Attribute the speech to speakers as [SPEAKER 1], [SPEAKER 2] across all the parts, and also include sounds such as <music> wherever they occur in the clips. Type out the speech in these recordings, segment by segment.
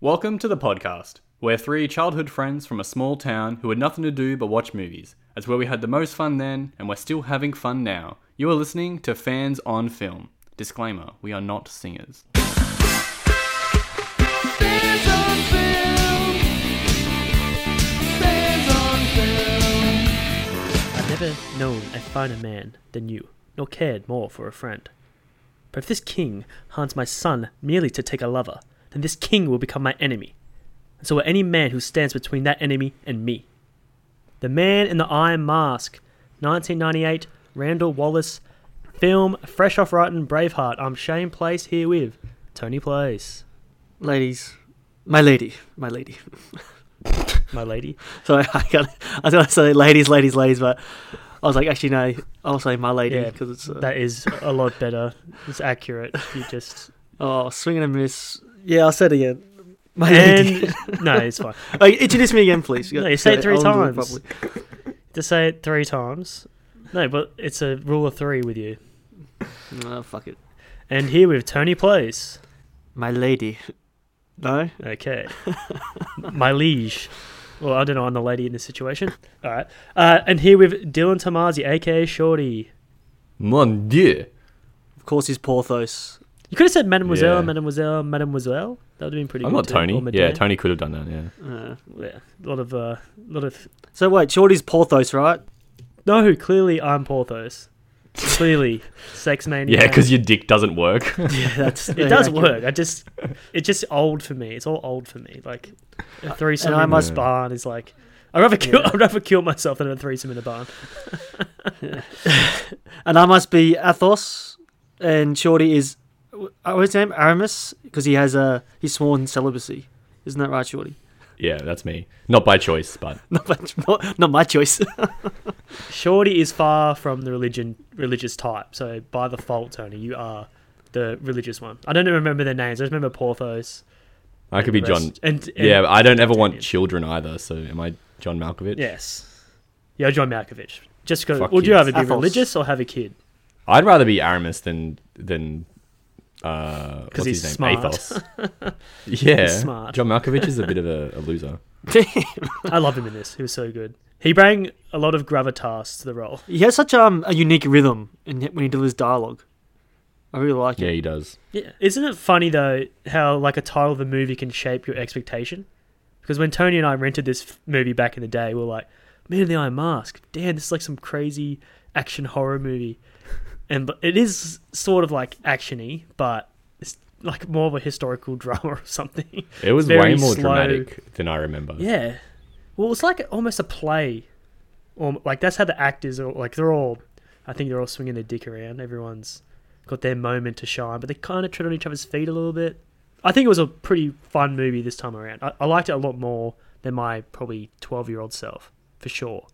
[SPEAKER 1] Welcome to the podcast. We're three childhood friends from a small town who had nothing to do but watch movies. That's where we had the most fun then, and we're still having fun now. You are listening to Fans on Film. Disclaimer we are not singers.
[SPEAKER 2] Fans on film. Fans on film.
[SPEAKER 3] I've never known a finer man than you, nor cared more for a friend. But if this king harms my son merely to take a lover, then this king will become my enemy, and so will any man who stands between that enemy and me. The Man in the Iron Mask, 1998, Randall Wallace, film fresh off writing Braveheart. I'm Shane Place here with Tony Place,
[SPEAKER 4] ladies, my lady, my lady. <laughs>
[SPEAKER 3] my lady.
[SPEAKER 4] Sorry, <laughs> I got. I was gonna say ladies, ladies, ladies, but I was like, actually no, I'll say my lady
[SPEAKER 3] Yeah,
[SPEAKER 4] because it's uh,
[SPEAKER 3] That is a lot better. It's accurate. You just
[SPEAKER 4] oh swing and a miss. Yeah, I'll say it again. My lady. <laughs>
[SPEAKER 3] and <laughs> no, it's fine.
[SPEAKER 4] Oh, introduce me again, please.
[SPEAKER 3] No, you say it three
[SPEAKER 4] I'll do
[SPEAKER 3] times.
[SPEAKER 4] properly.
[SPEAKER 3] to say it three times. No, but it's a rule of three with you.
[SPEAKER 4] No, fuck it.
[SPEAKER 3] And here with Tony Place.
[SPEAKER 4] My lady. No.
[SPEAKER 1] <laughs>
[SPEAKER 3] Okay. My liege. Well, I don't know. I'm the lady in this situation. All right. Uh, and here with Dylan Tamazi, aka Shorty.
[SPEAKER 1] Mon Dieu!
[SPEAKER 4] Of course, he's Porthos.
[SPEAKER 3] You could have said Mademoiselle,
[SPEAKER 1] Yeah.
[SPEAKER 3] Mademoiselle, Mademoiselle. That would have been pretty
[SPEAKER 1] I'm
[SPEAKER 3] good.
[SPEAKER 1] not
[SPEAKER 3] too.
[SPEAKER 1] Tony.
[SPEAKER 3] Or
[SPEAKER 1] Yeah,
[SPEAKER 3] Madame.
[SPEAKER 1] Tony could have done that, yeah.
[SPEAKER 4] Uh,
[SPEAKER 3] Yeah, a lot of, uh, lot of.
[SPEAKER 4] so wait, Shorty's Porthos, right?
[SPEAKER 3] No, clearly I'm
[SPEAKER 1] <laughs>
[SPEAKER 3] Porthos. clearly, sex mania.
[SPEAKER 1] Yeah, because your dick doesn't work.
[SPEAKER 4] <laughs>
[SPEAKER 1] <laughs>
[SPEAKER 4] Yeah, <laughs> that's.
[SPEAKER 3] it does work. I just it's just old for me. It's all old for me. Like a threesome
[SPEAKER 4] Uh, and I
[SPEAKER 3] in my
[SPEAKER 4] must-
[SPEAKER 3] barn is like I'd rather kill
[SPEAKER 4] Yeah.
[SPEAKER 3] I'd rather kill myself than a threesome in a barn.
[SPEAKER 4] And I must be Athos, and Shorty is uh, what's his name? Aramis, because he has a he's sworn celibacy. Isn't that right, Shorty? <laughs>
[SPEAKER 1] yeah, that's me. Not by choice, but
[SPEAKER 4] Not my, not, not my choice. <laughs>
[SPEAKER 3] Shorty is far from the religion religious type. So by the fault, Tony, you are the religious one. I don't remember their names. I just remember Porthos.
[SPEAKER 1] I could be
[SPEAKER 3] the
[SPEAKER 1] John.
[SPEAKER 3] rest- And, and
[SPEAKER 1] Yeah, but I don't ever want
[SPEAKER 3] Damien.
[SPEAKER 1] children either, so am I John Malkovich?
[SPEAKER 3] yes, yeah, John Malkovich. Just go.
[SPEAKER 1] Fuck
[SPEAKER 3] Would you
[SPEAKER 1] kids.
[SPEAKER 3] rather be
[SPEAKER 4] Athos.
[SPEAKER 3] religious or have a kid?
[SPEAKER 1] I'd rather be Aramis than than uh, what's
[SPEAKER 3] he's
[SPEAKER 1] his name?
[SPEAKER 3] smart.
[SPEAKER 1] Athos.
[SPEAKER 3] <laughs>
[SPEAKER 1] <laughs> yeah,
[SPEAKER 3] He's smart.
[SPEAKER 1] John Malkovich is a bit of a, a
[SPEAKER 3] <laughs>
[SPEAKER 1] loser.
[SPEAKER 3] I love him in this. He was so good. He bring a lot of gravitas to the role.
[SPEAKER 4] he has such um, a unique rhythm in, when he delivers dialogue. I really like
[SPEAKER 1] Yeah,
[SPEAKER 4] it.
[SPEAKER 1] he does.
[SPEAKER 3] Yeah. Isn't it funny though how like a title of a movie can shape your expectation? Because when Tony and I rented this f- movie back in the day, we were like, "Man in the Iron Mask, damn, this is like some crazy action horror movie," <laughs> and but it is sort of like actiony, but it's like more of a historical <laughs> drama or something.
[SPEAKER 1] It was
[SPEAKER 3] Very
[SPEAKER 1] way more
[SPEAKER 3] slow.
[SPEAKER 1] dramatic than I remember.
[SPEAKER 3] Yeah. Well, it's like almost a play. Or like that's how the actors are. Like they're all, I think they're all swinging their dick around. Everyone's got their moment to shine, but they kind of tread on each other's feet a little bit. I think it was a pretty fun movie this time around. I, I liked it a lot more than my probably twelve-year-old self for sure.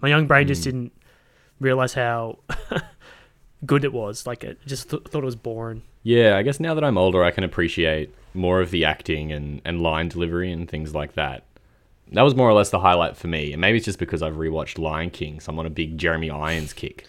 [SPEAKER 3] My young brain just didn't realize how <laughs> good it was. Like it just th- thought it was boring.
[SPEAKER 1] Yeah, I guess now that I'm older, I can appreciate more of the acting and, and line delivery and things like that. That was more or less the highlight for me. And maybe it's just because I've rewatched Lion King, so I'm on a big Jeremy Irons kick.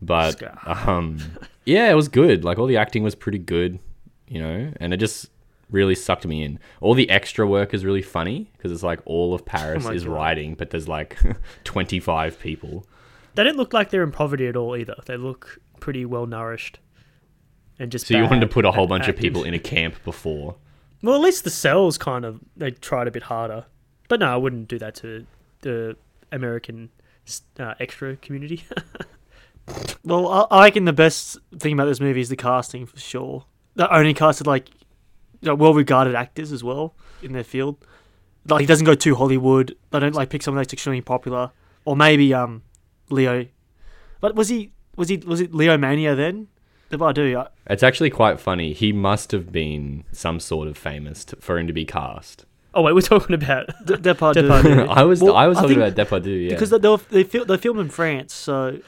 [SPEAKER 1] But
[SPEAKER 3] Scar.
[SPEAKER 1] <laughs> um, yeah, it was good. Like all the acting was pretty good, you know, and it just really sucked me in. All the extra work is really funny because it's like all
[SPEAKER 3] <laughs> Oh
[SPEAKER 1] of Paris
[SPEAKER 4] my
[SPEAKER 1] is
[SPEAKER 4] God.
[SPEAKER 1] writing, but there's like <laughs> 25 people.
[SPEAKER 3] They don't look like they're in poverty at all either. They look pretty well nourished. And just
[SPEAKER 1] So you wanted to
[SPEAKER 3] bad
[SPEAKER 1] put a whole
[SPEAKER 3] at
[SPEAKER 1] bunch of
[SPEAKER 3] acting.
[SPEAKER 1] people in a camp before.
[SPEAKER 3] Well, at least the cells kind of they tried a bit harder, but no, I wouldn't do that to the American uh, extra community. <laughs>
[SPEAKER 4] Well, I, I reckon the best thing about this movie is the casting for sure. They only casted like well regarded actors as well in their field. Like he doesn't go too Hollywood. They don't like pick someone that's extremely popular, or maybe um Leo. But was he was he was it Leo Mania then? If I do, I,
[SPEAKER 1] It's actually quite funny. He must have been some sort of famous t for him to be cast.
[SPEAKER 3] oh wait, we're talking about
[SPEAKER 4] D- Depardieu. <laughs>
[SPEAKER 1] <laughs>
[SPEAKER 3] Depardieu.
[SPEAKER 1] I was
[SPEAKER 4] Well,
[SPEAKER 1] I was
[SPEAKER 4] I
[SPEAKER 1] talking
[SPEAKER 4] think-
[SPEAKER 1] about Depardieu, yeah.
[SPEAKER 4] because they they, were, they, fil- they filmed in France, so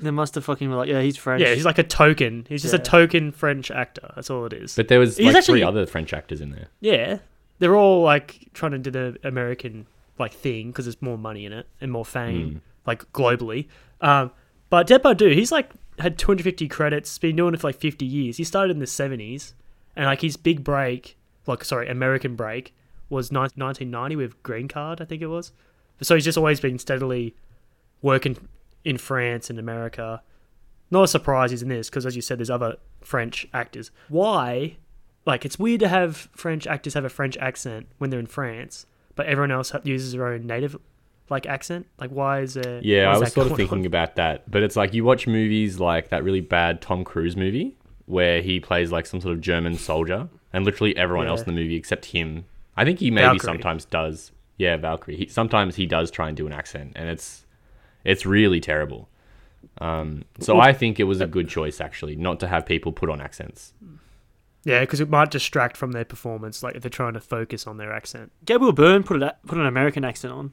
[SPEAKER 4] they must have fucking were like, yeah, he's French.
[SPEAKER 3] yeah, he's like a token. He's just a
[SPEAKER 4] Yeah.
[SPEAKER 3] token French actor. That's all it is.
[SPEAKER 1] but there was
[SPEAKER 3] He's
[SPEAKER 1] like
[SPEAKER 3] actually-
[SPEAKER 1] three other French actors in there.
[SPEAKER 3] yeah, they're all like trying to do the American like thing because there's more money in it and more fame like globally. Um, but Depardieu, he's like had 250 credits, been doing it for like 50 years. He started in the 70s, and like his big break like sorry, American Break was ni- 1990 with Green Card, I think it was. So he's just always been steadily working in France and America. Not a surprise he's in this because, as you said, there's other French actors. Why? Like, it's weird to have French actors have a French accent when they're in France, but everyone else ha- uses their own native like accent. Like, why is there?
[SPEAKER 1] Yeah,
[SPEAKER 3] why
[SPEAKER 1] I
[SPEAKER 3] is
[SPEAKER 1] was
[SPEAKER 3] that
[SPEAKER 1] sort of
[SPEAKER 3] going on?
[SPEAKER 1] thinking about that. But it's like you watch movies like that really bad Tom Cruise movie where he plays like some sort of German soldier and literally everyone else
[SPEAKER 3] Yeah.
[SPEAKER 1] in the movie except him. I think he maybe
[SPEAKER 3] Valkyrie.
[SPEAKER 1] sometimes does. Yeah, Valkyrie. He, sometimes he does try and do an accent and it's it's really terrible. Um, so I think it was a good choice actually not to have people put on accents.
[SPEAKER 3] <laughs> Yeah, because it might distract from their performance. Like, if they're trying to focus on their accent.
[SPEAKER 4] Gabriel Byrne put it put an American accent on.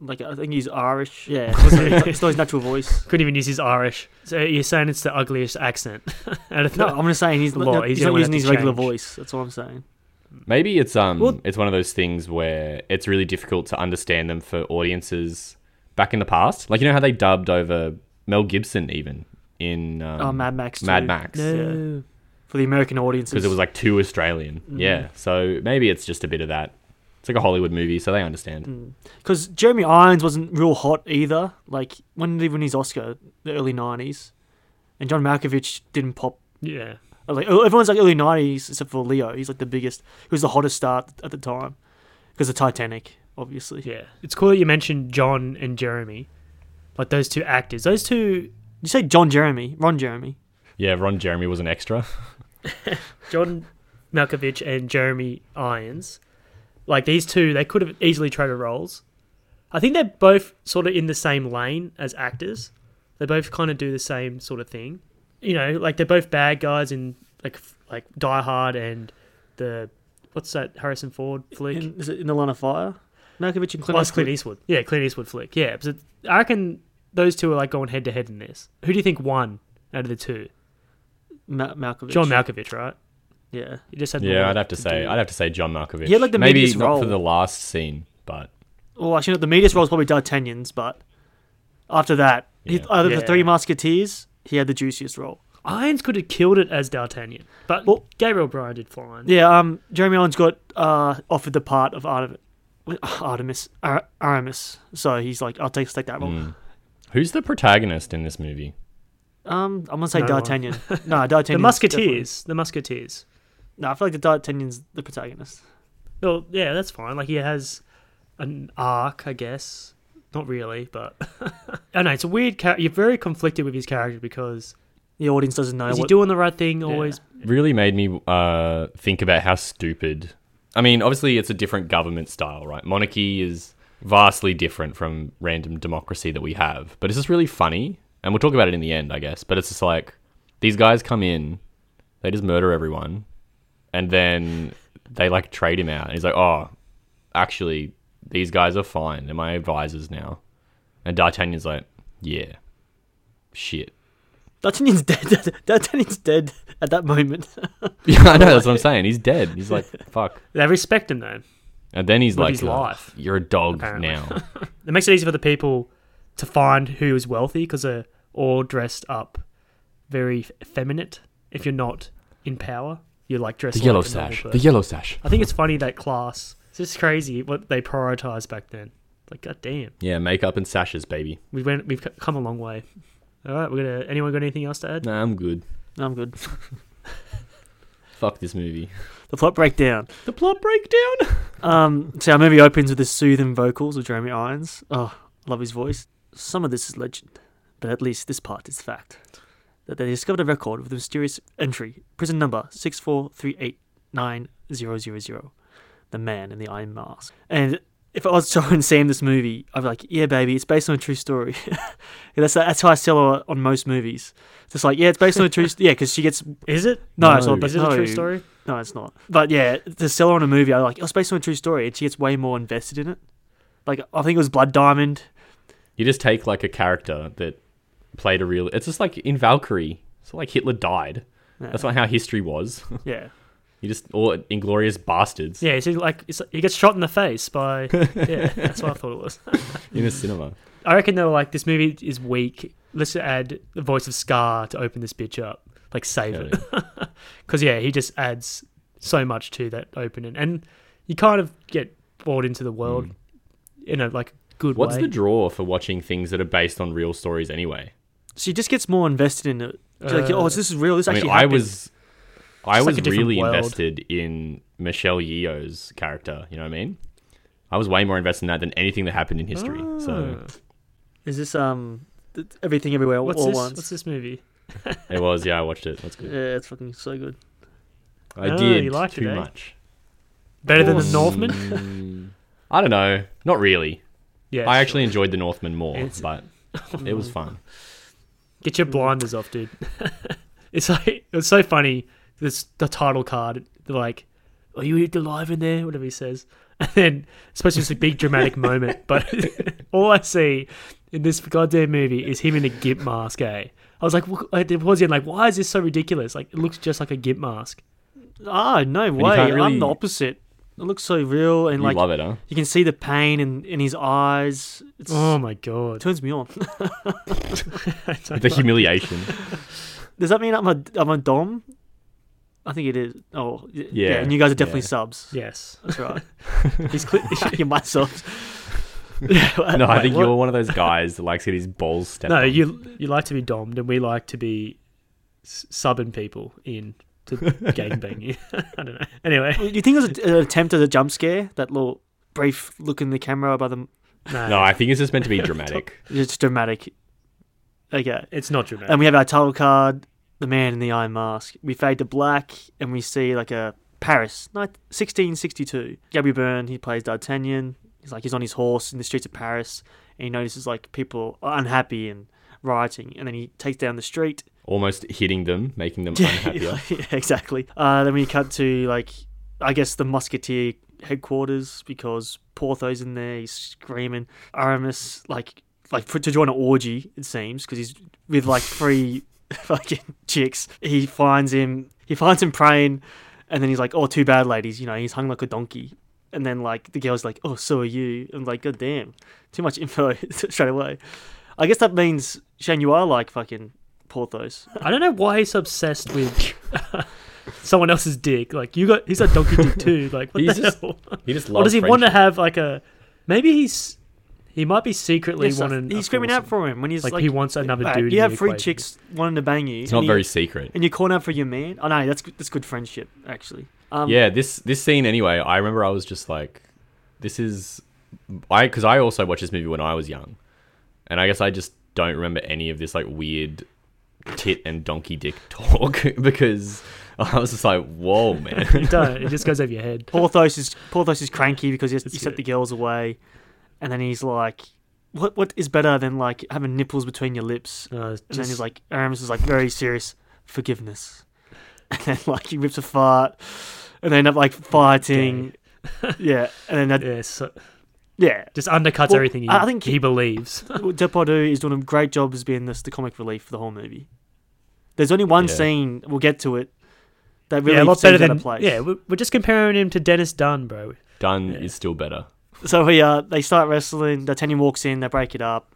[SPEAKER 4] Like I think he's Irish. Yeah, <laughs> it's, not- it's not his natural voice.
[SPEAKER 3] Couldn't even use his Irish. So you're saying it's the ugliest accent? <laughs> out of
[SPEAKER 4] No,
[SPEAKER 3] the-
[SPEAKER 4] I'm just saying he's,
[SPEAKER 3] Law,
[SPEAKER 4] not,
[SPEAKER 3] he's
[SPEAKER 4] he's,
[SPEAKER 3] gonna
[SPEAKER 4] not
[SPEAKER 3] have to
[SPEAKER 4] using his regular
[SPEAKER 3] change.
[SPEAKER 4] voice. That's what I'm saying.
[SPEAKER 1] Maybe it's um
[SPEAKER 4] Well-
[SPEAKER 1] it's one of those things where it's really difficult to understand them for audiences back in the past. Like you know how they dubbed over Mel Gibson even in um,
[SPEAKER 4] oh, Mad Max.
[SPEAKER 1] Mad
[SPEAKER 4] too.
[SPEAKER 1] Max.
[SPEAKER 4] No. For the American audiences.
[SPEAKER 1] because it was like too Australian.
[SPEAKER 4] Mm-hmm.
[SPEAKER 1] Yeah, so maybe it's just a bit of that. It's like a Hollywood movie, so they understand.
[SPEAKER 4] Mm. because Jeremy Irons wasn't real hot either. Like when did he win his Oscar? The early '90s, and John Malkovich didn't pop.
[SPEAKER 3] yeah.
[SPEAKER 4] Like e-, everyone's like early '90s except for Leo. He's like the biggest. He was the hottest star at the time because of Titanic, obviously.
[SPEAKER 3] Yeah. It's cool that you mentioned John and Jeremy. Like those two actors. Those two
[SPEAKER 4] You say John Jeremy, Ron Jeremy.
[SPEAKER 1] Yeah, Ron Jeremy was an
[SPEAKER 4] <laughs>
[SPEAKER 1] extra.
[SPEAKER 3] John Malkovich and Jeremy Irons. Like these two, they could have easily traded roles. I think they're both sort of in the same lane as actors. They both kind of do the same sort of thing. You know, like they're both bad guys in like f- like Die Hard and the what's that Harrison Ford flick?
[SPEAKER 4] In, is it in the Line of Fire? Malkovich and Clint.
[SPEAKER 3] Plus
[SPEAKER 4] Eastwood.
[SPEAKER 3] Clint Eastwood. Yeah, Clint Eastwood flick. Yeah, so I reckon those two are like going head to head in this. Who do you think won out of the two?
[SPEAKER 4] Ma- Malkovich.
[SPEAKER 3] John Malkovich, right?
[SPEAKER 4] Yeah.
[SPEAKER 3] You just had more
[SPEAKER 1] yeah, I'd have to
[SPEAKER 3] do.
[SPEAKER 1] say, I'd have to say John Malkovich.
[SPEAKER 4] He had, like, the
[SPEAKER 1] maybe
[SPEAKER 4] biggest
[SPEAKER 1] not for
[SPEAKER 4] role.
[SPEAKER 1] the last scene, but
[SPEAKER 4] Well, actually, no, the meatiest role is probably D'Artagnan's, but after that,
[SPEAKER 1] Yeah.
[SPEAKER 4] he, out of
[SPEAKER 3] Yeah.
[SPEAKER 4] the Three Musketeers, he had the juiciest role.
[SPEAKER 3] Irons could have killed it as D'Artagnan, but
[SPEAKER 4] Well-
[SPEAKER 3] Gabriel Bryan did fine.
[SPEAKER 4] Yeah, um, Jeremy Irons got uh, offered the part of Artemis. <sighs> Artemis, Ar- Aramis. So he's like, I'll take, take that
[SPEAKER 1] Mm.
[SPEAKER 4] role.
[SPEAKER 1] who's the protagonist in this movie?
[SPEAKER 4] Um, I'm gonna say
[SPEAKER 3] No one. <laughs>
[SPEAKER 4] D'Artagnan. no, D'Artagnan.
[SPEAKER 3] the Musketeers, the Musketeers.
[SPEAKER 4] No, I feel like the D'Artagnan's the protagonist.
[SPEAKER 3] Well, yeah, that's fine. Like he has an arc, I guess. Not really, but <laughs> I know it's a weird. Char- you're very conflicted with his character because
[SPEAKER 4] The audience doesn't know.
[SPEAKER 3] is he
[SPEAKER 4] Uh, what,
[SPEAKER 3] doing the right thing always?
[SPEAKER 1] really made me uh, think about how stupid. I mean, obviously, it's a different government style, right? Monarchy is vastly different from random democracy that we have. But it's just really funny. And we'll talk about it in the end, I guess. But it's just like these guys come in, they just murder everyone, and then they like trade him out. And he's like, oh, actually, these guys are fine. They're my advisors now. And D'Artagnan's like, yeah, shit. <laughs>
[SPEAKER 4] D'Artagnan's <laughs> dead. D'Artagnan's dead at that moment. <laughs>
[SPEAKER 1] Yeah, I know. That's what I'm saying. He's dead. He's like, fuck.
[SPEAKER 3] They respect him though.
[SPEAKER 1] And then he's
[SPEAKER 3] With
[SPEAKER 1] like,
[SPEAKER 3] his
[SPEAKER 1] uh,
[SPEAKER 3] life,
[SPEAKER 1] You're a dog
[SPEAKER 3] apparently. <laughs>
[SPEAKER 1] now.
[SPEAKER 3] It makes it easy for the people to find who is wealthy because they're all dressed up, very f- effeminate. If you're not in power, you're like dressed
[SPEAKER 1] the yellow
[SPEAKER 3] like a normal
[SPEAKER 1] sash. The
[SPEAKER 3] person.
[SPEAKER 1] yellow sash.
[SPEAKER 3] I think it's funny that class. It's just crazy what they prioritized back then. Like, god damn,
[SPEAKER 1] Yeah, makeup and sashes, baby.
[SPEAKER 3] we went, we've c- come a long way. All right, we're gonna. Anyone got anything else to add?
[SPEAKER 1] Nah, I'm good.
[SPEAKER 4] no, I'm good.
[SPEAKER 1] Fuck this movie.
[SPEAKER 4] The plot breakdown.
[SPEAKER 1] <laughs> The plot breakdown. <laughs>
[SPEAKER 4] Um, so our movie opens with the soothing vocals of Jeremy Irons. Oh, love his voice. Some of this is legend, but at least this part is fact. That they discovered a record with the mysterious entry, prison number six four three eight nine zero zero zero, the man in the iron mask. And if I <laughs> was showing Sam this movie, I'd be like, yeah, baby, it's based on a true story. <laughs> Yeah, that's that's how I sell her on most movies. Just like, yeah, it's based on a
[SPEAKER 3] <laughs>
[SPEAKER 4] true. St- yeah, because she gets
[SPEAKER 3] Is it?
[SPEAKER 4] no, it's
[SPEAKER 1] No.
[SPEAKER 4] not.
[SPEAKER 3] Is it a
[SPEAKER 4] no.
[SPEAKER 3] true story?
[SPEAKER 4] No, it's not. But yeah, to sell her on a movie, I like, oh, it's based on a true story, and she gets way more invested in it. Like, I think it was Blood Diamond.
[SPEAKER 1] You just take like a character that played a real. It's just like in Valkyrie. It's like Hitler died.
[SPEAKER 4] Yeah.
[SPEAKER 1] That's not how history was. <laughs>
[SPEAKER 4] Yeah.
[SPEAKER 1] you just all inglorious bastards <laughs>
[SPEAKER 3] Yeah, is it like it's, he gets shot in the face by? <laughs> yeah, that's what I thought it was.
[SPEAKER 1] in a cinema.
[SPEAKER 3] I reckon they were like, this movie is weak. Let's add the voice of Scar to open this bitch up. Like, save it.
[SPEAKER 1] Totally.
[SPEAKER 3] 'Cause it. Because, yeah, he just adds so much to that opening, and you kind of get bought into the world in a like good
[SPEAKER 1] Hmm. What's
[SPEAKER 3] way.
[SPEAKER 1] the draw for watching things that are based on real stories anyway?
[SPEAKER 4] So you just gets more invested in it. You're like,
[SPEAKER 3] Uh,
[SPEAKER 4] oh, is this real? This
[SPEAKER 1] I
[SPEAKER 4] actually
[SPEAKER 1] mean, I
[SPEAKER 4] happened."
[SPEAKER 1] was, I
[SPEAKER 3] It's like
[SPEAKER 1] was
[SPEAKER 3] a different
[SPEAKER 1] really
[SPEAKER 3] world.
[SPEAKER 1] invested in Michelle Yeoh's character. You know what I mean? I was way more invested in that than anything that happened in history. So
[SPEAKER 4] Is this um th- everything everywhere
[SPEAKER 3] Ah. What's
[SPEAKER 4] all
[SPEAKER 3] this?
[SPEAKER 4] once?
[SPEAKER 3] What's this movie?
[SPEAKER 1] it was, yeah, I watched it. That's good.
[SPEAKER 4] Yeah, it's fucking so good.
[SPEAKER 1] I
[SPEAKER 3] Ah,
[SPEAKER 1] did
[SPEAKER 3] you liked it,
[SPEAKER 1] too
[SPEAKER 3] eh? Hmm.
[SPEAKER 1] much.
[SPEAKER 3] Better than the Northman?
[SPEAKER 1] Mm, <laughs> I don't know. Not really.
[SPEAKER 3] Yeah,
[SPEAKER 1] I
[SPEAKER 3] sure.
[SPEAKER 1] actually enjoyed the Northman more,
[SPEAKER 3] It's-
[SPEAKER 1] but it was fun.
[SPEAKER 3] Get
[SPEAKER 1] Mm.
[SPEAKER 3] your blinders off, dude. <laughs> it's like it was so funny. This the title card. They're like, "Are you alive in there?" Whatever he says, <laughs> and then it's supposed to be this
[SPEAKER 1] <laughs>
[SPEAKER 3] big dramatic moment. But <laughs> all I see in this goddamn movie is him in a gimp mask. Eh? I was like, "What?" I was in like, "Why is this so ridiculous?" Like, it looks just like a gimp mask.
[SPEAKER 4] Ah, no way.
[SPEAKER 1] can't really-
[SPEAKER 4] I'm the opposite. It looks so real and
[SPEAKER 1] You
[SPEAKER 4] like
[SPEAKER 1] love it, huh?
[SPEAKER 4] you can see the pain in, in his eyes. It's,
[SPEAKER 3] Oh
[SPEAKER 4] oh.
[SPEAKER 3] my god!
[SPEAKER 4] turns me on. <laughs>
[SPEAKER 1] The
[SPEAKER 3] <laughs>
[SPEAKER 1] humiliation.
[SPEAKER 4] Does that mean I'm a I'm a dom? I think it is. Oh y- yeah,
[SPEAKER 1] Yeah,
[SPEAKER 4] and you guys are definitely
[SPEAKER 1] yeah.
[SPEAKER 4] subs.
[SPEAKER 3] Yes, <laughs>
[SPEAKER 4] That's <laughs> right.
[SPEAKER 3] he's clear.
[SPEAKER 4] You're my subs.
[SPEAKER 1] <laughs> No, I
[SPEAKER 3] Wait,
[SPEAKER 1] think
[SPEAKER 3] what?
[SPEAKER 1] you're one of those guys that likes to get his balls stepped.
[SPEAKER 3] no,
[SPEAKER 1] on.
[SPEAKER 3] you you like to be domed, and we like to be s- subbing people in
[SPEAKER 1] <laughs>
[SPEAKER 3] to gangbanging. <laughs> I don't know. Anyway,
[SPEAKER 4] Do you think it was a- an attempt at a jump scare? That little brief look in the camera by the
[SPEAKER 3] no,
[SPEAKER 1] No, I think it's just meant to be dramatic.
[SPEAKER 3] <laughs>
[SPEAKER 4] it's dramatic. Okay,
[SPEAKER 3] it's not dramatic.
[SPEAKER 1] Um,
[SPEAKER 4] and we have our title card, the man in the iron mask. We fade to black, and we see like a Paris, ni- 1662. Gabby Byrne, he plays D'Artagnan. He's like he's on his horse in the streets of Paris, and he notices like people are unhappy and rioting, and then he takes down the street.
[SPEAKER 1] Almost hitting them, making them unhappier.
[SPEAKER 4] <laughs> yeah, exactly. Uh, then we cut to like, I guess the Musketeer headquarters because Porthos in there, he's screaming. Aramis like like for, to join an orgy it seems because he's with like three <laughs> fucking chicks. He finds him. He finds him praying, and then he's like, "Oh, too bad, ladies. You know, he's hung like a donkey." And then like the girl's like, "Oh, so are you?" I'm like, "God damn, too much info <laughs> straight away." I guess that means Shane, you are like fucking Porthos.
[SPEAKER 3] I don't know why he's obsessed with <laughs> someone else's dick. Like you got, he's a donkey
[SPEAKER 1] <laughs>
[SPEAKER 3] dick too. Like what
[SPEAKER 1] He's
[SPEAKER 3] the
[SPEAKER 1] just-
[SPEAKER 3] hell?
[SPEAKER 1] He just loves.
[SPEAKER 3] Or does he want to
[SPEAKER 1] friendship.
[SPEAKER 3] have like a? Maybe he's he might be secretly
[SPEAKER 4] Yes,
[SPEAKER 3] wanting. a
[SPEAKER 4] he's screaming out
[SPEAKER 3] foursome.
[SPEAKER 4] for him when he's
[SPEAKER 3] Like,
[SPEAKER 4] like,
[SPEAKER 3] he wants another
[SPEAKER 4] "Alright,
[SPEAKER 3] dude.
[SPEAKER 4] You
[SPEAKER 3] in
[SPEAKER 4] have
[SPEAKER 3] the
[SPEAKER 4] three
[SPEAKER 3] equation.
[SPEAKER 4] chicks wanting to bang you.
[SPEAKER 1] It's not
[SPEAKER 4] and
[SPEAKER 1] very
[SPEAKER 4] You,
[SPEAKER 1] secret.
[SPEAKER 4] and you're calling out for your man. Oh no, that's good- that's good friendship actually. Um,
[SPEAKER 1] Yeah, this this scene anyway. I remember I was just like, this is, I because I also watched this movie when I was young, and I guess I just don't remember any of this like weird tit and donkey dick <laughs> talk because I was just like, whoa, man.
[SPEAKER 3] <laughs> You don't. It just goes over your
[SPEAKER 4] <laughs>
[SPEAKER 3] head.
[SPEAKER 4] Porthos is Porthos is cranky because he, has, he
[SPEAKER 3] That's
[SPEAKER 4] set
[SPEAKER 3] it.
[SPEAKER 4] the girls away, and then he's like, "What what is better than like having nipples between your lips?" And
[SPEAKER 3] Uh,
[SPEAKER 4] then
[SPEAKER 3] just-
[SPEAKER 4] he's like, Aramis is like very serious forgiveness, <laughs> and then like he rips a fart, and they end up like fighting. yeah, and
[SPEAKER 3] <laughs>
[SPEAKER 4] then that
[SPEAKER 3] yeah, so,
[SPEAKER 4] yeah,
[SPEAKER 3] just undercuts
[SPEAKER 4] Well,
[SPEAKER 3] everything. He,
[SPEAKER 4] I think-
[SPEAKER 3] he believes.
[SPEAKER 4] Depardieu is doing a great job as being this, the comic relief for the whole movie. There's only one
[SPEAKER 1] Yeah.
[SPEAKER 4] scene we'll get to it that really
[SPEAKER 3] yeah, a lot
[SPEAKER 4] seems
[SPEAKER 3] better
[SPEAKER 4] out
[SPEAKER 3] than
[SPEAKER 4] of place.
[SPEAKER 3] yeah. We're, we're just comparing him to Dennis Dunn, bro. <clears throat>
[SPEAKER 1] Done
[SPEAKER 3] Yeah.
[SPEAKER 1] is still better.
[SPEAKER 4] So we, uh, they start wrestling. D'Artagnan walks in. They break it up,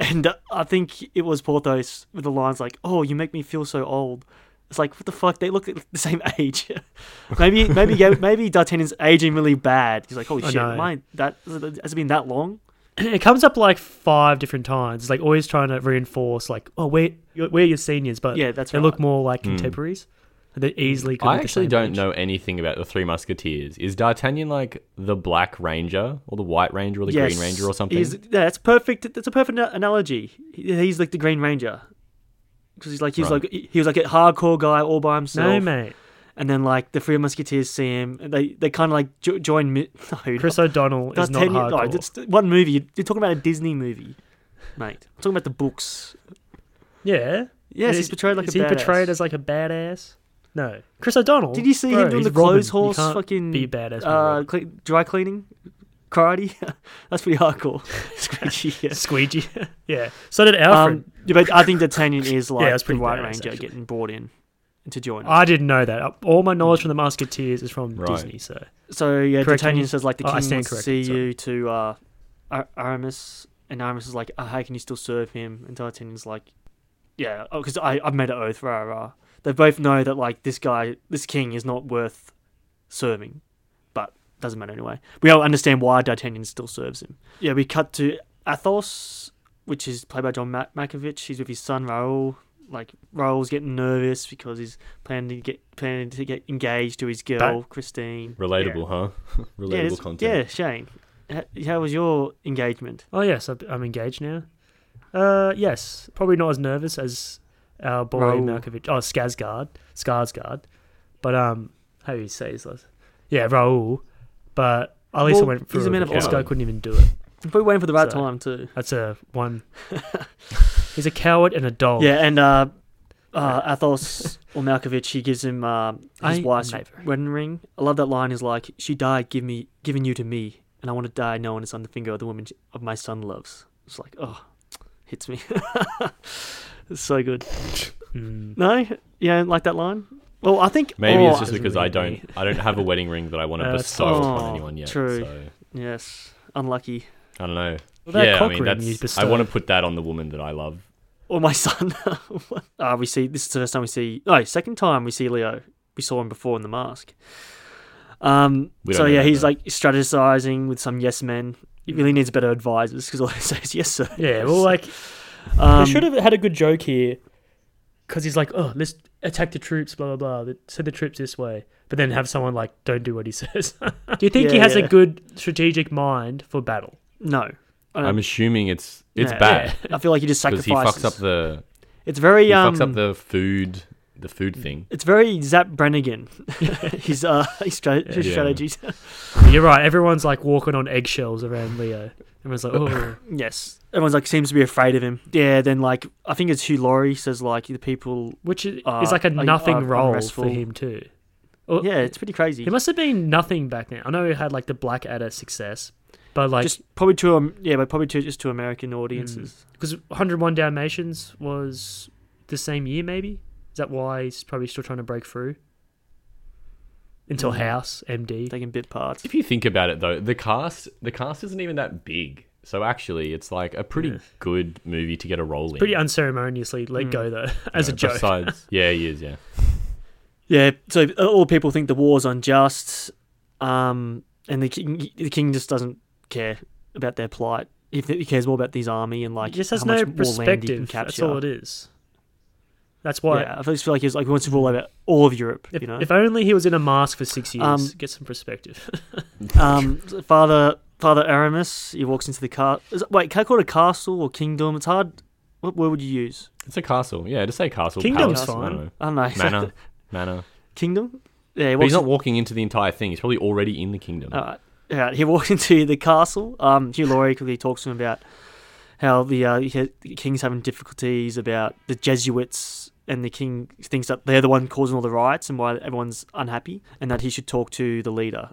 [SPEAKER 4] and uh, I think it was Porthos with the lines like, "Oh, you make me feel so old." It's like what the fuck? They look <laughs> the same age. <laughs> maybe maybe yeah, maybe D'Artagnan's aging really bad. He's like, "Holy
[SPEAKER 3] I
[SPEAKER 4] shit,
[SPEAKER 3] know.
[SPEAKER 4] am I that has it been that long?"
[SPEAKER 3] it comes up like five different times. It's like always trying to reinforce, like, oh, we're you're- we're your seniors, but
[SPEAKER 4] Yeah, that's
[SPEAKER 3] they look
[SPEAKER 4] right.
[SPEAKER 3] more like contemporaries. And they easily. could
[SPEAKER 1] Hmm. I
[SPEAKER 3] be the
[SPEAKER 1] actually
[SPEAKER 3] same
[SPEAKER 1] don't
[SPEAKER 3] age.
[SPEAKER 1] know anything about the Three Musketeers. Is D'Artagnan like the Black Ranger or the White Ranger or the Green Ranger or something?
[SPEAKER 4] He's, yeah, that's perfect. That's a perfect a- analogy. He- He's like the Green Ranger because he's like he's
[SPEAKER 1] Right.
[SPEAKER 4] like he he was like a hardcore guy all by himself.
[SPEAKER 3] No, mate.
[SPEAKER 4] And then like the Three Musketeers see him. And they they kind of like jo- join. Mi- <laughs> no,
[SPEAKER 3] Chris O'Donnell is not
[SPEAKER 4] D'Artagnan-
[SPEAKER 3] hardcore.
[SPEAKER 4] No, it's one movie. You're, you're talking about a Disney movie, mate. I'm talking about the books.
[SPEAKER 3] yeah.
[SPEAKER 4] Yes,
[SPEAKER 3] And
[SPEAKER 4] he's portrayed like
[SPEAKER 3] is
[SPEAKER 4] a
[SPEAKER 3] he
[SPEAKER 4] badass.
[SPEAKER 3] portrayed as like a badass? No, Chris O'Donnell.
[SPEAKER 4] Did you see
[SPEAKER 3] bro,
[SPEAKER 4] him doing
[SPEAKER 3] he's
[SPEAKER 4] the clothes
[SPEAKER 3] Robin. You
[SPEAKER 4] horse
[SPEAKER 3] can't
[SPEAKER 4] fucking
[SPEAKER 3] be badass? when
[SPEAKER 4] uh,
[SPEAKER 3] <laughs> Robin.
[SPEAKER 4] cle dry cleaning, karate? <laughs> that's
[SPEAKER 3] <laughs>
[SPEAKER 4] pretty hardcore. Squeegee, yeah.
[SPEAKER 3] squeegee. <laughs> yeah. So did Alfred.
[SPEAKER 4] Um, yeah, but I think
[SPEAKER 3] <laughs>
[SPEAKER 4] D'Artagnan is like
[SPEAKER 3] that's
[SPEAKER 4] the
[SPEAKER 3] pretty
[SPEAKER 4] White
[SPEAKER 3] badass,
[SPEAKER 4] Ranger
[SPEAKER 3] actually.
[SPEAKER 4] getting brought in to join. us.
[SPEAKER 3] I didn't know that. All my knowledge from the Musketeers is from
[SPEAKER 1] Right.
[SPEAKER 3] Disney. So
[SPEAKER 4] so yeah,
[SPEAKER 3] correct
[SPEAKER 4] D'Artagnan
[SPEAKER 3] me?
[SPEAKER 4] says like the
[SPEAKER 3] Oh, I
[SPEAKER 4] king
[SPEAKER 3] stand
[SPEAKER 4] wants to see
[SPEAKER 3] corrected, sorry.
[SPEAKER 4] you to uh, Ar- Aramis, and Aramis is like, oh, how can you still serve him? And D'Artagnan's like, oh, yeah, because I I've made an oath, rah rah. They both know that like this guy, this king is not worth serving, but doesn't matter anyway. We all understand why D'Artagnan still serves him. Yeah, we cut to Athos, which is played by John Ma- Malkovich. He's with his son Raoul. Like Raoul's getting nervous because he's planning to get planning to get engaged to his girl Christine.
[SPEAKER 1] Relatable, huh? <laughs>
[SPEAKER 4] Yeah,
[SPEAKER 1] Relatable
[SPEAKER 4] it's-
[SPEAKER 1] content.
[SPEAKER 4] yeah, Shane. How, how was your engagement?
[SPEAKER 3] Oh yes, I've- I'm engaged now. Uh, yes, probably not as nervous as our boy
[SPEAKER 4] Raoul.
[SPEAKER 3] Malkovich. Oh, Skazgard, Skarsgard. But um, how do you say his last? Yeah, Raoul. But at least
[SPEAKER 4] Well,
[SPEAKER 3] I went for
[SPEAKER 4] he's a man of
[SPEAKER 1] honor.
[SPEAKER 3] Oscar. Couldn't even do it.
[SPEAKER 4] I'm probably waiting for the right
[SPEAKER 3] So-
[SPEAKER 4] time too.
[SPEAKER 3] That's a
[SPEAKER 4] <laughs>
[SPEAKER 3] one. he's a coward and a dog.
[SPEAKER 1] Oh.
[SPEAKER 4] Yeah, and uh, uh,
[SPEAKER 1] <laughs>
[SPEAKER 4] Athos or Malkovich, he gives him uh, his
[SPEAKER 3] I
[SPEAKER 4] wife's
[SPEAKER 3] never-
[SPEAKER 4] wedding ring. I love that line. Is like she died, give me, giving you to me, and I want to die knowing it's on the finger of the woman sh- of my son loves. It's like oh, hits me. <laughs> it's so good.
[SPEAKER 3] Mm.
[SPEAKER 4] No, yeah, like that line. Well, I think
[SPEAKER 1] Maybe
[SPEAKER 4] oh,
[SPEAKER 1] it's just
[SPEAKER 3] doesn't
[SPEAKER 1] because I
[SPEAKER 3] really
[SPEAKER 1] don't I don't have a wedding ring that I
[SPEAKER 3] <laughs>
[SPEAKER 1] want to
[SPEAKER 3] Uh,
[SPEAKER 1] bestow
[SPEAKER 4] oh,
[SPEAKER 1] upon anyone yet.
[SPEAKER 4] true.
[SPEAKER 1] So
[SPEAKER 4] yes, unlucky.
[SPEAKER 1] I don't know.
[SPEAKER 3] Well, that
[SPEAKER 1] yeah, I
[SPEAKER 3] cock
[SPEAKER 1] mean
[SPEAKER 3] ring you
[SPEAKER 1] that's I
[SPEAKER 3] bestowed.
[SPEAKER 1] want to put that on the woman that I love.
[SPEAKER 4] Or my <laughs> son. uh, we see this is the first time we see. No, second time we see Leo. We saw him before in the mask. Um.
[SPEAKER 1] We don't
[SPEAKER 4] So
[SPEAKER 1] know
[SPEAKER 4] yeah,
[SPEAKER 1] that,
[SPEAKER 4] he's
[SPEAKER 1] though.
[SPEAKER 4] like strategizing with some yes men. He really needs better advisors because all he <laughs> says is yes sir.
[SPEAKER 3] Yeah, well, like
[SPEAKER 4] Um,
[SPEAKER 3] they should have had a good joke here, because he's like, "Oh, let's attack the troops," blah blah blah. th- Send the troops this way, but then have someone like, "Don't do what he <laughs> says." do you think he
[SPEAKER 4] Yeah,
[SPEAKER 3] has
[SPEAKER 4] yeah.
[SPEAKER 3] a good strategic mind for battle?
[SPEAKER 4] No.
[SPEAKER 3] Uh,
[SPEAKER 4] I don't-
[SPEAKER 1] I'm assuming it's it's
[SPEAKER 4] yeah,
[SPEAKER 1] bad
[SPEAKER 4] yeah. I feel like
[SPEAKER 1] <laughs>
[SPEAKER 4] he just
[SPEAKER 1] because
[SPEAKER 4] sacrifices.
[SPEAKER 1] he fucks up the
[SPEAKER 4] It's very
[SPEAKER 1] he
[SPEAKER 4] um.
[SPEAKER 1] fucks up the food the food
[SPEAKER 3] Mm.
[SPEAKER 1] thing.
[SPEAKER 4] It's very
[SPEAKER 1] <laughs>
[SPEAKER 4] Zap Brannigan. <laughs> his uh, <laughs> his, strate- his
[SPEAKER 1] Yeah.
[SPEAKER 4] strategies. <laughs>
[SPEAKER 3] You're right. Everyone's like walking on eggshells around Leo. Everyone's like, "Oh,
[SPEAKER 4] yes, everyone's like seems to be afraid of him. Yeah. Then like I think it's Hugh Laurie says like the people.
[SPEAKER 3] which is,
[SPEAKER 4] Uh,
[SPEAKER 3] is like a
[SPEAKER 4] like,
[SPEAKER 3] nothing
[SPEAKER 4] uh,
[SPEAKER 3] role
[SPEAKER 4] unrestful.
[SPEAKER 3] for him too." Or-
[SPEAKER 4] Yeah, it's pretty crazy.
[SPEAKER 3] he must have been nothing back then. I know he had like the Blackadder success, but like
[SPEAKER 4] just probably to um, yeah, but probably to just to American audiences.
[SPEAKER 3] because 101 Dalmatians was the same year, maybe. Is that why he's probably still trying to break through? Until
[SPEAKER 4] Mm.
[SPEAKER 3] House MD.
[SPEAKER 4] Taking bit parts.
[SPEAKER 1] If you think about it though, the cast the cast isn't even that big. So actually, it's like a pretty good movie to get a role in.
[SPEAKER 3] Pretty unceremoniously let
[SPEAKER 4] Mm.
[SPEAKER 3] go though, <laughs> as a joke.
[SPEAKER 1] Besides, yeah, he is. Yeah,
[SPEAKER 3] <laughs>
[SPEAKER 4] Yeah, so uh, all people think the war's unjust, um, and the king, the king just doesn't care about their plight. He, th- he cares more about his army and
[SPEAKER 3] He
[SPEAKER 4] like
[SPEAKER 3] just has
[SPEAKER 4] how much
[SPEAKER 3] no
[SPEAKER 4] more land he can
[SPEAKER 3] perspective.
[SPEAKER 4] capture.
[SPEAKER 3] That's all it is. That's why.
[SPEAKER 4] Yeah, I just feel like he's like he wants to rule over all of Europe.
[SPEAKER 3] If,
[SPEAKER 4] you know,
[SPEAKER 3] if only he was in a mask for six years,
[SPEAKER 4] Um,
[SPEAKER 3] get some perspective. <laughs>
[SPEAKER 4] um, Father Father Aramis, he walks into the car. Is, wait, can I call it a castle or kingdom? It's hard. What word would you use?
[SPEAKER 1] it's a castle. Yeah, just say castle.
[SPEAKER 3] Kingdom's
[SPEAKER 1] palace, I don't know.
[SPEAKER 4] I don't know.
[SPEAKER 3] <laughs>
[SPEAKER 1] Manor, manor.
[SPEAKER 4] <laughs> kingdom. Yeah, he
[SPEAKER 1] But
[SPEAKER 4] walks
[SPEAKER 1] he's not walking into the entire thing. He's probably already in the kingdom.
[SPEAKER 3] Ah.
[SPEAKER 4] All right. All right. Uh, He walks <laughs> into the castle. Um, Hugh Laurie quickly talks to him about how the, uh, he- the king's having difficulties about the Jesuits, and the king thinks that they're the one causing all the riots and why everyone's unhappy, and that he should talk to the leader.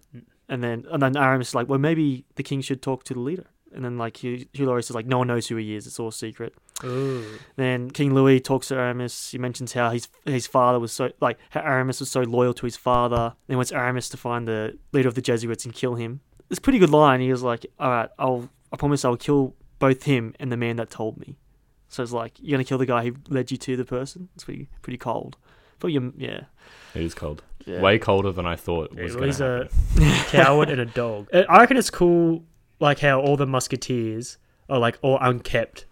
[SPEAKER 4] And then and then Aramis is like, well, maybe the king should talk to the leader. And then like Hugh, Hugh Laurie says, like, no one knows who he is. It's all secret.
[SPEAKER 3] Ooh.
[SPEAKER 4] Then King Louis talks to Aramis. He mentions how his his father was so like how Aramis was so loyal to his father. Then wants Aramis to find the leader of the Jesuits and kill him. It's a pretty good line. He was like, "All right, I'll I promise I'll kill both him and the man that told me." So it's like you're gonna kill the guy who led you to the person. It's pretty pretty cold. But you yeah
[SPEAKER 1] It is cold.
[SPEAKER 4] Yeah.
[SPEAKER 1] Way colder than I thought
[SPEAKER 3] Yeah,
[SPEAKER 1] was
[SPEAKER 3] well,
[SPEAKER 1] going
[SPEAKER 3] he's uh,
[SPEAKER 1] to happen.
[SPEAKER 3] a <laughs> coward and a dog. Uh, I reckon it's cool, like how all the musketeers are like all unkept,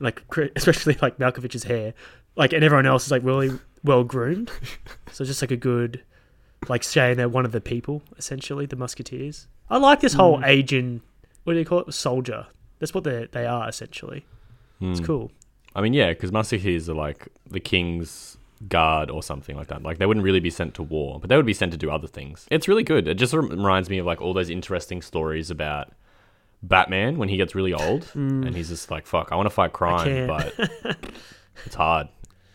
[SPEAKER 3] like cr- <laughs> especially like Malkovich's hair, like and everyone else is like really well groomed. so it's just like a good, like saying they're one of the people essentially, the musketeers. I like this whole agent. What do you call it? Soldier. That's what they they are essentially. It's cool.
[SPEAKER 1] Hmm. I mean, yeah, because musketeers are like the king's guard or something like that. Like they wouldn't really be sent to war, but they would be sent to do other things. It's really good. It just rem- reminds me of like all those interesting stories about Batman when he gets really
[SPEAKER 3] <laughs>
[SPEAKER 1] old and he's just like, "Fuck, I want to fight crime,
[SPEAKER 3] Hmm. can't."
[SPEAKER 1] but
[SPEAKER 3] <laughs>
[SPEAKER 1] it's hard."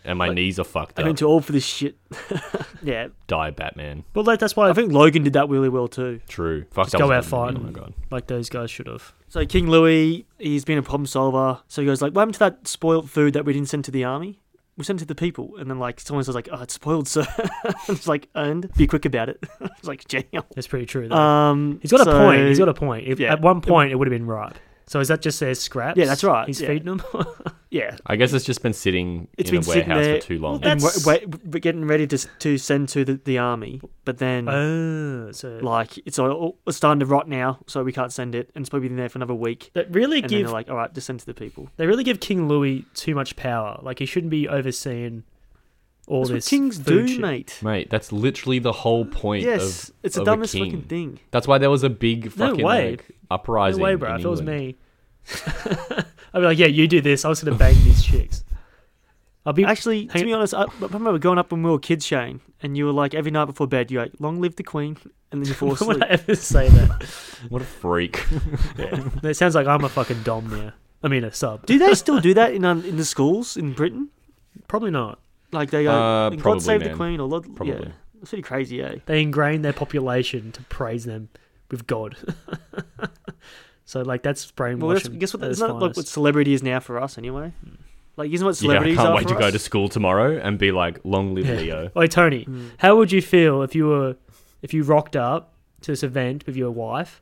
[SPEAKER 1] And my knees are fucked
[SPEAKER 4] I
[SPEAKER 1] up.
[SPEAKER 4] went to all for this shit. yeah,
[SPEAKER 1] Die, Batman.
[SPEAKER 3] Well, that, that's why
[SPEAKER 4] I think Logan did that really well too.
[SPEAKER 1] True. Fuck.
[SPEAKER 3] Just
[SPEAKER 1] that
[SPEAKER 3] go
[SPEAKER 1] was a
[SPEAKER 3] out
[SPEAKER 1] good movie.
[SPEAKER 3] fighting.
[SPEAKER 1] Oh my god.
[SPEAKER 3] like those guys should have.
[SPEAKER 4] So King Louis, he's been a problem solver. So he goes like, "What happened to that spoiled food that we didn't send to the army? We sent it to the people." And then like someone says like, "Oh, it's spoiled, sir." <laughs> it's like, "And be quick about it." <laughs> it's like, "Damn."
[SPEAKER 3] <laughs> That's pretty true. Though.
[SPEAKER 4] Um,
[SPEAKER 3] He's got
[SPEAKER 4] so-
[SPEAKER 3] a point. He's got a point. If,
[SPEAKER 4] yeah.
[SPEAKER 3] At one point, it would have been right. So is that just their scraps?
[SPEAKER 4] Yeah, that's right,
[SPEAKER 3] He's
[SPEAKER 4] yeah.
[SPEAKER 3] feeding
[SPEAKER 4] <laughs>
[SPEAKER 3] them.
[SPEAKER 4] Yeah,
[SPEAKER 5] I guess it's just been sitting
[SPEAKER 4] it's
[SPEAKER 5] in
[SPEAKER 4] been
[SPEAKER 5] a
[SPEAKER 4] sitting
[SPEAKER 5] warehouse
[SPEAKER 4] there
[SPEAKER 5] for too long.
[SPEAKER 3] that-
[SPEAKER 4] and
[SPEAKER 3] That's-
[SPEAKER 4] wa- wa- but getting ready to s- to send to the, the army. But then,
[SPEAKER 3] oh, so
[SPEAKER 4] Mm. like, it's all it's starting to rot now, so we can't send it, and it's probably been there for another week.
[SPEAKER 3] that really
[SPEAKER 4] And then
[SPEAKER 3] give
[SPEAKER 4] they're like, all right, just send to the people.
[SPEAKER 3] they really give King Louis too much power. Like he shouldn't be overseeing all
[SPEAKER 4] That's
[SPEAKER 3] this.
[SPEAKER 4] what kings
[SPEAKER 3] food
[SPEAKER 4] do,
[SPEAKER 3] shit.
[SPEAKER 4] mate.
[SPEAKER 5] Mate, that's literally the whole point.
[SPEAKER 4] Yes,
[SPEAKER 5] of,
[SPEAKER 4] it's the
[SPEAKER 5] of
[SPEAKER 4] dumbest
[SPEAKER 5] king.
[SPEAKER 4] fucking thing.
[SPEAKER 5] That's why there was a big
[SPEAKER 3] No
[SPEAKER 5] fucking
[SPEAKER 3] way.
[SPEAKER 5] like, uprising.
[SPEAKER 3] No way,
[SPEAKER 5] in
[SPEAKER 3] bro. If it was
[SPEAKER 5] England.
[SPEAKER 3] me, <laughs> I'd be like, yeah, you do this. I was gonna bang these chicks. I'll be <laughs>
[SPEAKER 4] Actually, to
[SPEAKER 3] Hang-
[SPEAKER 4] be honest, I, I remember growing up when we were kids, Shane, and you were like every night before bed, you're like, "Long live the queen," and then
[SPEAKER 3] <laughs>
[SPEAKER 4] you fall
[SPEAKER 3] Why
[SPEAKER 4] asleep.
[SPEAKER 3] would I ever say that?
[SPEAKER 5] What a freak.
[SPEAKER 3] it sounds like I'm a fucking dom now. I mean, a sub.
[SPEAKER 4] do they still do that in um, in the schools in Britain?
[SPEAKER 3] Probably not.
[SPEAKER 4] Like they go,
[SPEAKER 5] Uh,
[SPEAKER 4] "God
[SPEAKER 5] probably,
[SPEAKER 4] save the
[SPEAKER 5] man.
[SPEAKER 4] queen," or "Lord." Yeah,
[SPEAKER 5] Probably.
[SPEAKER 4] it's pretty crazy, eh?
[SPEAKER 3] They ingrain their population to praise them with God. <laughs> so, like, that's brainwashing.
[SPEAKER 4] Well, that's, guess what?
[SPEAKER 3] at
[SPEAKER 4] That's
[SPEAKER 3] its
[SPEAKER 4] not like what
[SPEAKER 3] finest.
[SPEAKER 4] celebrity is now for us, anyway. Like, isn't what
[SPEAKER 5] yeah, I
[SPEAKER 4] celebrities
[SPEAKER 5] can't
[SPEAKER 4] are
[SPEAKER 5] wait
[SPEAKER 4] for
[SPEAKER 5] to go
[SPEAKER 4] us?
[SPEAKER 5] to school tomorrow and be like, long live
[SPEAKER 3] Yeah.
[SPEAKER 5] Leo.
[SPEAKER 3] Oi, Tony,
[SPEAKER 4] Hmm.
[SPEAKER 3] how would you feel if you were if you rocked up to this event with your wife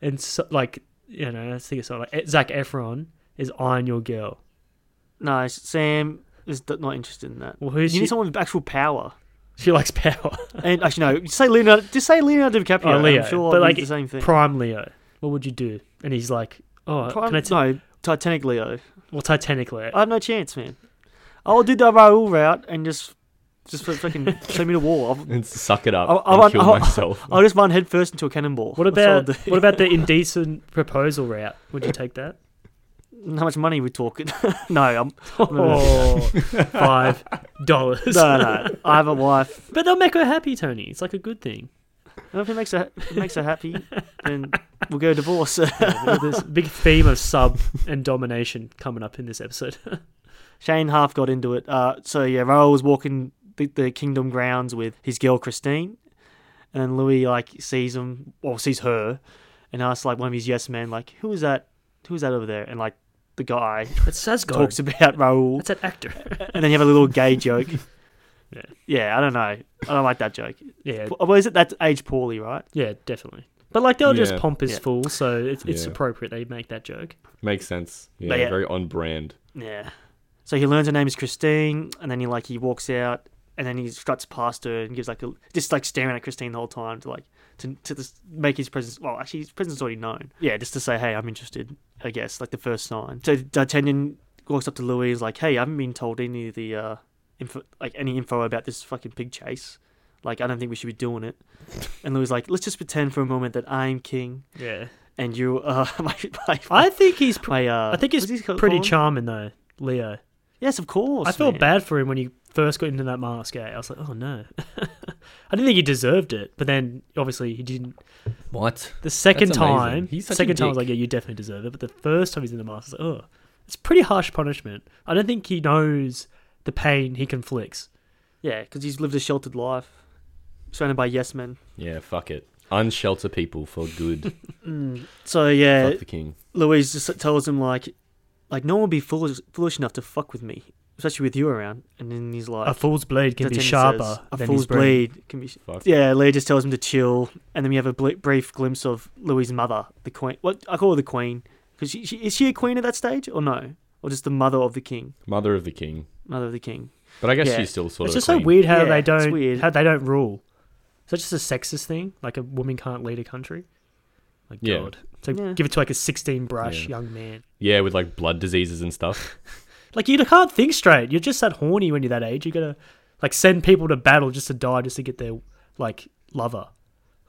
[SPEAKER 3] and so, like you know I think it's sort of like Zach Efron is eyeing your girl.
[SPEAKER 4] No, Sam is d- not interested in that.
[SPEAKER 3] Well, who's
[SPEAKER 4] you
[SPEAKER 3] she?
[SPEAKER 4] need someone with actual power.
[SPEAKER 3] she likes
[SPEAKER 4] <laughs>
[SPEAKER 3] power.
[SPEAKER 4] And actually, no, just say Leonardo. Just say Leonardo DiCaprio.
[SPEAKER 3] oh, Leo,
[SPEAKER 4] I'm sure
[SPEAKER 3] but
[SPEAKER 4] I'll
[SPEAKER 3] like
[SPEAKER 4] do the same thing.
[SPEAKER 3] prime Leo. What would you do? And he's like, oh,
[SPEAKER 4] Prime-
[SPEAKER 3] can I t-
[SPEAKER 4] no, Titanic Leo.
[SPEAKER 3] well Titanic
[SPEAKER 4] <laughs>
[SPEAKER 3] Leo.
[SPEAKER 4] I have no chance, man. I'll do the Raul route and just,
[SPEAKER 3] <laughs>
[SPEAKER 4] just fucking send me to war. I'll,
[SPEAKER 5] And suck it up
[SPEAKER 4] I'll, I'll,
[SPEAKER 5] and
[SPEAKER 4] run-
[SPEAKER 5] kill
[SPEAKER 4] I'll- <laughs>
[SPEAKER 5] myself.
[SPEAKER 4] I'll just run headfirst into a cannonball.
[SPEAKER 3] what
[SPEAKER 4] That's I'll
[SPEAKER 3] about
[SPEAKER 4] do.
[SPEAKER 3] what about the indecent proposal route? Would you take that?
[SPEAKER 4] <laughs> how much money we talking? no,
[SPEAKER 3] <laughs>
[SPEAKER 4] I'm
[SPEAKER 3] Oh, five dollars.
[SPEAKER 4] no, no. I have a wife.
[SPEAKER 3] But they'll make her happy, Tony. It's like a good thing.
[SPEAKER 4] And if it makes her if it makes her happy, then we'll go divorce. <laughs>
[SPEAKER 3] There's a big theme of sub and domination coming up in this episode. <laughs>
[SPEAKER 4] Shane half got into it. Uh, so yeah, Raoul was walking the, the kingdom grounds with his girl Christine, and then Louis like sees him, or sees her, and asks like one of his yes men, like who is that? Who is that over there? And like the guy
[SPEAKER 3] It's Sasgard.
[SPEAKER 4] talks about Raoul,
[SPEAKER 3] That's an actor.
[SPEAKER 4] and then you have a little gay joke.
[SPEAKER 3] Yeah.
[SPEAKER 4] yeah, I don't know. I don't like that joke.
[SPEAKER 3] yeah,
[SPEAKER 4] Well, is it that's aged poorly, right?
[SPEAKER 3] yeah, definitely. But like they were just
[SPEAKER 5] Yeah.
[SPEAKER 3] pompous
[SPEAKER 4] Yeah.
[SPEAKER 3] fools, so it's, it's
[SPEAKER 5] Yeah.
[SPEAKER 3] appropriate they make that joke.
[SPEAKER 5] Makes sense. Yeah,
[SPEAKER 4] But yeah.
[SPEAKER 5] very on brand.
[SPEAKER 4] Yeah. So he learns her name is Christine, and then he like he walks out, and then he struts past her and gives like a just like staring at Christine the whole time to like to to just make his presence. Well, actually, his presence is already known. Yeah, just to say, hey, I'm interested. I guess like the first sign. So D'Artagnan walks up to Louis, and is like, hey, I haven't been told any of the uh, info, like any info about this fucking pig chase. Like, I don't think we should be doing it. And Louis is like, let's just pretend for a moment that I'm king
[SPEAKER 3] Yeah,
[SPEAKER 4] and you uh <laughs> my, my,
[SPEAKER 3] I think he's pr-
[SPEAKER 4] my uh
[SPEAKER 3] I think he's
[SPEAKER 4] what's he called-
[SPEAKER 3] pretty
[SPEAKER 4] called?
[SPEAKER 3] charming though, Leo.
[SPEAKER 4] Yes, of course.
[SPEAKER 3] I felt
[SPEAKER 4] man.
[SPEAKER 3] bad for him when he first got into that mask. Yeah, I was like, oh no, <laughs> I didn't think he deserved it. But then obviously he didn't.
[SPEAKER 5] What?
[SPEAKER 3] The second
[SPEAKER 5] That's amazing.
[SPEAKER 3] time,
[SPEAKER 5] He's such a
[SPEAKER 3] second time I was
[SPEAKER 5] dick.
[SPEAKER 3] like, yeah, you definitely deserve it. But the first time he's in the mask, I was like, oh, it's pretty harsh punishment. I don't think he knows the pain he conflicts.
[SPEAKER 4] Yeah, because he's lived a sheltered life, surrounded by yes men.
[SPEAKER 5] Yeah, fuck it. Unshelter people for good.
[SPEAKER 4] So yeah,
[SPEAKER 5] fuck the king.
[SPEAKER 4] Louise just tells him like, like no one would be foolish, foolish enough to fuck with me, especially with you around. And then he's like,
[SPEAKER 3] A fool's blade can be
[SPEAKER 4] D'Artagnan
[SPEAKER 3] sharper
[SPEAKER 4] says, a
[SPEAKER 3] than
[SPEAKER 4] fool's
[SPEAKER 3] his blade.
[SPEAKER 4] blade can be. sh-
[SPEAKER 5] Fuck.
[SPEAKER 4] Yeah, Lee just tells him to chill, and then we have a bl- brief glimpse of Louise's mother, the queen. What I call her the queen, because she, she is she a queen at that stage or no, or just the mother of the king,
[SPEAKER 5] Mother of the king.
[SPEAKER 4] mother of the king.
[SPEAKER 5] But I guess
[SPEAKER 4] Yeah.
[SPEAKER 5] she's still sort
[SPEAKER 3] It's
[SPEAKER 5] of. a
[SPEAKER 3] just so
[SPEAKER 5] queen.
[SPEAKER 3] weird how
[SPEAKER 4] Yeah,
[SPEAKER 3] they
[SPEAKER 4] it's
[SPEAKER 3] don't
[SPEAKER 4] weird.
[SPEAKER 3] how they don't rule. Is that just a sexist thing? Like a woman can't lead a country? My
[SPEAKER 5] Yeah.
[SPEAKER 3] God. So
[SPEAKER 4] Yeah.
[SPEAKER 3] give it to like a sixteen brush
[SPEAKER 5] Yeah.
[SPEAKER 3] young man.
[SPEAKER 5] Yeah, with like blood diseases and stuff.
[SPEAKER 3] Like you can't think straight. You're just that horny when you're that age. You gotta like send people to battle just to die just to get their like lover.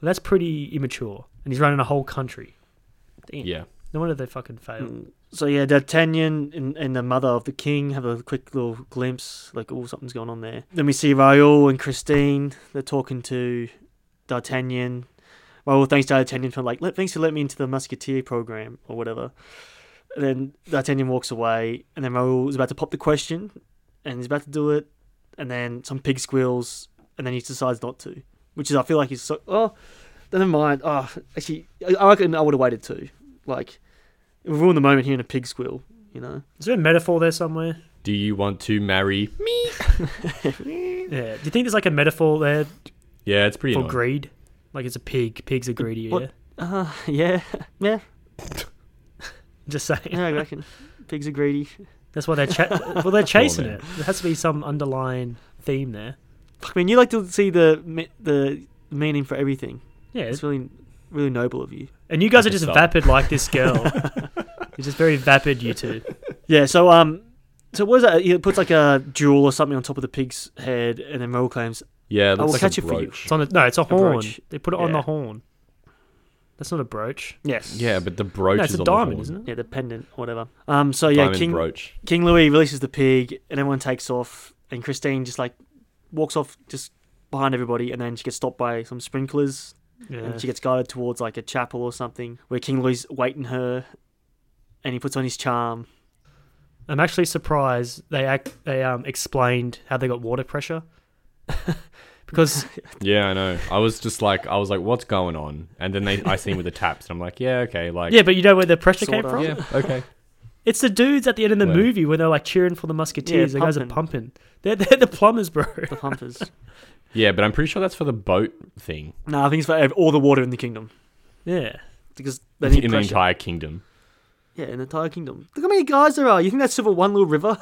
[SPEAKER 3] That's pretty immature. And he's running a whole country. Damn.
[SPEAKER 5] Yeah.
[SPEAKER 3] No wonder they fucking failed.
[SPEAKER 5] Hmm.
[SPEAKER 4] So yeah, D'Artagnan and, and the mother of the king have a quick little glimpse, like oh something's going on there. Then we see Raoul and Christine. They're talking to D'Artagnan. Raoul thanks D'Artagnan for like let, thanks for letting me into the musketeer program or whatever. And then D'Artagnan walks away, and then Raoul is about to pop the question, and he's about to do it, and then some pig squeals, and then he decides not to, which is I feel like he's so oh, never mind. Oh, actually, I, I reckon I would have waited too, like. It would ruin the moment hearing a pig squeal, you know.
[SPEAKER 3] Is there a metaphor there somewhere?
[SPEAKER 5] Do you want to marry?
[SPEAKER 3] Yeah. Do you think there's like a metaphor there
[SPEAKER 5] Yeah, it's Hmm. pretty
[SPEAKER 3] for
[SPEAKER 5] annoying.
[SPEAKER 3] greed?
[SPEAKER 4] Uh-huh. <laughs>
[SPEAKER 3] Like it's a pig. Pigs are greedy,
[SPEAKER 4] What-
[SPEAKER 3] yeah.
[SPEAKER 4] Uh, yeah, yeah.
[SPEAKER 3] Just saying.
[SPEAKER 4] Yeah, I reckon pigs are greedy.
[SPEAKER 3] That's why
[SPEAKER 5] <laughs>
[SPEAKER 3] they're cha- well they're chasing
[SPEAKER 5] man.
[SPEAKER 3] it. There has to be some underlying theme there.
[SPEAKER 4] Fuck, man, you like to see the me- the meaning for everything.
[SPEAKER 3] Yeah,
[SPEAKER 4] It's really really noble of you.
[SPEAKER 3] and you guys are
[SPEAKER 5] Like a
[SPEAKER 3] just
[SPEAKER 5] sub.
[SPEAKER 3] vapid like this
[SPEAKER 5] <laughs>
[SPEAKER 3] girl. You're just very vapid, you two.
[SPEAKER 4] Yeah. So um, so what is that? He puts like a jewel or something on top of the pig's head, and then Merle claims
[SPEAKER 5] Yeah, it
[SPEAKER 4] I
[SPEAKER 5] looks
[SPEAKER 4] will
[SPEAKER 5] like
[SPEAKER 4] catch
[SPEAKER 5] a
[SPEAKER 4] it for you.
[SPEAKER 5] brooch.
[SPEAKER 3] It's on a, no, it's a, horn.
[SPEAKER 4] brooch.
[SPEAKER 3] They put it on
[SPEAKER 4] Yeah.
[SPEAKER 3] the horn. That's not a brooch.
[SPEAKER 4] yes.
[SPEAKER 5] Yeah, but the brooch
[SPEAKER 3] no,
[SPEAKER 5] is
[SPEAKER 3] it's a
[SPEAKER 5] on
[SPEAKER 3] diamond,
[SPEAKER 5] the
[SPEAKER 3] isn't it?
[SPEAKER 4] Yeah, the pendant, or whatever. Um, so yeah,
[SPEAKER 5] Diamond
[SPEAKER 4] King
[SPEAKER 5] brooch.
[SPEAKER 4] King Louis releases the pig, and everyone takes off, and Christine just like walks off just behind everybody, and then she gets stopped by some sprinklers
[SPEAKER 3] Yeah.
[SPEAKER 4] and she gets guided towards like a chapel or something where King Louis waiting her, and he puts on his charm.
[SPEAKER 3] I'm actually surprised they act, they um explained how they got water pressure. <laughs> because
[SPEAKER 5] Yeah, I know. I was just like, I was like, what's going on? And then they, I see him with the taps, and I'm like, yeah, okay, <laughs> like,
[SPEAKER 3] yeah, but you know where the pressure
[SPEAKER 4] Sorta.
[SPEAKER 3] came from?
[SPEAKER 5] yeah, okay.
[SPEAKER 3] It's the dudes at the end of the
[SPEAKER 5] Where?
[SPEAKER 3] movie when they're like cheering for the musketeers.
[SPEAKER 4] Yeah,
[SPEAKER 3] the guys are pumping. They're, they're the plumbers, bro. <laughs>
[SPEAKER 4] The pumpers.
[SPEAKER 5] Yeah, but I'm pretty sure that's for the boat thing
[SPEAKER 4] no, I think it's for ev- all the water in the kingdom
[SPEAKER 3] Yeah.
[SPEAKER 4] because they
[SPEAKER 5] in
[SPEAKER 4] need
[SPEAKER 5] the
[SPEAKER 4] pressure.
[SPEAKER 5] entire kingdom.
[SPEAKER 4] yeah, in the entire kingdom. Look how many guys there are. You think that's just for one little river?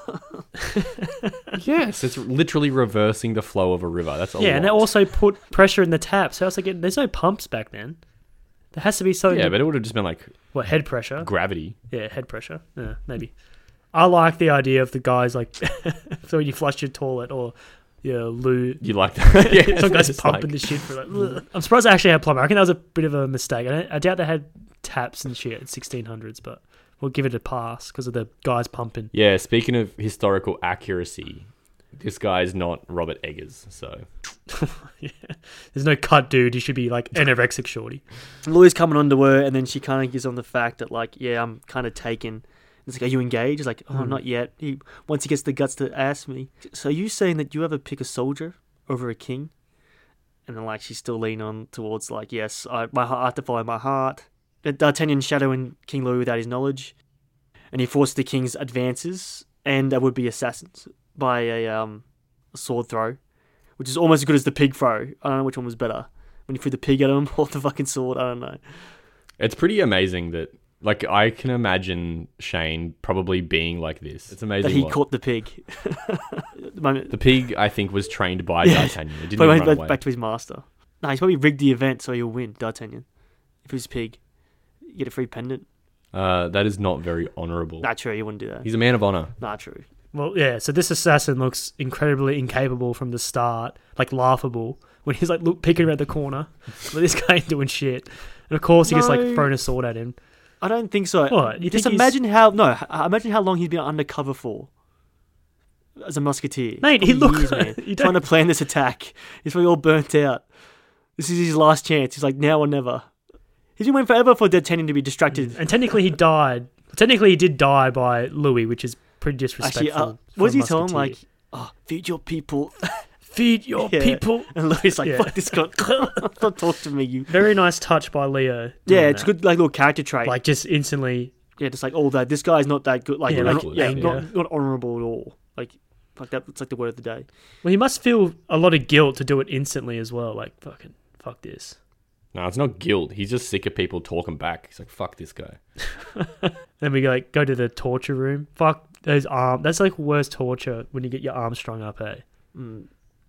[SPEAKER 5] Yes, it's literally reversing the flow of a river. That's a
[SPEAKER 3] yeah, and they
[SPEAKER 5] lot.
[SPEAKER 3] also put pressure in the taps. How else they get? There's no pumps back then. There has to be something.
[SPEAKER 5] yeah,
[SPEAKER 3] to-
[SPEAKER 5] but it would have just been like
[SPEAKER 3] what head pressure?
[SPEAKER 5] gravity.
[SPEAKER 3] Yeah, head pressure. Yeah, maybe. I like the idea of the guys like <laughs> so when you flush your toilet or your loo.
[SPEAKER 5] You
[SPEAKER 3] <laughs>
[SPEAKER 5] like that? <laughs> yeah,
[SPEAKER 3] Some guys
[SPEAKER 5] it's
[SPEAKER 3] pumping
[SPEAKER 5] like- Mm.
[SPEAKER 3] the shit for like. "Ugh." I'm surprised they actually had plumber. I think that was a bit of a mistake. I, don't, I doubt they had taps and shit in 1600s, but we'll give it a pass because of the guys pumping.
[SPEAKER 5] Yeah, speaking of historical accuracy, this guy's not Robert Eggers, so
[SPEAKER 3] There's no cut, dude. You should be
[SPEAKER 5] <laughs>
[SPEAKER 3] like anorexic, shorty.
[SPEAKER 4] Louis coming on to her, and then she kind of gives on the fact that like, yeah, I'm kind of taken. It's like, are you engaged? He's like, oh, not yet. He once he gets the guts to ask me. So are you saying that you ever pick a soldier over a king? And then like she's still leaning on towards like, yes, I my heart, I have to follow my heart. But D'Artagnan shadowing King Louis without his knowledge, and he forced the king's advances, and they would be assassins by a um a sword throw, which is almost as good as the pig throw. I don't know which one was better. When you threw the pig at him <laughs> or the fucking sword, I don't know.
[SPEAKER 5] it's pretty amazing that like I can imagine Shane probably being like this. It's amazing
[SPEAKER 4] that he
[SPEAKER 5] what-
[SPEAKER 4] caught the pig. <laughs> the moment,
[SPEAKER 5] the pig. I think was trained by
[SPEAKER 4] <laughs> Yeah.
[SPEAKER 5] D'Artagnan. It didn't
[SPEAKER 4] but
[SPEAKER 5] even
[SPEAKER 4] he
[SPEAKER 5] run
[SPEAKER 4] went
[SPEAKER 5] away.
[SPEAKER 4] back to his master. No, he's probably rigged the event so he'll win, D'Artagnan. If it was pig, you get a free pendant.
[SPEAKER 5] Uh, that is not very honourable.
[SPEAKER 4] Not true, you wouldn't do that.
[SPEAKER 5] He's a man of honour.
[SPEAKER 4] Not true.
[SPEAKER 3] Well, yeah. So this assassin looks incredibly incapable from the start, like laughable when he's like look peeking around the corner. but this guy <laughs> ain't doing shit, and of course he gets like
[SPEAKER 4] No.
[SPEAKER 3] thrown a sword at him.
[SPEAKER 4] I don't think so.
[SPEAKER 3] What, you
[SPEAKER 4] Um, Just
[SPEAKER 3] think he's-
[SPEAKER 4] imagine how no, h- imagine how long he's been undercover for. As a musketeer,
[SPEAKER 3] Mate, he
[SPEAKER 4] Probably
[SPEAKER 3] look-
[SPEAKER 4] years, man.
[SPEAKER 3] you
[SPEAKER 4] trying to
[SPEAKER 3] don't-
[SPEAKER 4] plan this attack. He's probably all burnt out. This is his last chance. He's like now or never. He's been waiting forever for D'Artagnan to be distracted.
[SPEAKER 3] And technically he died. Technically he did die by Louis, which is pretty disrespectful.
[SPEAKER 4] Actually, uh,
[SPEAKER 3] for
[SPEAKER 4] what does
[SPEAKER 3] a
[SPEAKER 4] he tell him?
[SPEAKER 3] musketeer.
[SPEAKER 4] Like, oh, feed your people. <laughs>
[SPEAKER 3] feed your
[SPEAKER 4] Yeah.
[SPEAKER 3] people?
[SPEAKER 4] And Louis like,
[SPEAKER 3] Yeah.
[SPEAKER 4] fuck this guy. <laughs> Don't talk to me, you.
[SPEAKER 3] Very nice touch by Leo. doing
[SPEAKER 4] Yeah, it's a
[SPEAKER 3] that.
[SPEAKER 4] good like little character trait. Like,
[SPEAKER 3] Like just instantly.
[SPEAKER 4] yeah, just like all that. This guy's not that good. Like,
[SPEAKER 3] Yeah,
[SPEAKER 4] not,
[SPEAKER 5] reckless,
[SPEAKER 4] yeah,
[SPEAKER 5] yeah.
[SPEAKER 4] not not honorable at all. Like, fuck that. It's like the word of the day.
[SPEAKER 3] Well, he must feel a lot of guilt to do it instantly as well. Like fucking fuck this.
[SPEAKER 5] No, it's not guilt. He's just sick of people talking back. He's like, fuck this guy.
[SPEAKER 3] Then we like go to the torture room. Fuck those arm. That's like worst torture when you get your arm strung up. Eh.
[SPEAKER 4] Mm.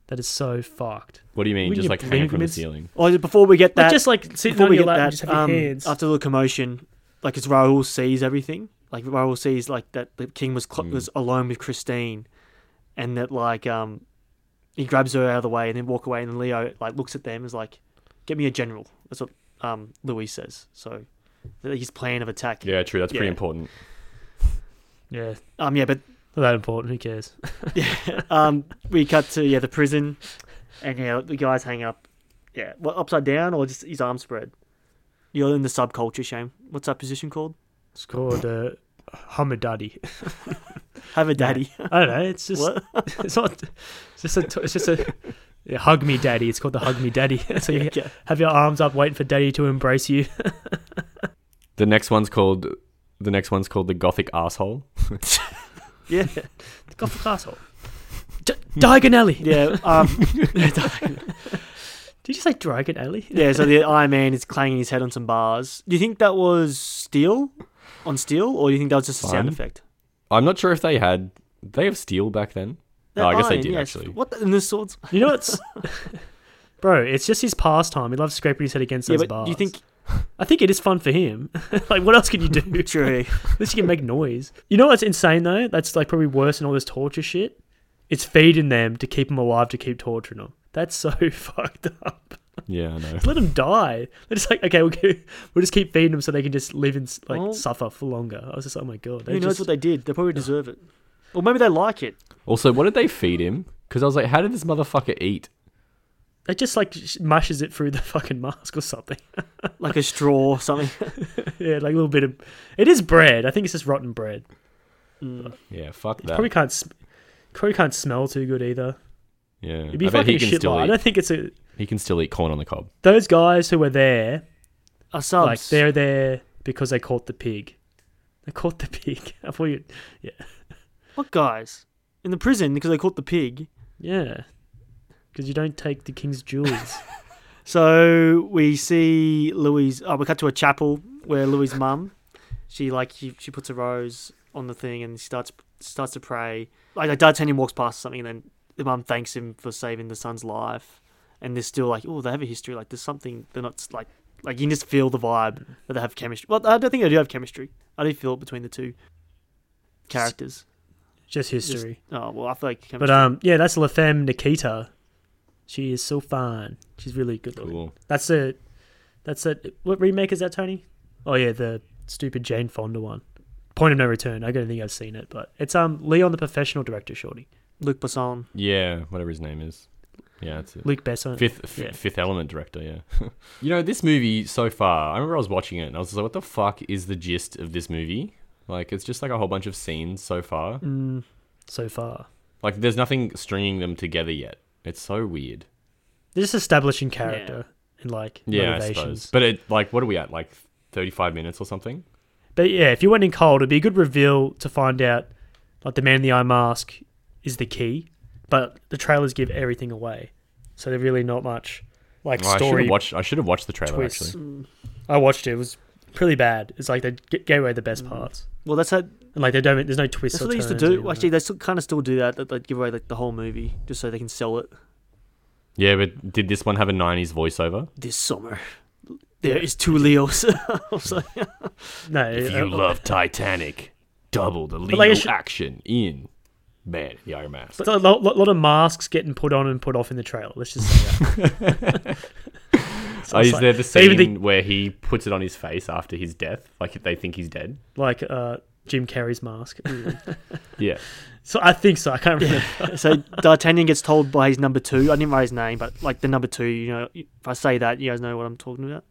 [SPEAKER 3] That is so fucked.
[SPEAKER 5] What do you mean?
[SPEAKER 3] Wouldn't
[SPEAKER 5] just
[SPEAKER 3] you
[SPEAKER 5] like hanging
[SPEAKER 3] blink
[SPEAKER 5] from the
[SPEAKER 3] mids?
[SPEAKER 5] ceiling.
[SPEAKER 4] Oh, just before we get
[SPEAKER 3] Like
[SPEAKER 4] that,
[SPEAKER 3] just like sitting
[SPEAKER 4] before
[SPEAKER 3] on
[SPEAKER 4] we
[SPEAKER 3] your
[SPEAKER 4] get
[SPEAKER 3] lap, and
[SPEAKER 4] that,
[SPEAKER 3] just have
[SPEAKER 4] um,
[SPEAKER 3] your hands.
[SPEAKER 4] after the commotion, like as Raoul sees everything, like Raoul sees like that the king was cl- was alone with Christine, and that like um, he grabs her out of the way and then walk away, and then Leo like looks at them and is like, "Get me a general." That's what um Louis says. So th- his plan of attack.
[SPEAKER 5] Yeah, true. That's pretty
[SPEAKER 4] Yeah.
[SPEAKER 5] important.
[SPEAKER 3] yeah,
[SPEAKER 4] Um. Yeah, but
[SPEAKER 3] not that important. Who cares?
[SPEAKER 4] um, we cut to yeah the prison, and yeah the guys hang up. Yeah, what upside down or just his arms spread? You're in the subculture, Shane. What's that position called?
[SPEAKER 3] It's called uh, Hummer Daddy.
[SPEAKER 4] Have a daddy.
[SPEAKER 3] I don't know. It's just
[SPEAKER 4] What?
[SPEAKER 3] <laughs> it's not. It's just a. It's just a. Yeah, hug me, daddy. It's called the hug me, daddy. <laughs> so
[SPEAKER 4] <laughs>
[SPEAKER 3] you
[SPEAKER 4] Okay.
[SPEAKER 3] have your arms up, waiting for daddy to embrace you. <laughs>
[SPEAKER 5] The next one's called. The next one's called the Gothic asshole.
[SPEAKER 4] Yeah,
[SPEAKER 3] Go for castle. D- Diagon Alley.
[SPEAKER 4] <laughs> Hmm. yeah, um,
[SPEAKER 3] <laughs> Did you say Dragon Alley?
[SPEAKER 4] yeah. So the Iron Man is clanging his head on some bars. Do you think that was steel? on steel, or do you think that was just a sound
[SPEAKER 1] Fine.
[SPEAKER 4] effect?
[SPEAKER 1] I'm not sure if they had. did they have steel back then?
[SPEAKER 4] They're
[SPEAKER 1] oh, I guess they
[SPEAKER 4] iron,
[SPEAKER 1] did
[SPEAKER 4] yes.
[SPEAKER 1] actually.
[SPEAKER 4] What the, and the swords?
[SPEAKER 3] You know what's. <laughs> Bro, it's just his pastime. He loves scraping his head against
[SPEAKER 4] Yeah,
[SPEAKER 3] those
[SPEAKER 4] but
[SPEAKER 3] bars.
[SPEAKER 4] do you think
[SPEAKER 3] I think it is fun for him. <laughs> like, what else can you do?
[SPEAKER 4] <laughs> true?
[SPEAKER 3] At least you can make noise. You know what's insane though? That's like probably worse than all this torture shit. It's feeding them to keep them alive to keep torturing them. That's so <laughs> fucked up.
[SPEAKER 1] Yeah, I know.
[SPEAKER 3] Let them die. They're just like, okay, we'll, go, <laughs> we'll just keep feeding them so they can just live and like
[SPEAKER 4] Well-
[SPEAKER 3] suffer for longer. I was just, oh my god, <laughs> they
[SPEAKER 4] Who knows
[SPEAKER 3] just-
[SPEAKER 4] what they did? They probably deserve it, or maybe they like it.
[SPEAKER 1] Also, what did they feed him? Because I was like, how did this motherfucker eat?
[SPEAKER 3] it just like sh- mashes it through the <laughs> fucking mask or something. <laughs>
[SPEAKER 4] like a straw or something.
[SPEAKER 3] yeah, like a little bit of. It is bread. I think it's just rotten bread.
[SPEAKER 4] Mm.
[SPEAKER 1] Yeah, fuck that.
[SPEAKER 3] Probably can't. Sm- probably can't smell too good either.
[SPEAKER 1] yeah,
[SPEAKER 3] It'd be
[SPEAKER 1] I bet he
[SPEAKER 3] fucking
[SPEAKER 1] can
[SPEAKER 3] shit.
[SPEAKER 1] still
[SPEAKER 3] Like, I
[SPEAKER 1] eat.
[SPEAKER 3] don't think it's a.
[SPEAKER 1] He can still eat corn on the cob.
[SPEAKER 3] Those guys who were there
[SPEAKER 4] Our subs.
[SPEAKER 3] Like they're there because they caught the pig. They caught the <laughs> pig. I thought you.
[SPEAKER 4] what guys? In the prison because they caught the pig.
[SPEAKER 3] Yeah. Because you don't take the king's
[SPEAKER 4] <laughs>
[SPEAKER 3] jewels.
[SPEAKER 4] So we see Louis. Oh, we cut to a chapel where Louis' mum. She like she, she puts a rose on the thing and starts starts to pray. Like like D'Artagnan walks past something and then the mum thanks him for saving the son's life. And they're still like, oh, they have a history. Like there's something they're not like like you can just feel the vibe that they have chemistry. Well, I don't think they do have chemistry. I do feel it between the two characters.
[SPEAKER 3] Just history.
[SPEAKER 4] Oh well, I feel like chemistry.
[SPEAKER 3] but um, yeah, that's La Femme Nikita. She is so fine. She's really good looking.
[SPEAKER 1] Cool.
[SPEAKER 3] That's a. That's a. What remake is that, Tony? Oh yeah, the stupid Jane Fonda one. Point of No Return. I don't think I've seen it, but it's um Leon the Professional Director, Shorty.
[SPEAKER 4] Luke Besson.
[SPEAKER 1] Yeah, whatever his name is. Yeah, that's it.
[SPEAKER 3] Luke Besson.
[SPEAKER 1] Fifth, f-
[SPEAKER 3] Yeah.
[SPEAKER 1] Fifth Element director, yeah. <laughs> you know, this movie so far, I remember I was watching it and I was just like, what the fuck is the gist of this movie? Like, it's just like a whole bunch of scenes so far.
[SPEAKER 3] Mm. So far,
[SPEAKER 1] Like, there's nothing stringing them together yet. It's so weird.
[SPEAKER 3] they're just establishing character and like
[SPEAKER 1] Yeah, I
[SPEAKER 3] motivations.
[SPEAKER 1] suppose. But it, like, what are we at? Like 35 minutes or something?
[SPEAKER 3] But yeah, if you went in cold, it'd be a good reveal to find out like the man in the eye mask is the key. But the trailers give everything away, so they're really not much like
[SPEAKER 1] Oh, I should
[SPEAKER 3] story
[SPEAKER 1] have watched. I should have watched the trailer
[SPEAKER 3] twists.
[SPEAKER 1] actually.
[SPEAKER 3] I watched it; it was pretty bad. It's like they g- gave away the best parts,
[SPEAKER 4] Well, that's how
[SPEAKER 3] and like they don't. There's no twists.
[SPEAKER 4] Mm. That's
[SPEAKER 3] or
[SPEAKER 4] what they used to
[SPEAKER 3] turns or anything
[SPEAKER 4] do.
[SPEAKER 3] like
[SPEAKER 4] Actually,
[SPEAKER 3] that.
[SPEAKER 4] they still kind of still do that. That they give away like the whole movie just so they can sell it
[SPEAKER 1] Yeah, but did this one have a 90s voiceover?
[SPEAKER 4] this summer. There is two Leos. <laughs> I was like,
[SPEAKER 3] no, uh,
[SPEAKER 1] love Titanic, double the Leo
[SPEAKER 3] like, it should-
[SPEAKER 1] action in Man, the Iron Mask.
[SPEAKER 3] it's a lot, lot- lot of masks getting put on and put off in the trailer. Let's just say
[SPEAKER 4] <laughs>
[SPEAKER 3] that. So
[SPEAKER 1] Oh,
[SPEAKER 3] it's
[SPEAKER 1] is
[SPEAKER 3] like-
[SPEAKER 1] there the
[SPEAKER 3] so
[SPEAKER 1] scene
[SPEAKER 3] even the-
[SPEAKER 1] where he puts it on his face after his death? Like if they think he's dead?
[SPEAKER 3] like uh, Jim Carrey's mask? <laughs>
[SPEAKER 1] Yeah.
[SPEAKER 3] so I think so. I can't remember.
[SPEAKER 4] so D'Artagnan gets told by his number two. I didn't write his name, but like the number two. You know, if I say that, you guys know what I'm talking about.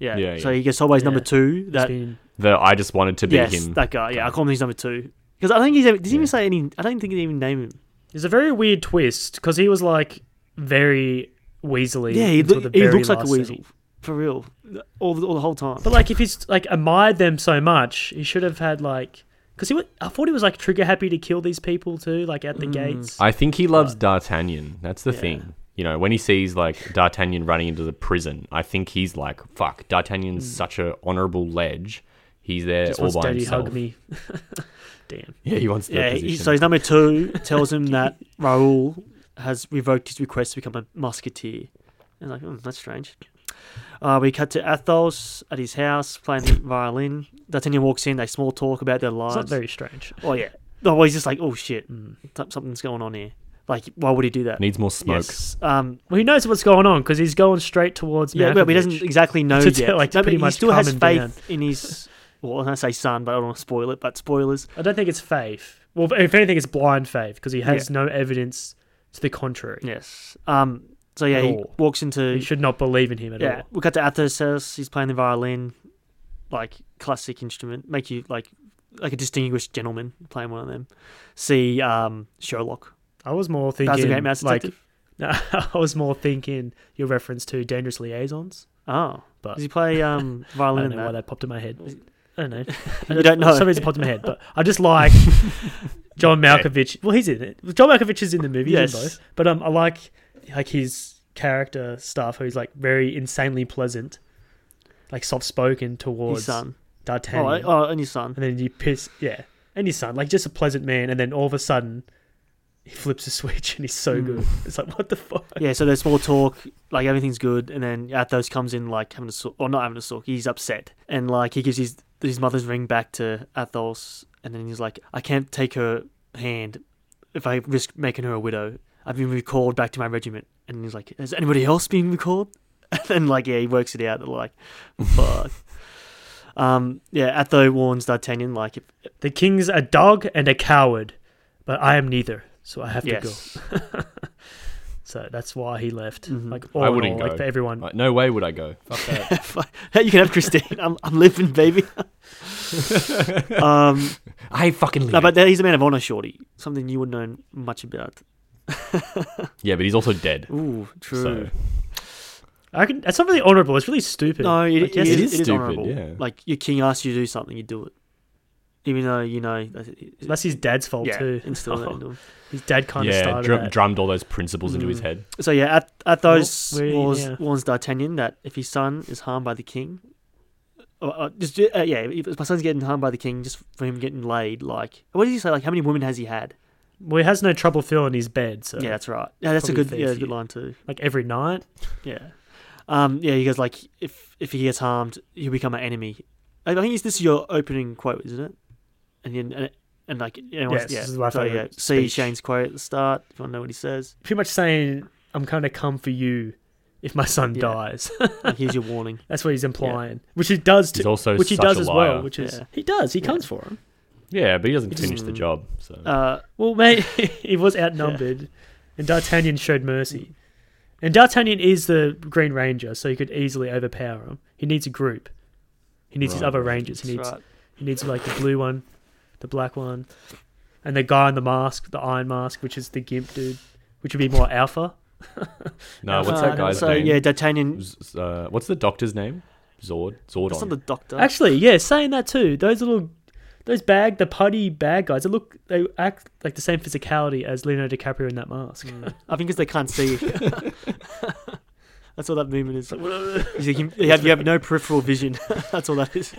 [SPEAKER 4] Yeah.
[SPEAKER 1] Yeah,
[SPEAKER 4] so
[SPEAKER 1] yeah.
[SPEAKER 4] he gets told by his number
[SPEAKER 3] Yeah.
[SPEAKER 4] two
[SPEAKER 3] It's
[SPEAKER 4] that
[SPEAKER 3] been-
[SPEAKER 1] The I just wanted to be
[SPEAKER 4] yes,
[SPEAKER 1] him.
[SPEAKER 4] that guy. Yeah, I call him his number two because I don't think he's ever. Did he
[SPEAKER 1] Yeah.
[SPEAKER 4] even say any? I don't think he even named him.
[SPEAKER 3] It's a very weird twist because he was like very weaselly.
[SPEAKER 4] Yeah, he,
[SPEAKER 3] until the
[SPEAKER 4] loo- he
[SPEAKER 3] very
[SPEAKER 4] looks like a
[SPEAKER 3] last
[SPEAKER 4] weasel
[SPEAKER 3] scene.
[SPEAKER 4] for real, all the, all the whole time.
[SPEAKER 3] But like, if he's like admired them so much, he should have had like because he. wa- I thought he was like trigger happy to kill these people too, like at
[SPEAKER 4] Mm.
[SPEAKER 3] the gates.
[SPEAKER 1] I think he loves D'Artagnan. That's the thing. You know, when he sees like D'Artagnan running into the prison, I think he's like, "Fuck, D'Artagnan's such a honorable ledge. He's there
[SPEAKER 3] Just
[SPEAKER 1] all
[SPEAKER 3] wants
[SPEAKER 1] by
[SPEAKER 3] daddy
[SPEAKER 1] himself."
[SPEAKER 3] hug me. <laughs> Damn.
[SPEAKER 1] Yeah, he wants the
[SPEAKER 4] Yeah, he,
[SPEAKER 1] position.
[SPEAKER 4] so his
[SPEAKER 3] <laughs>
[SPEAKER 4] number two tells him that Raoul has revoked his request to become a musketeer. And like, hmm, that's strange. Uh, we cut to Athos at his house playing
[SPEAKER 3] <laughs>
[SPEAKER 4] the violin. D'Artagnan walks in. They small talk about their
[SPEAKER 3] It's
[SPEAKER 4] lives.
[SPEAKER 3] not very strange.
[SPEAKER 4] oh yeah. No, well, he's just like, oh shit, some- something's going on here. Like, why would he do that?
[SPEAKER 1] Needs more smoke.
[SPEAKER 4] Yes. Um,
[SPEAKER 3] Well, he knows what's going on because he's going straight towards.
[SPEAKER 4] yeah, but he doesn't
[SPEAKER 3] Malkovich. <laughs>
[SPEAKER 4] exactly know
[SPEAKER 3] To tell,
[SPEAKER 4] yet.
[SPEAKER 3] like,
[SPEAKER 4] No,
[SPEAKER 3] pretty
[SPEAKER 4] but
[SPEAKER 3] much
[SPEAKER 4] he still has
[SPEAKER 3] calm him
[SPEAKER 4] faith
[SPEAKER 3] down.
[SPEAKER 4] in his. Well, I say son, but I don't want to spoil it. But spoilers.
[SPEAKER 3] I don't think it's faith. Well, if anything, it's blind faith because he has
[SPEAKER 4] Yeah.
[SPEAKER 3] no evidence to the contrary.
[SPEAKER 4] Yes. Um. So yeah,
[SPEAKER 3] At
[SPEAKER 4] he
[SPEAKER 3] all.
[SPEAKER 4] walks into
[SPEAKER 3] You should not believe in him at
[SPEAKER 4] yeah,
[SPEAKER 3] all.
[SPEAKER 4] we got to Athos' house. He's playing the violin, like classic instrument, make you like like a distinguished gentleman playing one of them. See um, Sherlock.
[SPEAKER 3] I was more
[SPEAKER 4] That's the
[SPEAKER 3] thinking
[SPEAKER 4] great mouse
[SPEAKER 3] like
[SPEAKER 4] detective.
[SPEAKER 3] No, <laughs> I was more thinking your reference to Dangerous Liaisons,
[SPEAKER 4] Oh,
[SPEAKER 3] but
[SPEAKER 4] does he play um,
[SPEAKER 3] <laughs> I
[SPEAKER 4] violin?
[SPEAKER 3] don't
[SPEAKER 4] in
[SPEAKER 3] know why
[SPEAKER 4] that?
[SPEAKER 3] that popped in my head. I don't know.
[SPEAKER 4] <laughs> You don't know.
[SPEAKER 3] For some reason, it popped in my head, but I just
[SPEAKER 4] <laughs>
[SPEAKER 3] like John Malkovich. Well, he's in it. Well, John Malkovich is in the movie. Yes.
[SPEAKER 4] Yes.
[SPEAKER 3] both. But um, I like like his character stuff, who's like very insanely pleasant, like soft spoken
[SPEAKER 4] His
[SPEAKER 3] towards
[SPEAKER 4] son. Oh,
[SPEAKER 3] D'Artagnan,
[SPEAKER 4] I- oh, and your son.
[SPEAKER 3] and then you piss, yeah, and his son, like just a pleasant man, and then all of a sudden he flips a switch and he's so
[SPEAKER 4] Hmm.
[SPEAKER 3] good. It's like what the fuck?
[SPEAKER 4] Yeah, so there's more talk, like everything's good, and then Athos comes in like having a sul- or not having a sulk. He's upset, and like he gives his his mother's ring back to Athos, and then he's like, I can't take her hand if I risk making her a widow. I've been recalled back to my regiment, and he's like, Has anybody else been recalled? <laughs> And then like yeah, he works it out. They're like, fuck. um, yeah, Athos warns D'Artagnan like, if, <laughs>
[SPEAKER 3] The king's a dog and a coward, but I am neither, so I have to go.
[SPEAKER 4] yes,
[SPEAKER 3] <laughs> So that's why he left.
[SPEAKER 4] Mhm.
[SPEAKER 3] Like all
[SPEAKER 1] I
[SPEAKER 3] in
[SPEAKER 1] wouldn't
[SPEAKER 3] all,
[SPEAKER 1] go.
[SPEAKER 3] like for everyone.
[SPEAKER 1] Like, Uh, no way would I go. Fuck that.
[SPEAKER 4] <laughs> you can have Christine. I'm I'm living, baby. um.
[SPEAKER 1] I fucking leave.
[SPEAKER 4] No, but that- he's a man of honor, Shorty. Something you wouldn't know much about.
[SPEAKER 1] yeah, but he's also dead.
[SPEAKER 4] Ooh, true.
[SPEAKER 1] So
[SPEAKER 3] I can. That's not really honorable. It's really stupid.
[SPEAKER 4] No, it,
[SPEAKER 3] Like, yes,
[SPEAKER 4] it,
[SPEAKER 1] it
[SPEAKER 4] is,
[SPEAKER 1] is
[SPEAKER 4] it is
[SPEAKER 1] stupid,
[SPEAKER 4] honorable.
[SPEAKER 1] yeah.
[SPEAKER 4] Like your king asks you to do something, you do it, even though you know that's,
[SPEAKER 3] that's his dad's fault
[SPEAKER 4] yeah,
[SPEAKER 3] too.
[SPEAKER 4] instill that into him.
[SPEAKER 3] His dad kind of
[SPEAKER 1] yeah,
[SPEAKER 3] started
[SPEAKER 1] drum,
[SPEAKER 3] that.
[SPEAKER 1] drummed all those principles into his
[SPEAKER 4] Mm.
[SPEAKER 1] head.
[SPEAKER 4] So yeah, at at those
[SPEAKER 3] Well, we-
[SPEAKER 4] warns,
[SPEAKER 3] yeah.
[SPEAKER 4] warns D'Artagnan that if his son is harmed by the king, uh, uh, just uh, yeah, if my son's getting harmed by the king just for him getting laid, like what did he say? Like how many women has he had?
[SPEAKER 3] Well, he has no trouble filling his bed. So
[SPEAKER 4] yeah, that's right. Yeah, that's a
[SPEAKER 3] probably
[SPEAKER 4] good
[SPEAKER 3] fair
[SPEAKER 4] yeah,
[SPEAKER 3] for
[SPEAKER 4] that's a good
[SPEAKER 3] you.
[SPEAKER 4] line too.
[SPEAKER 3] like every night.
[SPEAKER 4] Yeah. Um, yeah, he goes like, if if he gets harmed, he'll become an enemy. I I think it's- this is your opening quote, isn't it? And then, and, and like, anyone's,
[SPEAKER 3] Yes,
[SPEAKER 4] yeah,
[SPEAKER 3] this is my
[SPEAKER 4] so,
[SPEAKER 3] favourite
[SPEAKER 4] yeah, see
[SPEAKER 3] speech.
[SPEAKER 4] Shane's quote at the start. If you want to know what he says,
[SPEAKER 3] Pretty much saying, "I'm going to come for you if my son
[SPEAKER 4] Yeah.
[SPEAKER 3] dies." <laughs>
[SPEAKER 4] like, here's your warning.
[SPEAKER 3] that's what he's implying, which he does.
[SPEAKER 1] He's
[SPEAKER 3] To,
[SPEAKER 1] also
[SPEAKER 3] which he
[SPEAKER 1] such
[SPEAKER 3] does
[SPEAKER 1] a
[SPEAKER 3] as
[SPEAKER 1] liar.
[SPEAKER 3] well. Which is
[SPEAKER 4] Yeah.
[SPEAKER 3] he does. He comes for him.
[SPEAKER 1] yeah, but he doesn't
[SPEAKER 3] He just-
[SPEAKER 1] finish the job. So
[SPEAKER 4] Uh,
[SPEAKER 3] Well, mate, <laughs> he was outnumbered, and D'Artagnan showed mercy. And D'Artagnan is the Green Ranger, so he could easily overpower him. He needs a group. He needs his
[SPEAKER 1] Right.
[SPEAKER 3] other rangers. He
[SPEAKER 4] that's
[SPEAKER 3] needs
[SPEAKER 4] right.
[SPEAKER 3] he needs like the blue one, the black one, and the guy in the mask, the Iron Mask, which is the Gimp dude, which would be more Alpha.
[SPEAKER 1] no, what's
[SPEAKER 4] Uh,
[SPEAKER 1] that guy's
[SPEAKER 4] so,
[SPEAKER 1] name?
[SPEAKER 4] Yeah, D'Artagnan.
[SPEAKER 1] Z- Uh, what's the doctor's name? Zord.
[SPEAKER 4] That's not
[SPEAKER 1] Zordon.
[SPEAKER 4] the doctor.
[SPEAKER 3] Actually, yeah, saying that too. Those little, those bag, the putty bag guys. They look, they act like the same physicality as Leonardo DiCaprio in that
[SPEAKER 4] <laughs>
[SPEAKER 3] mask.
[SPEAKER 4] Mm. I think because they
[SPEAKER 3] <laughs>
[SPEAKER 4] can't see. <laughs> That's all that movement is. You, think you- you have, you have no peripheral vision. <laughs> That's all that is.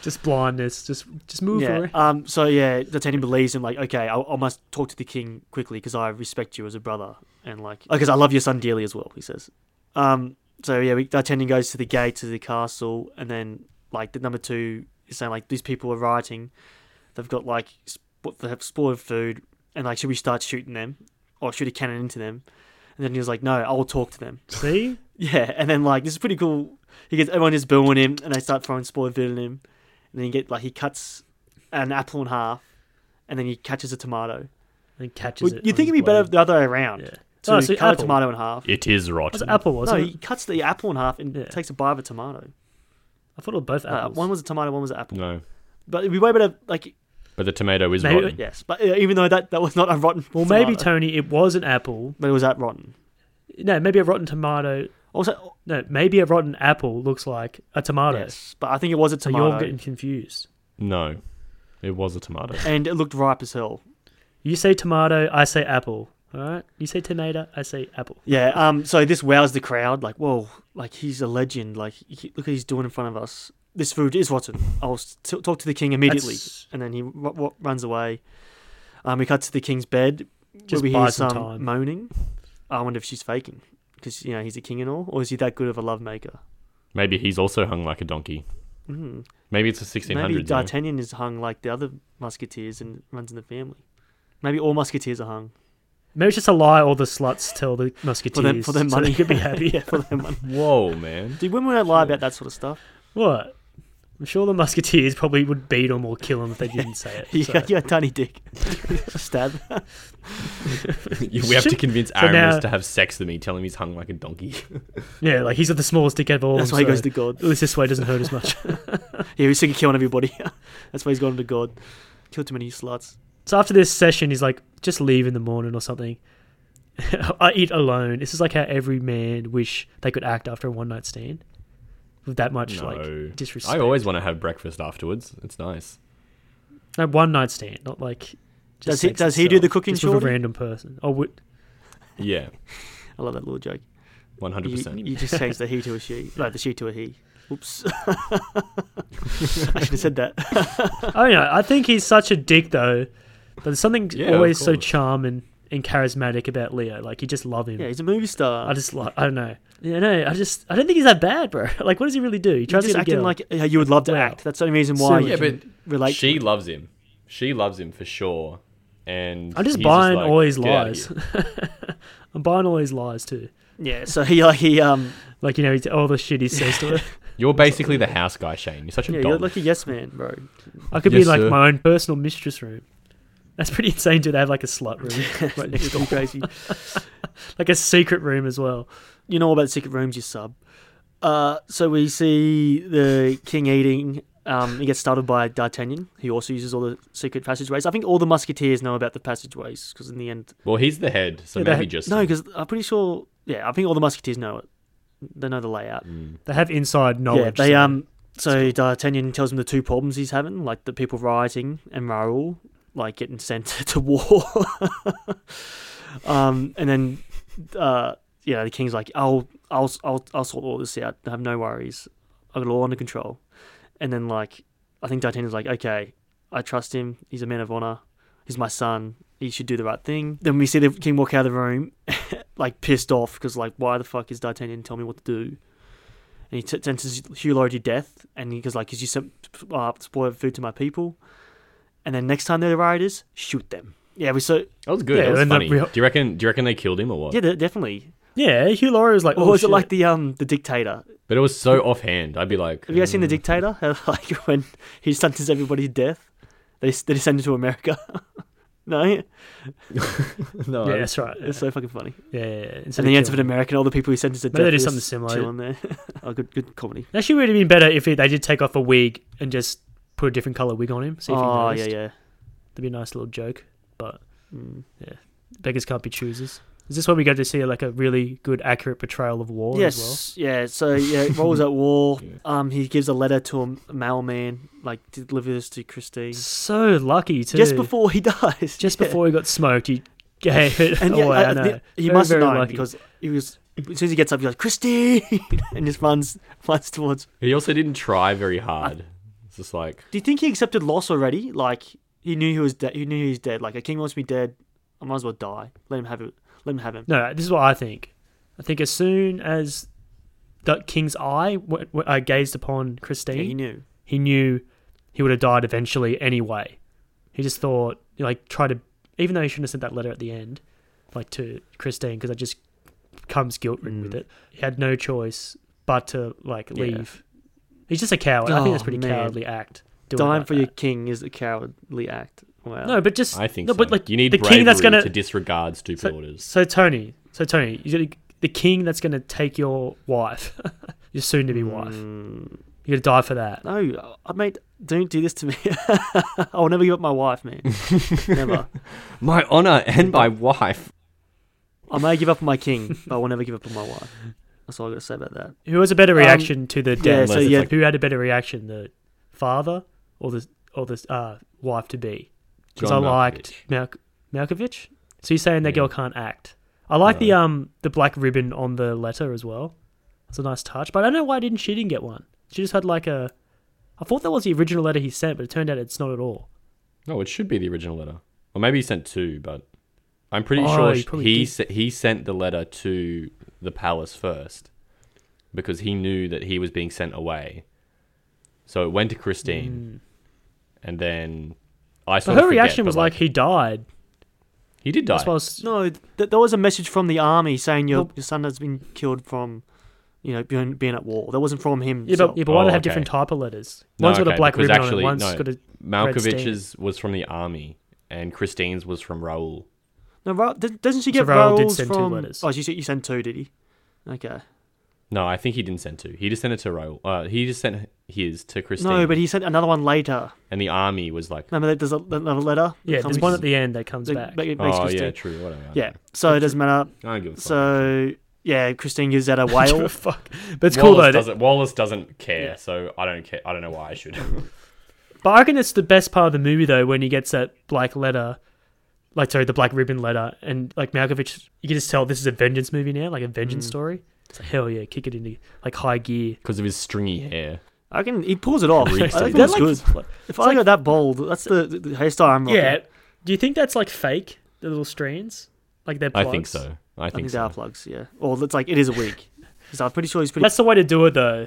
[SPEAKER 3] just blindness. Just, just move
[SPEAKER 4] yeah.
[SPEAKER 3] around.
[SPEAKER 4] Um. So yeah, D'Artagnan believes him. Like, okay, I, I must talk to the king quickly because I respect you as a brother, and like, because I love your son dearly as well. He says. Um. So yeah, we- D'Artagnan goes to the gate to the castle, and then like the number two is saying like these people are rioting, they've got like sp- they have spoiled food, and like should we start shooting them or shoot a cannon into them? And then he was like, no, I'll talk to them.
[SPEAKER 3] See,
[SPEAKER 4] Yeah, and then like this is pretty cool. He gets everyone just booing him, and they start throwing spoiled food at him. And then you get like he cuts an apple in half, and then he catches a tomato.
[SPEAKER 3] and catches
[SPEAKER 4] Well,
[SPEAKER 3] it.
[SPEAKER 4] you'd
[SPEAKER 3] on
[SPEAKER 4] think
[SPEAKER 3] his
[SPEAKER 4] it'd be better
[SPEAKER 3] blade.
[SPEAKER 4] the other way around.
[SPEAKER 3] Yeah.
[SPEAKER 4] So
[SPEAKER 3] Oh,
[SPEAKER 4] he
[SPEAKER 3] so
[SPEAKER 4] cut
[SPEAKER 3] apple.
[SPEAKER 4] a tomato in half.
[SPEAKER 1] It is
[SPEAKER 3] It was
[SPEAKER 1] rotten.
[SPEAKER 3] apple,
[SPEAKER 4] No,
[SPEAKER 3] wasn't
[SPEAKER 4] he
[SPEAKER 3] it?
[SPEAKER 4] cuts the apple in half and
[SPEAKER 3] Yeah.
[SPEAKER 4] takes a bite of a tomato.
[SPEAKER 3] I thought it were both
[SPEAKER 4] Uh,
[SPEAKER 3] apples.
[SPEAKER 4] one was a tomato, one was an apple.
[SPEAKER 1] No,
[SPEAKER 4] But it'd be way better, like
[SPEAKER 1] but the tomato is
[SPEAKER 3] Maybe-
[SPEAKER 1] rotten.
[SPEAKER 4] yes. But uh, even though that that was not a rotten.
[SPEAKER 3] well, maybe
[SPEAKER 4] tomato,
[SPEAKER 3] Tony, it was an apple.
[SPEAKER 4] but it was that rotten.
[SPEAKER 3] No, maybe a rotten tomato.
[SPEAKER 4] Also,
[SPEAKER 3] No, maybe a rotten apple looks like a tomato.
[SPEAKER 4] yes. But I think it was a
[SPEAKER 3] So
[SPEAKER 4] tomato,
[SPEAKER 3] you're getting confused.
[SPEAKER 1] No, it was a tomato.
[SPEAKER 4] and it looked ripe as hell.
[SPEAKER 3] You say tomato, I say apple. All right. You say tomato, I say apple.
[SPEAKER 4] Yeah. Um. So this wows the crowd. Like, whoa! Like he's a legend. Like, he, look what he's doing in front of us. This food is rotten. I'll s- t- talk to the king immediately.
[SPEAKER 3] That's-
[SPEAKER 4] And then he r- w- runs away. Um. We cut to the king's bed.
[SPEAKER 3] Just
[SPEAKER 4] where we
[SPEAKER 3] buy
[SPEAKER 4] hear
[SPEAKER 3] some
[SPEAKER 4] some
[SPEAKER 3] time.
[SPEAKER 4] moaning. I wonder if she's faking because you know he's a king and all, or is he that good of a lovemaker?
[SPEAKER 1] Maybe he's also hung like a donkey.
[SPEAKER 4] Mm.
[SPEAKER 1] Maybe it's the 1600s.
[SPEAKER 4] Maybe
[SPEAKER 1] you know?
[SPEAKER 4] D'Artagnan is hung like the other musketeers and runs in the family. Maybe all musketeers are hung
[SPEAKER 3] Maybe it's just a lie all the sluts tell the musketeers.
[SPEAKER 4] for them for their
[SPEAKER 3] so
[SPEAKER 4] money.
[SPEAKER 3] they could be happy.
[SPEAKER 4] <laughs> yeah, for their money.
[SPEAKER 1] Whoa,
[SPEAKER 4] <laughs>
[SPEAKER 1] man. <laughs>
[SPEAKER 4] Dude, women
[SPEAKER 3] <laughs>
[SPEAKER 4] don't lie about that sort of stuff.
[SPEAKER 3] What? I'm sure the musketeers probably would beat them or kill them if they didn't say it. So,
[SPEAKER 4] <laughs> Yeah, yeah,
[SPEAKER 3] <laughs>
[SPEAKER 4] tiny dick. Stab.
[SPEAKER 1] we have to convince Aramis
[SPEAKER 3] now-
[SPEAKER 1] to have sex with me, tell him he's hung like a donkey.
[SPEAKER 3] yeah, like he's the smallest dickhead of all.
[SPEAKER 4] That's
[SPEAKER 3] of
[SPEAKER 4] why he
[SPEAKER 3] them,
[SPEAKER 4] goes
[SPEAKER 3] so
[SPEAKER 4] to God.
[SPEAKER 3] At least this way it doesn't hurt as much.
[SPEAKER 4] <laughs>
[SPEAKER 3] <laughs>
[SPEAKER 4] Yeah, he's thinking killing everybody. <laughs> That's why he's gone to God. Killed too many sluts.
[SPEAKER 3] So after this session, he's like, just leave in the morning or something. <laughs> I eat alone. This is like how every man wish they could act after a one night stand with that much
[SPEAKER 1] <laughs> No.
[SPEAKER 3] like disrespect.
[SPEAKER 1] I always want to have breakfast afterwards. It's nice.
[SPEAKER 3] no one night stand, not like.
[SPEAKER 4] Does he-
[SPEAKER 3] sex
[SPEAKER 4] does he do the
[SPEAKER 3] itself,
[SPEAKER 4] cooking,
[SPEAKER 3] just with a
[SPEAKER 4] Shorty?
[SPEAKER 3] random person? Oh, would,
[SPEAKER 1] Yeah,
[SPEAKER 4] I love that little joke. You,
[SPEAKER 1] 100%.
[SPEAKER 4] <laughs> you just changed the he to a she. No, the she to a he. Oops. I should have said that.
[SPEAKER 3] I don't know. Oh, I think he's such a dick though, but there's something
[SPEAKER 1] Yeah, of
[SPEAKER 3] always so
[SPEAKER 1] course.
[SPEAKER 3] charming and charismatic about Leo. Like you just love him.
[SPEAKER 4] Yeah, he's a movie star.
[SPEAKER 3] I just like I don't know. Yeah, no, I just I don't think he's that bad, bro. <laughs> Like, what does he really do? He
[SPEAKER 4] You're
[SPEAKER 3] tries
[SPEAKER 4] just
[SPEAKER 3] to get a
[SPEAKER 4] acting
[SPEAKER 3] girl.
[SPEAKER 4] like how you would love to
[SPEAKER 3] Wow.
[SPEAKER 4] act. That's the only reason why
[SPEAKER 3] Silly.
[SPEAKER 1] Yeah,
[SPEAKER 4] you can
[SPEAKER 1] but
[SPEAKER 4] relate. to
[SPEAKER 1] she
[SPEAKER 4] it.
[SPEAKER 1] loves him. She loves him for sure. And
[SPEAKER 3] I'm just
[SPEAKER 1] he's
[SPEAKER 3] buying
[SPEAKER 1] like,
[SPEAKER 3] all his
[SPEAKER 1] "Get outta
[SPEAKER 3] lies.
[SPEAKER 1] here."
[SPEAKER 3] <laughs> I'm buying all his lies too.
[SPEAKER 4] yeah. So he like he um
[SPEAKER 3] Like you know, he's, all the shit he says to her.
[SPEAKER 1] You're basically the house guy, Shane. You're such a
[SPEAKER 4] yeah
[SPEAKER 1] dog.
[SPEAKER 4] you're like a yes man, bro.
[SPEAKER 3] I could
[SPEAKER 1] Yes,
[SPEAKER 3] be like
[SPEAKER 1] sir.
[SPEAKER 3] my own personal mistress room. That's pretty insane, dude. They have like a slut room right next door,
[SPEAKER 4] Pretty crazy.
[SPEAKER 3] like a secret room as well.
[SPEAKER 4] you know all about secret rooms, you sub. Uh, so we see the king eating. Um, he gets startled by D'Artagnan, who also uses all the secret passageways. I think all the musketeers know about the passageways because in the end,
[SPEAKER 1] well, he's the head, so
[SPEAKER 3] Yeah, they
[SPEAKER 1] maybe
[SPEAKER 3] had-
[SPEAKER 1] just
[SPEAKER 4] no, because I'm pretty sure. Yeah, I think all the musketeers know it. They know the layout.
[SPEAKER 1] Mm.
[SPEAKER 3] They have inside knowledge.
[SPEAKER 4] Yeah, they
[SPEAKER 3] so-
[SPEAKER 4] um. So D'Artagnan tells him the two problems he's having, like the people rioting and Raoul, like getting sent <laughs> to war. um, and then, uh, yeah, the king's like, "I'll, I'll, I'll, I'll sort all this out. Have no worries. I've got it all under control." And then, like, I think D'Artagnan's like, "Okay, I trust him. He's a man of honor. He's my son. He should do the right thing." Then we see the king walk out of the room, <laughs> like pissed off because, like, why the fuck is D'Artagnan telling me what to do? and he t- sentences Hugh Laurie to death, and he goes like, "Cause you sent uh, spoiled food to my people," and then next time they're rioters, shoot them. Yeah, we so
[SPEAKER 1] That was good.
[SPEAKER 3] Yeah,
[SPEAKER 1] that was
[SPEAKER 3] and the
[SPEAKER 1] funny.
[SPEAKER 3] real-
[SPEAKER 1] Do you reckon? Do you reckon they killed him or what?
[SPEAKER 4] yeah, de- definitely.
[SPEAKER 3] yeah, Hugh Laurie was like,
[SPEAKER 4] Or
[SPEAKER 3] oh,
[SPEAKER 4] was
[SPEAKER 3] shit.
[SPEAKER 4] it like the um the dictator?
[SPEAKER 1] But it was so offhand. I'd be like, "Hmm."
[SPEAKER 4] Have you guys seen the
[SPEAKER 3] Mm.
[SPEAKER 4] dictator? <laughs> How, like when he sentences everybody to death, they s- they send him to America. <laughs> no,
[SPEAKER 1] <laughs>
[SPEAKER 3] <laughs>
[SPEAKER 1] no,
[SPEAKER 3] yeah, that's right. Yeah,
[SPEAKER 4] it's so fucking funny.
[SPEAKER 3] yeah. yeah. Instead
[SPEAKER 4] And then he
[SPEAKER 3] of
[SPEAKER 4] ends up
[SPEAKER 3] killing-
[SPEAKER 4] in America, and all the people he sentenced to death
[SPEAKER 3] Maybe they do
[SPEAKER 4] are just
[SPEAKER 3] something similar.
[SPEAKER 4] chilling there. <laughs> oh, good good comedy.
[SPEAKER 3] It actually would have been better if he, they did take off a wig and just put a different color wig on him. See if he
[SPEAKER 4] oh
[SPEAKER 3] noticed.
[SPEAKER 4] yeah yeah.
[SPEAKER 3] That'd be a nice little joke. But
[SPEAKER 4] Mm.
[SPEAKER 3] beggars can't be choosers. Is this where we go to see like a really good, accurate portrayal of war as well?
[SPEAKER 4] yes, yeah. So yeah, what was
[SPEAKER 3] <laughs>
[SPEAKER 4] that war? Um, he gives a letter to a m- mailman, like to deliver this to Christine
[SPEAKER 3] So lucky too.
[SPEAKER 4] just before he <laughs> dies.
[SPEAKER 3] just
[SPEAKER 4] yeah.
[SPEAKER 3] before he got smoked,
[SPEAKER 4] <laughs>
[SPEAKER 3] he gave it
[SPEAKER 4] and yeah,
[SPEAKER 3] away.
[SPEAKER 4] Oh, I-
[SPEAKER 3] I
[SPEAKER 4] I
[SPEAKER 3] know.
[SPEAKER 4] thi- he
[SPEAKER 3] Very,
[SPEAKER 4] must have
[SPEAKER 3] very
[SPEAKER 4] known
[SPEAKER 3] lucky.
[SPEAKER 4] because he was as soon as he gets up, he's like Christine, <laughs> and just runs runs towards.
[SPEAKER 1] He also didn't try very hard. It's just like
[SPEAKER 4] Do you think he accepted loss already? Like he knew he was dead. He knew he was dead. Like a king wants me dead. I might as well die. Let him have it. Let him have him.
[SPEAKER 3] no, this is what I think. I think as soon as the king's eye w- w- uh, gazed upon Christine,
[SPEAKER 4] Yeah,
[SPEAKER 3] he,
[SPEAKER 4] he
[SPEAKER 3] knew.
[SPEAKER 4] knew.
[SPEAKER 3] he would have died eventually anyway. He just thought, like, try to, even though he shouldn't have sent that letter at the end, like to Christine, because that just comes guilt ridden with it. He had no choice but to like
[SPEAKER 4] Mm. Yeah.
[SPEAKER 3] leave. He's just a coward. I think that's
[SPEAKER 4] Oh,
[SPEAKER 3] a pretty
[SPEAKER 4] man.
[SPEAKER 3] cowardly act. doing
[SPEAKER 4] Dying
[SPEAKER 3] like
[SPEAKER 4] for
[SPEAKER 3] that. Uh,
[SPEAKER 4] your king is a cowardly act. Wow.
[SPEAKER 3] No, but just
[SPEAKER 1] I think
[SPEAKER 3] no,
[SPEAKER 1] so.
[SPEAKER 3] but like
[SPEAKER 1] you need
[SPEAKER 3] the
[SPEAKER 1] bravery
[SPEAKER 3] king that's gonna
[SPEAKER 1] to disregard stupid orders.
[SPEAKER 3] so Tony, so Tony, you gotta, the king that's gonna take your wife, <laughs> your soon-to-be
[SPEAKER 4] hmm. Mm.
[SPEAKER 3] wife, you're gonna die for that.
[SPEAKER 4] No, I mate, don't do this to me. <laughs> I'll never give up my
[SPEAKER 3] <laughs>
[SPEAKER 4] wife, man. never.
[SPEAKER 1] My honor and my wife.
[SPEAKER 4] I may give up my king, but I will never give up on my wife. That's all I got to say about that.
[SPEAKER 3] Who has a
[SPEAKER 1] Um,
[SPEAKER 3] better reaction to the
[SPEAKER 4] Yeah,
[SPEAKER 3] death?
[SPEAKER 4] so
[SPEAKER 1] unless it's
[SPEAKER 4] yeah,
[SPEAKER 1] like-
[SPEAKER 3] Who had a better reaction, the father or the or the uh, wife to be? Because I
[SPEAKER 1] John
[SPEAKER 3] liked
[SPEAKER 1] Malkovich.
[SPEAKER 3] Malk- Malkovich. So you're saying that
[SPEAKER 1] Yeah.
[SPEAKER 3] girl can't act? I like the um the black ribbon on the letter as well. It's a nice touch, but I don't know why didn't she didn't get one. She just had like a. I thought that was the original letter he sent, but it turned out it's not at all.
[SPEAKER 1] No, Oh, it should be the original letter. Or maybe he sent two, but I'm pretty
[SPEAKER 3] Oh,
[SPEAKER 1] sure
[SPEAKER 3] he
[SPEAKER 1] sh-
[SPEAKER 3] probably
[SPEAKER 1] he
[SPEAKER 3] did.
[SPEAKER 1] se- he sent the letter to the palace first because he knew that he was being sent away. So it went to Christine, and then I saw
[SPEAKER 3] Hmm. But her reaction was like, he died.
[SPEAKER 1] he did die.
[SPEAKER 3] That's why I was,
[SPEAKER 4] No, th- there was a message from the army saying your,
[SPEAKER 3] Well-
[SPEAKER 4] your son has been killed from, you know, being, being at war. That wasn't from him.
[SPEAKER 3] yeah, but, yeah, but why
[SPEAKER 1] Oh,
[SPEAKER 3] do they have
[SPEAKER 1] okay.
[SPEAKER 3] different type of letters?
[SPEAKER 1] No,
[SPEAKER 3] One's got a
[SPEAKER 1] okay,
[SPEAKER 3] black
[SPEAKER 1] because
[SPEAKER 3] ribbon
[SPEAKER 1] actually,
[SPEAKER 3] on it, one's
[SPEAKER 1] no.
[SPEAKER 3] got a.
[SPEAKER 1] Malkovich's was from the army, and Christine's was from Raoul.
[SPEAKER 4] no, Ra- d- doesn't she
[SPEAKER 3] So
[SPEAKER 4] get
[SPEAKER 3] Raoul did
[SPEAKER 4] Raoul's
[SPEAKER 3] send two
[SPEAKER 4] from?
[SPEAKER 3] letters.
[SPEAKER 4] Oh, you, said- you sent two, did he? Okay.
[SPEAKER 1] No, I think he didn't send two. He just sent it to Raoul. Uh, he just sent his to Christine.
[SPEAKER 4] No, but he sent another one later.
[SPEAKER 1] and the army was like,
[SPEAKER 4] Remember, that there's a, another letter. that
[SPEAKER 3] Yeah, there's
[SPEAKER 4] comes-
[SPEAKER 3] one at the end that comes back.
[SPEAKER 4] that ma- makes
[SPEAKER 1] oh yeah,
[SPEAKER 4] Christine-
[SPEAKER 1] true, whatever. I
[SPEAKER 4] yeah. So it doesn't matter.
[SPEAKER 1] don't- I don't give a fuck.
[SPEAKER 4] So yeah, Christine gives
[SPEAKER 3] <laughs>
[SPEAKER 4] out a whale.
[SPEAKER 3] Fuck. But it's cool though.
[SPEAKER 1] Wallace
[SPEAKER 3] that-
[SPEAKER 1] doesn't, Wallace doesn't care, so I don't care. I don't know why I should. <laughs>
[SPEAKER 3] But I reckon it's the best part of the movie though when he gets that black letter, like sorry, the black ribbon letter, and like Malkovich, you can just tell this is a vengeance
[SPEAKER 1] Mm.
[SPEAKER 3] movie now, like a vengeance story. It's like hell yeah, kick it into like high gear.
[SPEAKER 1] Because of his stringy hair.
[SPEAKER 4] I can. He pulls it off.
[SPEAKER 1] Reeks
[SPEAKER 4] I think
[SPEAKER 1] it.
[SPEAKER 4] that's
[SPEAKER 3] Like-
[SPEAKER 4] good. if I got that bold, that's the, the the hairstyle I'm rocking.
[SPEAKER 3] Yeah. Do you think that's like fake? The little strands, like they're
[SPEAKER 1] I
[SPEAKER 3] plugs?
[SPEAKER 1] think so. I
[SPEAKER 4] I think
[SPEAKER 1] think
[SPEAKER 4] they are
[SPEAKER 1] so.
[SPEAKER 4] plugs. Yeah. Or it's like it is a wig. 'Cause I'm pretty sure he's pretty.
[SPEAKER 3] That's the way to do it, though.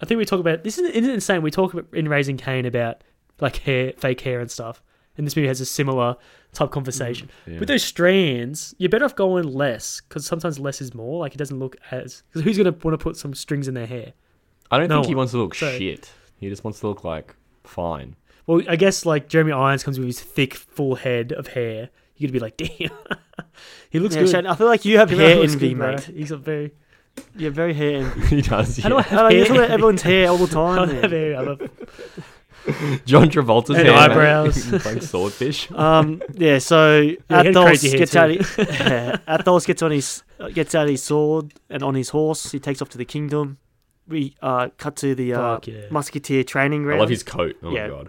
[SPEAKER 3] I think we talk about this. Isn't, isn't it insane? We talk about, in Raising Cain about like hair, fake hair and stuff, and this movie has a similar type conversation.
[SPEAKER 1] Yeah.
[SPEAKER 3] With those strands, you're better off going less because sometimes less is more. Like it doesn't look as because who's gonna want to put some strings in their hair?
[SPEAKER 1] I don't
[SPEAKER 3] No
[SPEAKER 1] think he
[SPEAKER 3] one.
[SPEAKER 1] wants to look
[SPEAKER 3] So-
[SPEAKER 1] shit. He just wants to look like fine. <laughs>
[SPEAKER 3] Well, I guess like Jeremy Irons comes with his thick, full head of hair. You're gonna be like, <laughs> damn, he looks
[SPEAKER 4] Yeah,
[SPEAKER 3] good.
[SPEAKER 4] Shane, I feel like you have
[SPEAKER 3] Jeremy
[SPEAKER 4] hair
[SPEAKER 3] Irons
[SPEAKER 4] envy,
[SPEAKER 3] looks good,
[SPEAKER 4] mate.
[SPEAKER 3] bro. He's a very. <laughs>
[SPEAKER 4] You have very hair envy.
[SPEAKER 1] he does.
[SPEAKER 3] How do <laughs> I
[SPEAKER 1] yeah.
[SPEAKER 3] have
[SPEAKER 4] I know, you
[SPEAKER 3] hair?
[SPEAKER 4] talk about everyone's hair all
[SPEAKER 3] <laughs>
[SPEAKER 4] the
[SPEAKER 3] I
[SPEAKER 4] time.
[SPEAKER 3] don't have
[SPEAKER 4] man.
[SPEAKER 3] hair. I
[SPEAKER 1] <laughs>
[SPEAKER 3] have
[SPEAKER 1] John Travolta's
[SPEAKER 3] And
[SPEAKER 1] hair, man. <laughs>
[SPEAKER 3] eyebrows.
[SPEAKER 1] like swordfish.
[SPEAKER 4] <laughs> Um, yeah, so
[SPEAKER 3] Yeah, he had
[SPEAKER 4] Athos
[SPEAKER 3] crazy hair
[SPEAKER 4] gets
[SPEAKER 3] too. <laughs>
[SPEAKER 4] out. His, yeah, Athos gets on his gets out his sword and on his horse. He takes off to the kingdom. We uh, cut to the uh,
[SPEAKER 3] Fuck yeah.
[SPEAKER 4] musketeer training
[SPEAKER 1] I
[SPEAKER 4] ground.
[SPEAKER 1] love his coat. Oh
[SPEAKER 4] Yeah.
[SPEAKER 1] my god.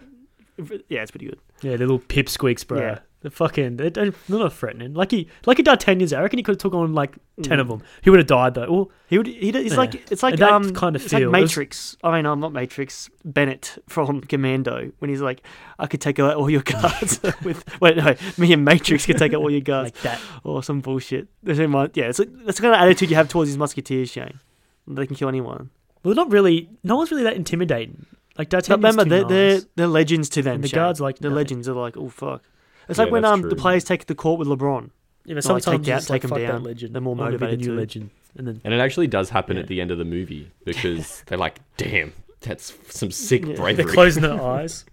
[SPEAKER 4] Yeah, it's pretty good.
[SPEAKER 3] Yeah, they're little pipsqueaks, bro.
[SPEAKER 4] Yeah.
[SPEAKER 3] They're fucking. They don't, they're not threatening. Like he, like a D'Artagnan's. I reckon he could have took on like
[SPEAKER 4] Mm.
[SPEAKER 3] ten
[SPEAKER 4] Hmm.
[SPEAKER 3] of them. He would have died though. Well,
[SPEAKER 4] He would. He, it's
[SPEAKER 3] Yeah.
[SPEAKER 4] like it's like
[SPEAKER 3] And that
[SPEAKER 4] um,
[SPEAKER 3] kind of
[SPEAKER 4] it's
[SPEAKER 3] feel-
[SPEAKER 4] like Matrix. I mean, I'm not Matrix. Bennett from Commando when he's like, I could take out all your guards
[SPEAKER 3] <laughs>
[SPEAKER 4] <laughs> with. Wait, no, me and Matrix could take out all your guards
[SPEAKER 3] like that.
[SPEAKER 4] or some bullshit. That's in my- Yeah, it's like, that's the kind of attitude you have towards these musketeers, Shane. They can kill anyone.
[SPEAKER 3] Well, they're not really. No one's really that intimidating. Like
[SPEAKER 4] But
[SPEAKER 3] D'Artagnan's.
[SPEAKER 4] remember,
[SPEAKER 3] too
[SPEAKER 4] they're, they're
[SPEAKER 3] nice.
[SPEAKER 4] they're legends to them.
[SPEAKER 3] And the
[SPEAKER 4] Shane.
[SPEAKER 3] guards like
[SPEAKER 4] the
[SPEAKER 3] nothing.
[SPEAKER 4] legends are like, oh fuck. It's
[SPEAKER 1] Yeah,
[SPEAKER 4] like when
[SPEAKER 1] that's
[SPEAKER 4] um the
[SPEAKER 1] true.
[SPEAKER 4] players take the court with LeBron.
[SPEAKER 3] Yeah, but
[SPEAKER 4] they're like,
[SPEAKER 3] sometimes
[SPEAKER 4] take
[SPEAKER 3] it's
[SPEAKER 4] that,
[SPEAKER 3] just like,
[SPEAKER 4] take 'em
[SPEAKER 3] fuck that
[SPEAKER 4] down.
[SPEAKER 3] legend.
[SPEAKER 4] They're more
[SPEAKER 3] I wanna be
[SPEAKER 4] motivated
[SPEAKER 3] The new
[SPEAKER 4] to.
[SPEAKER 3] legend. And then
[SPEAKER 1] And it actually does happen
[SPEAKER 3] Yeah.
[SPEAKER 1] at the end of the movie
[SPEAKER 3] <laughs>
[SPEAKER 1] because they're like, "Damn, that's some sick
[SPEAKER 4] Yeah.
[SPEAKER 1] bravery."
[SPEAKER 4] <laughs>
[SPEAKER 1] <laughs>
[SPEAKER 3] they're closing their eyes,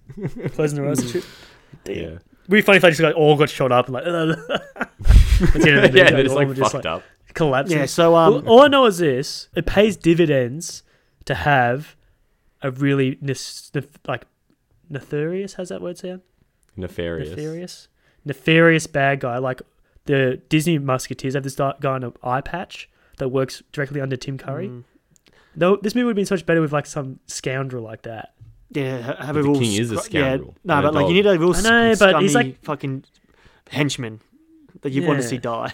[SPEAKER 3] closing their eyes. and shit. Damn.
[SPEAKER 1] Yeah,
[SPEAKER 3] It'd be funny if they just like all got shot up and like. <laughs> That's the end
[SPEAKER 4] <laughs>
[SPEAKER 3] of the
[SPEAKER 1] <laughs>
[SPEAKER 3] movie.
[SPEAKER 1] yeah, they're just
[SPEAKER 3] all
[SPEAKER 1] like
[SPEAKER 3] were
[SPEAKER 1] fucked up.
[SPEAKER 3] Collapsing.
[SPEAKER 4] Yeah. So um,
[SPEAKER 3] Well, oh, all I know is this: it pays dividends to have a really nes- nef- like nefarious. How's that word sound?
[SPEAKER 1] Nefarious.
[SPEAKER 3] Nefarious, nefarious bad guy. Like the Disney Musketeers have this di- guy in an eye patch that works directly under Tim Curry.
[SPEAKER 4] mm,
[SPEAKER 3] Though this movie would have been so much better with like some scoundrel like that.
[SPEAKER 4] Yeah, ha- have
[SPEAKER 1] But
[SPEAKER 4] a
[SPEAKER 1] the
[SPEAKER 4] real.
[SPEAKER 1] king is a
[SPEAKER 4] scr- yeah,
[SPEAKER 1] scoundrel
[SPEAKER 4] no,
[SPEAKER 1] and a
[SPEAKER 4] but like you
[SPEAKER 1] dog.
[SPEAKER 4] need a real.
[SPEAKER 3] I know,
[SPEAKER 4] sc-
[SPEAKER 3] but he's
[SPEAKER 4] scummy
[SPEAKER 3] like-
[SPEAKER 4] fucking henchman that you want to
[SPEAKER 3] Yeah.
[SPEAKER 4] see die.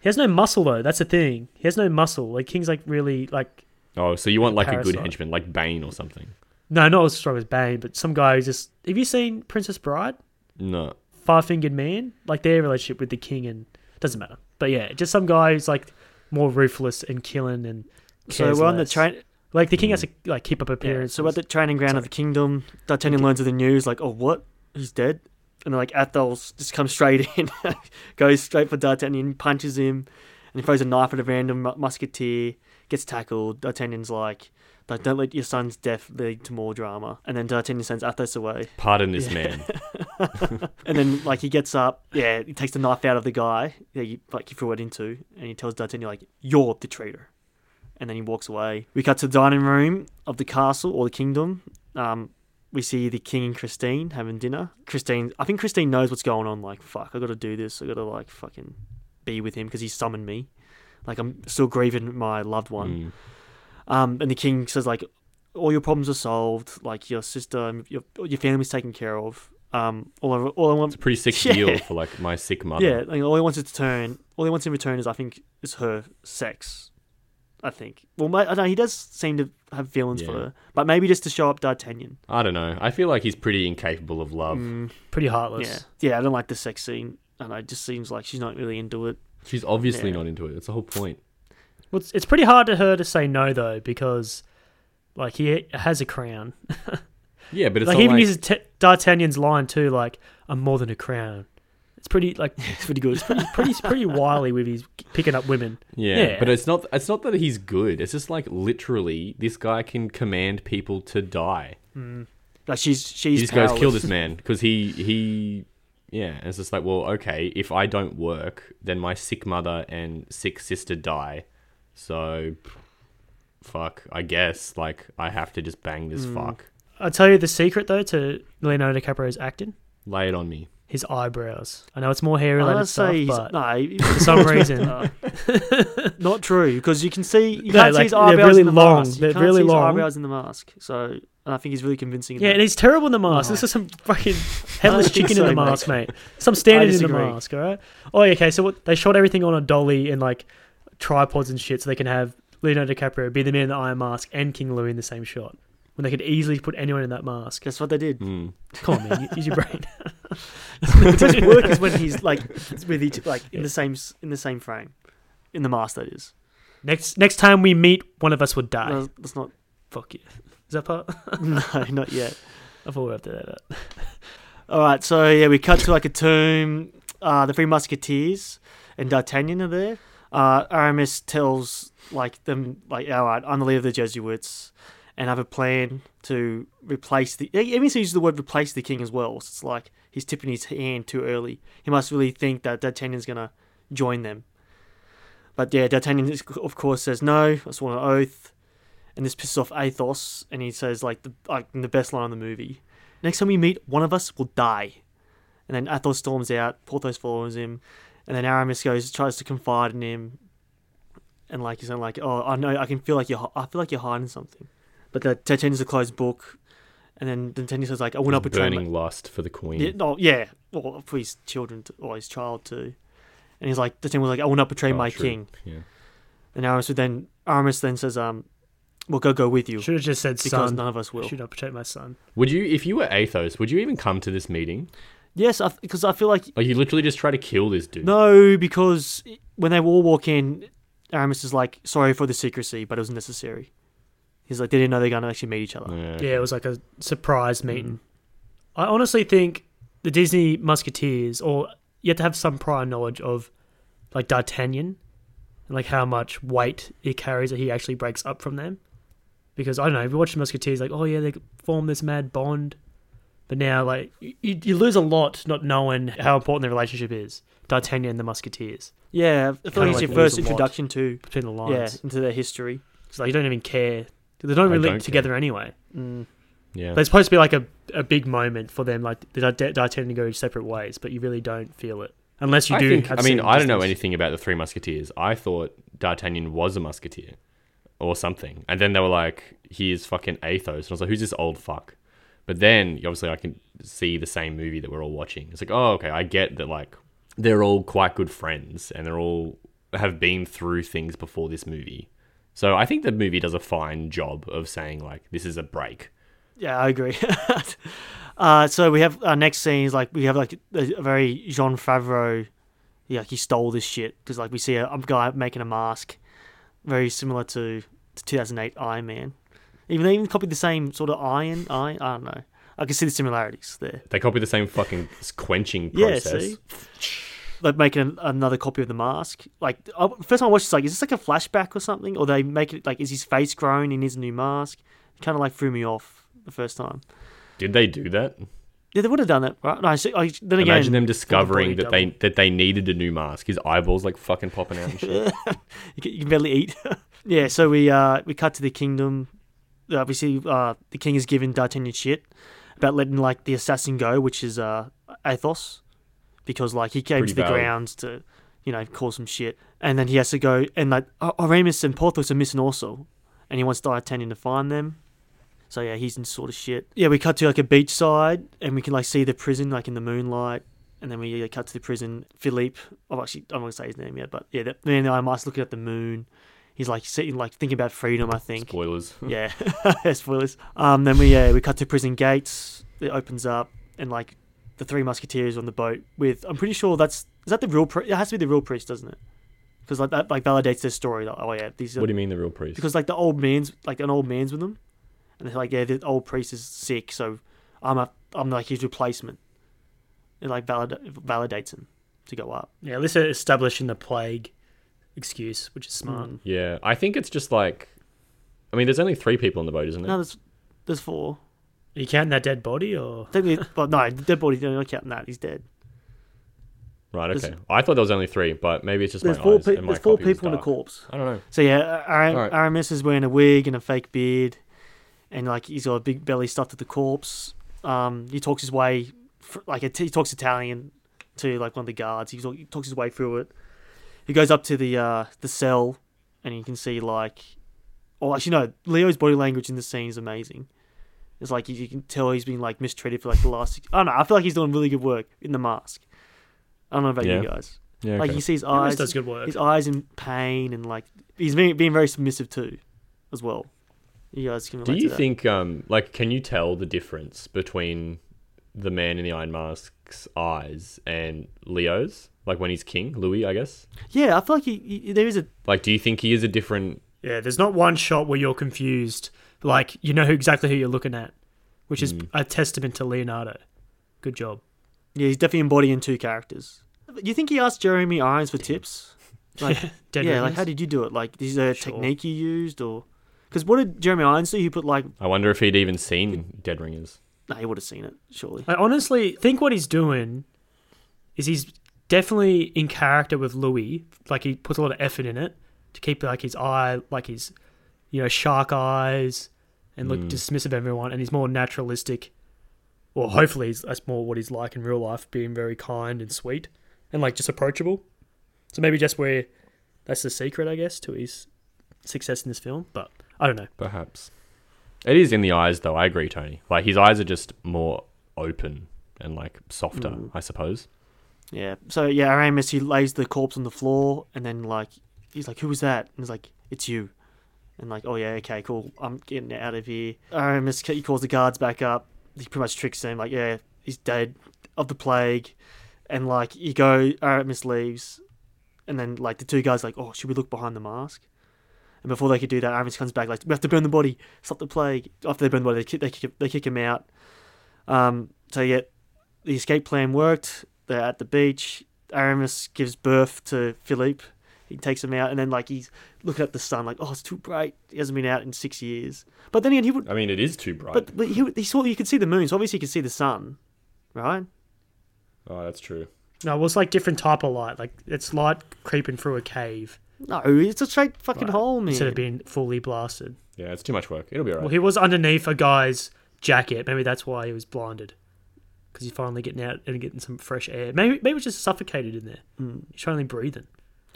[SPEAKER 3] He has no muscle though. That's the thing. He has no muscle. Like King's like really like
[SPEAKER 1] Oh, so you want like a good
[SPEAKER 3] Parasite.
[SPEAKER 1] henchman, like Bane or something?
[SPEAKER 3] no, not as strong as Bane, but some guy who's just. Have you seen Princess Bride?
[SPEAKER 1] No,
[SPEAKER 3] Five Fingered Man, like their relationship with the king, and doesn't matter. But yeah, just some guy who's like more ruthless and killing and.
[SPEAKER 4] so
[SPEAKER 3] cares
[SPEAKER 4] we're on the
[SPEAKER 3] less.
[SPEAKER 4] train. Hmm.
[SPEAKER 3] Like the king has to like keep up
[SPEAKER 4] Yeah,
[SPEAKER 3] appearances.
[SPEAKER 4] so we're at the training ground of the kingdom. D'Artagnan learns of the news, like, oh what? He's dead. And like Athos just comes straight <laughs> in, goes straight for D'Artagnan, punches him, and he throws a knife at a random mu- musketeer. Gets tackled. D'Artagnan's like, like, don't let your son's death lead to more drama. And then D'Artagnan sends Athos away.
[SPEAKER 1] pardon this man.
[SPEAKER 4] And then like he gets up, yeah, he takes the knife out of the guy that you like you threw it into, and he tells D'Artagnan like, "You're the traitor," and then he walks away. We cut to the dining room of the castle or the kingdom. Um, we see the king and Christine having dinner. Christine, I think Christine knows what's going on. Like, fuck, I got to do this. I got to like fucking be with him because he summoned me. Like, I'm still grieving my loved one.
[SPEAKER 1] Mm.
[SPEAKER 4] Um, and the king says like, all your problems are solved. Like your sister, your your family's taken care of. Um, all I, all I want
[SPEAKER 1] It's a pretty sick
[SPEAKER 4] <laughs> Yeah.
[SPEAKER 1] deal for like my sick mother.
[SPEAKER 4] yeah, like, all he wants in return, all he wants in return is, I think, is her sex. I think. Well, my, I don't know he does seem to have feelings for
[SPEAKER 1] Yeah.
[SPEAKER 4] her, but maybe just to show up D'Artagnan.
[SPEAKER 1] I don't know. I feel like he's pretty incapable of love.
[SPEAKER 4] Mm.
[SPEAKER 3] pretty heartless.
[SPEAKER 4] Yeah, yeah. I don't like the sex scene, and it just seems like she's not really into it.
[SPEAKER 1] She's obviously
[SPEAKER 4] Yeah.
[SPEAKER 1] not into it. That's the whole point.
[SPEAKER 3] Well, it's, it's pretty hard to her to say no though because like he has a crown.
[SPEAKER 1] Yeah, but it's
[SPEAKER 3] like
[SPEAKER 1] not
[SPEAKER 3] he even
[SPEAKER 1] like
[SPEAKER 3] uses t- D'Artagnan's line too. Like I'm more than a crown. It's pretty
[SPEAKER 4] <laughs>
[SPEAKER 3] like
[SPEAKER 4] It's pretty good.
[SPEAKER 3] pretty pretty wily with his picking up women.
[SPEAKER 1] yeah,
[SPEAKER 3] Yeah.
[SPEAKER 1] but it's not. It's not that he's good. It's just like literally, this guy can command people to die.
[SPEAKER 4] like she's she's
[SPEAKER 1] he just goes kill
[SPEAKER 4] powerless.
[SPEAKER 1] this man because
[SPEAKER 4] <laughs>
[SPEAKER 1] he he yeah and it's just like well okay if i don't work then my sick mother and sick sister die so fuck i guess like i have to just bang
[SPEAKER 4] Mm.
[SPEAKER 1] this fuck
[SPEAKER 3] I'll tell you the secret though to Leonardo DiCaprio's acting.
[SPEAKER 1] lay it on me
[SPEAKER 3] His eyebrows. I know it's more hair
[SPEAKER 4] I
[SPEAKER 3] related
[SPEAKER 4] would
[SPEAKER 3] stuff,
[SPEAKER 4] say he's,
[SPEAKER 3] but
[SPEAKER 4] no, he-
[SPEAKER 3] for
[SPEAKER 4] <laughs>
[SPEAKER 3] some reason,
[SPEAKER 4] uh, <laughs> not true because you can see
[SPEAKER 3] <laughs>
[SPEAKER 4] you
[SPEAKER 3] No,
[SPEAKER 4] can't see
[SPEAKER 3] like,
[SPEAKER 4] his
[SPEAKER 3] they're
[SPEAKER 4] eyebrows
[SPEAKER 3] really
[SPEAKER 4] in the
[SPEAKER 3] long.
[SPEAKER 4] mask. You
[SPEAKER 3] They're
[SPEAKER 4] can't
[SPEAKER 3] really
[SPEAKER 4] see his
[SPEAKER 3] long.
[SPEAKER 4] eyebrows in the mask. So and I think he's really convincing. in
[SPEAKER 3] Yeah, and
[SPEAKER 4] that.
[SPEAKER 3] he's terrible in the mask. This
[SPEAKER 4] Oh.
[SPEAKER 3] is some fucking headless
[SPEAKER 4] I think
[SPEAKER 3] chicken in
[SPEAKER 4] so,
[SPEAKER 3] the
[SPEAKER 4] mate.
[SPEAKER 3] mask, mate. Some standard in the
[SPEAKER 4] disagree.
[SPEAKER 3] mask, all right? Oh, yeah, okay. So what, they shot everything on a dolly and like tripods and shit so they can have Leonardo DiCaprio be the man in the iron mask and King Louis in the same shot. when they could easily put anyone in that mask.
[SPEAKER 4] Guess what they did?
[SPEAKER 1] Mm.
[SPEAKER 3] Come on, man, use your brain. <laughs>
[SPEAKER 4] the best work is when he's like with each like in the same s- in the same frame, in the mask that is.
[SPEAKER 3] Next next time we meet, one of us would die.
[SPEAKER 4] No, that's not. <laughs>
[SPEAKER 3] Fuck you. Is that part?
[SPEAKER 4] no, not yet.
[SPEAKER 3] I thought we were that out.
[SPEAKER 4] All right, so yeah, we cut to like a tomb. Uh, the three musketeers and D'Artagnan are there. Uh, Aramis tells like them like, all right, I'm the leader of the Jesuits, and I have a plan to replace the. He even uses the word replace the king as well. So it's like he's tipping his hand too early. He must really think that D'Artagnan's gonna join them. But yeah, D'Artagnan is- of course says no. I sworn an oath, and this pisses off Athos, and he says like the like the best line in the movie. Next time we meet, one of us will die. And then Athos storms out, Porthos follows him, and then Aramis goes tries to confide in him, and like he's like, "Oh, I know, I can feel like you're, hi- I feel like you're hiding something." But the D'Artagnan's a closed book, and then D'Artagnan says like, "I will not betray." my-
[SPEAKER 1] burning lust for the queen.
[SPEAKER 4] yeah, no, yeah, or for his children t- or his child too. And he's like, the team was like, I will not betray
[SPEAKER 1] Oh,
[SPEAKER 4] my
[SPEAKER 1] true.
[SPEAKER 4] king.
[SPEAKER 1] Yeah.
[SPEAKER 4] And Aramis would then Aramis then says, um, we'll go go with you
[SPEAKER 3] Should have just said
[SPEAKER 4] because
[SPEAKER 3] son.
[SPEAKER 4] none of us will.
[SPEAKER 3] Should I protect my son?
[SPEAKER 1] Would you, if you were Athos, would you even come to this meeting?
[SPEAKER 4] Yes, because I feel like
[SPEAKER 1] Like you literally just try to kill this dude.
[SPEAKER 4] No, because when they all walk in, Aramis is like, "Sorry for the secrecy, but it was necessary." He's like, "They didn't know they're gonna actually meet each other."
[SPEAKER 1] Yeah.
[SPEAKER 3] Yeah, it was like a
[SPEAKER 1] Mm.
[SPEAKER 3] surprise meeting. I honestly think the Disney Musketeers, or you have to have some prior knowledge of like D'Artagnan and like how much weight it carries that he actually breaks up from them. Because I don't know, if you watch the Musketeers, like, oh yeah, they form this mad bond. But now, like, you, you lose a lot not knowing how important the relationship is. D'Artagnan and the Musketeers
[SPEAKER 4] Yeah, I feel
[SPEAKER 3] Kinda
[SPEAKER 4] like it's
[SPEAKER 3] like
[SPEAKER 4] your
[SPEAKER 3] lose
[SPEAKER 4] first
[SPEAKER 3] a lot.
[SPEAKER 4] introduction to
[SPEAKER 3] between the
[SPEAKER 4] yeah
[SPEAKER 3] lines.
[SPEAKER 4] into their history.
[SPEAKER 3] So like, you don't even care. They're not
[SPEAKER 1] I
[SPEAKER 3] really
[SPEAKER 1] don't care.
[SPEAKER 3] together anyway.
[SPEAKER 4] Mm.
[SPEAKER 1] Yeah.
[SPEAKER 3] There's supposed to be like a, a big moment for them, like they d- d- tend to go separate ways, but you really don't feel it unless you
[SPEAKER 1] I
[SPEAKER 3] do.
[SPEAKER 1] think-
[SPEAKER 3] have
[SPEAKER 1] I mean,
[SPEAKER 3] seen
[SPEAKER 1] I don't know
[SPEAKER 3] distance.
[SPEAKER 1] anything about the Three Musketeers. I thought D'Artagnan was a musketeer or something. And then they were like, he is fucking Athos. And I was like, who's this old fuck? But then, obviously, I can see the same movie that we're all watching. It's like, oh, okay, I get that, like, they're all quite good friends and they're all have been through things before this movie. So I think the movie does a fine job of saying, like, this is a break.
[SPEAKER 4] Yeah, I agree. <laughs> uh, so we have our next scene is like we have like a, a very Jean Favreau, yeah, he stole this shit because like we see a, a guy making a mask, very similar to, to 2008 Iron Man. Even they even copied the same sort of iron. I I don't know. I can see the similarities there.
[SPEAKER 1] They copy the same fucking quenching
[SPEAKER 4] Yeah,
[SPEAKER 1] process.
[SPEAKER 4] see? Like making an, another copy of the mask. Like I, first time I watched, it's like is this like a flashback or something? Or they make it like is his face grown in his new mask? Kind of like threw me off the first time.
[SPEAKER 1] Did they do that?
[SPEAKER 4] Yeah, they would have done that, right? No, I see, I, then again,
[SPEAKER 1] Imagine them discovering
[SPEAKER 3] body
[SPEAKER 1] that they that they needed a new mask. His eyeballs like fucking popping
[SPEAKER 4] <laughs>
[SPEAKER 1] out. And shit.
[SPEAKER 4] you can, you can barely eat. <laughs> yeah, so we uh, we cut to the kingdom. Uh, we see uh, the king is giving D'Artagnan shit about letting like the assassin go, which is uh, Athos, because like he came
[SPEAKER 1] Pretty
[SPEAKER 4] to the
[SPEAKER 1] valid.
[SPEAKER 4] grounds to, you know, cause some shit, and then he has to go and like Ar- Aramis and Porthos are missing also, and he wants D'Artagnan to find them. So yeah, he's in sort of shit. Yeah, we cut to like a beachside, and we can like see the prison like in the moonlight, and then we uh, cut to the prison. Philippe, I've actually I'm not gonna say his name yet, but yeah, the man in the iron mask looking at the moon. He's like sitting like thinking about freedom. I think.
[SPEAKER 1] Spoilers.
[SPEAKER 4] Yeah, <laughs> spoilers. Um, then we yeah we cut to prison gates. It opens up, and like the three musketeers on the boat with I'm pretty sure that's is that the real pri- it has to be the real priest, doesn't it? Because like that like validates their story. Like oh yeah, these are
[SPEAKER 1] What do you mean the real priest?
[SPEAKER 4] because like the old man's like an old man's with them, and they're like, yeah, the old priest is sick, so I'm a I'm like his replacement. It like valid- validates him to go up.
[SPEAKER 3] Yeah, at least they're establishing the plague excuse, which is
[SPEAKER 4] Mm.
[SPEAKER 3] smart.
[SPEAKER 1] yeah, I think it's just like, I mean, there's only three people on the boat, isn't it?
[SPEAKER 4] No, there's there's four.
[SPEAKER 3] Are you counting that dead body, or
[SPEAKER 4] I think they- but no, the dead body don't look out. That he's dead.
[SPEAKER 1] right.
[SPEAKER 4] there's-
[SPEAKER 1] Okay. I thought there was only three, but maybe it's just
[SPEAKER 4] There's
[SPEAKER 1] my
[SPEAKER 4] four
[SPEAKER 1] eyes.
[SPEAKER 4] pe-
[SPEAKER 1] and my
[SPEAKER 4] there's four
[SPEAKER 1] copy was
[SPEAKER 4] people in a
[SPEAKER 1] dark.
[SPEAKER 4] corpse.
[SPEAKER 1] I don't know.
[SPEAKER 4] So yeah, uh, Ar-
[SPEAKER 1] Alright.
[SPEAKER 4] Aramis is wearing a wig and a fake beard, and like he's got a big belly stuffed at the corpse. Um, he talks his way, fr- like it- he talks Italian to like one of the guards. He, talk- he talks his way through it. He goes up to the uh, the cell, and you can see like, or actually no, Leo's body language in the scene is amazing. It's like you- you can tell he's been like mistreated for like the last. I don't know. I feel like he's doing really good work in the mask. I don't know about
[SPEAKER 1] Yeah.
[SPEAKER 4] you guys.
[SPEAKER 1] Yeah.
[SPEAKER 4] Like
[SPEAKER 1] okay.
[SPEAKER 4] you see his
[SPEAKER 3] Aramis
[SPEAKER 4] eyes
[SPEAKER 3] does good work.
[SPEAKER 4] his eyes in pain and like he's being, being very submissive too, as well. You You guys can
[SPEAKER 1] Do
[SPEAKER 4] relate to
[SPEAKER 1] you
[SPEAKER 4] that.
[SPEAKER 1] think, um, like, can you tell the difference between the man in the Iron Mask's eyes and Leo's? Like when he's king, Louis, I guess.
[SPEAKER 4] Yeah, I feel like you, you, there is a
[SPEAKER 1] Like, do you think he is a different?
[SPEAKER 4] Yeah, there's not one shot where you're confused. Like you know who exactly who you're looking at, which is a testament to Leonardo. Good job. Yeah, he's definitely embodying two characters. You think he asked Jeremy Irons for tips? Like,
[SPEAKER 3] Dead
[SPEAKER 4] yeah, like
[SPEAKER 3] Reckoners?
[SPEAKER 4] how did you do it? Like, is there a
[SPEAKER 3] Sure.
[SPEAKER 4] technique you used, or because what did Jeremy Irons do? He put like,
[SPEAKER 1] I wonder if he'd even seen Dead Ringers.
[SPEAKER 4] nah, he would have seen it surely.
[SPEAKER 3] I honestly think what he's doing is he's definitely in character with Louis. Like he puts a lot of effort in it to keep like his eye, like his you know shark eyes, and look dismissive of everyone. And he's more naturalistic. Well, hopefully he's, that's more what he's like in real life, being very kind and sweet and like just approachable. So maybe just where that's the secret, I guess, to his success in this film. But I don't know.
[SPEAKER 1] Perhaps. It is in the eyes, though. I agree, Tony. Like his eyes are just more open and like softer, I suppose.
[SPEAKER 4] Yeah. So yeah, Aramis he lays the corpse on the floor, and then like he's like, "Who was that?" And he's like, "It's you." And like, "Oh yeah, okay, cool. I'm getting out of here." Aramis he calls the guards back up. He pretty much tricks them, like, "Yeah, he's dead of the plague," and like you go, Aramis leaves, and then like the two guys like, "Oh, should we look behind the mask?" And before they could do that, Aramis comes back like, "We have to burn the body. Stop the plague." After they burn the body, they kick they kick, they kick him out. Um, so yeah, the escape plan worked. They're at the beach. Aramis gives birth to Philippe. He takes him out, and then like he's looking at the sun, like, "Oh, it's too bright. He hasn't been out in six years." But then again, he would
[SPEAKER 1] I mean, it is too bright.
[SPEAKER 4] but, but he, he saw you could see the moon, so obviously you could see the sun, right?
[SPEAKER 1] oh, that's true.
[SPEAKER 3] No, well, it's like different type of light. Like it's light creeping through a cave
[SPEAKER 4] No, it's a straight fucking
[SPEAKER 3] Right.
[SPEAKER 4] hole, man.
[SPEAKER 3] instead of being fully blasted.
[SPEAKER 1] Yeah, it's too much work. It'll be alright.
[SPEAKER 3] Well, he was underneath a guy's jacket. Maybe that's why he was blinded. Because he's finally getting out and getting some fresh air. Maybe maybe he was just suffocated in there.
[SPEAKER 4] Hmm.
[SPEAKER 3] He's only breathing.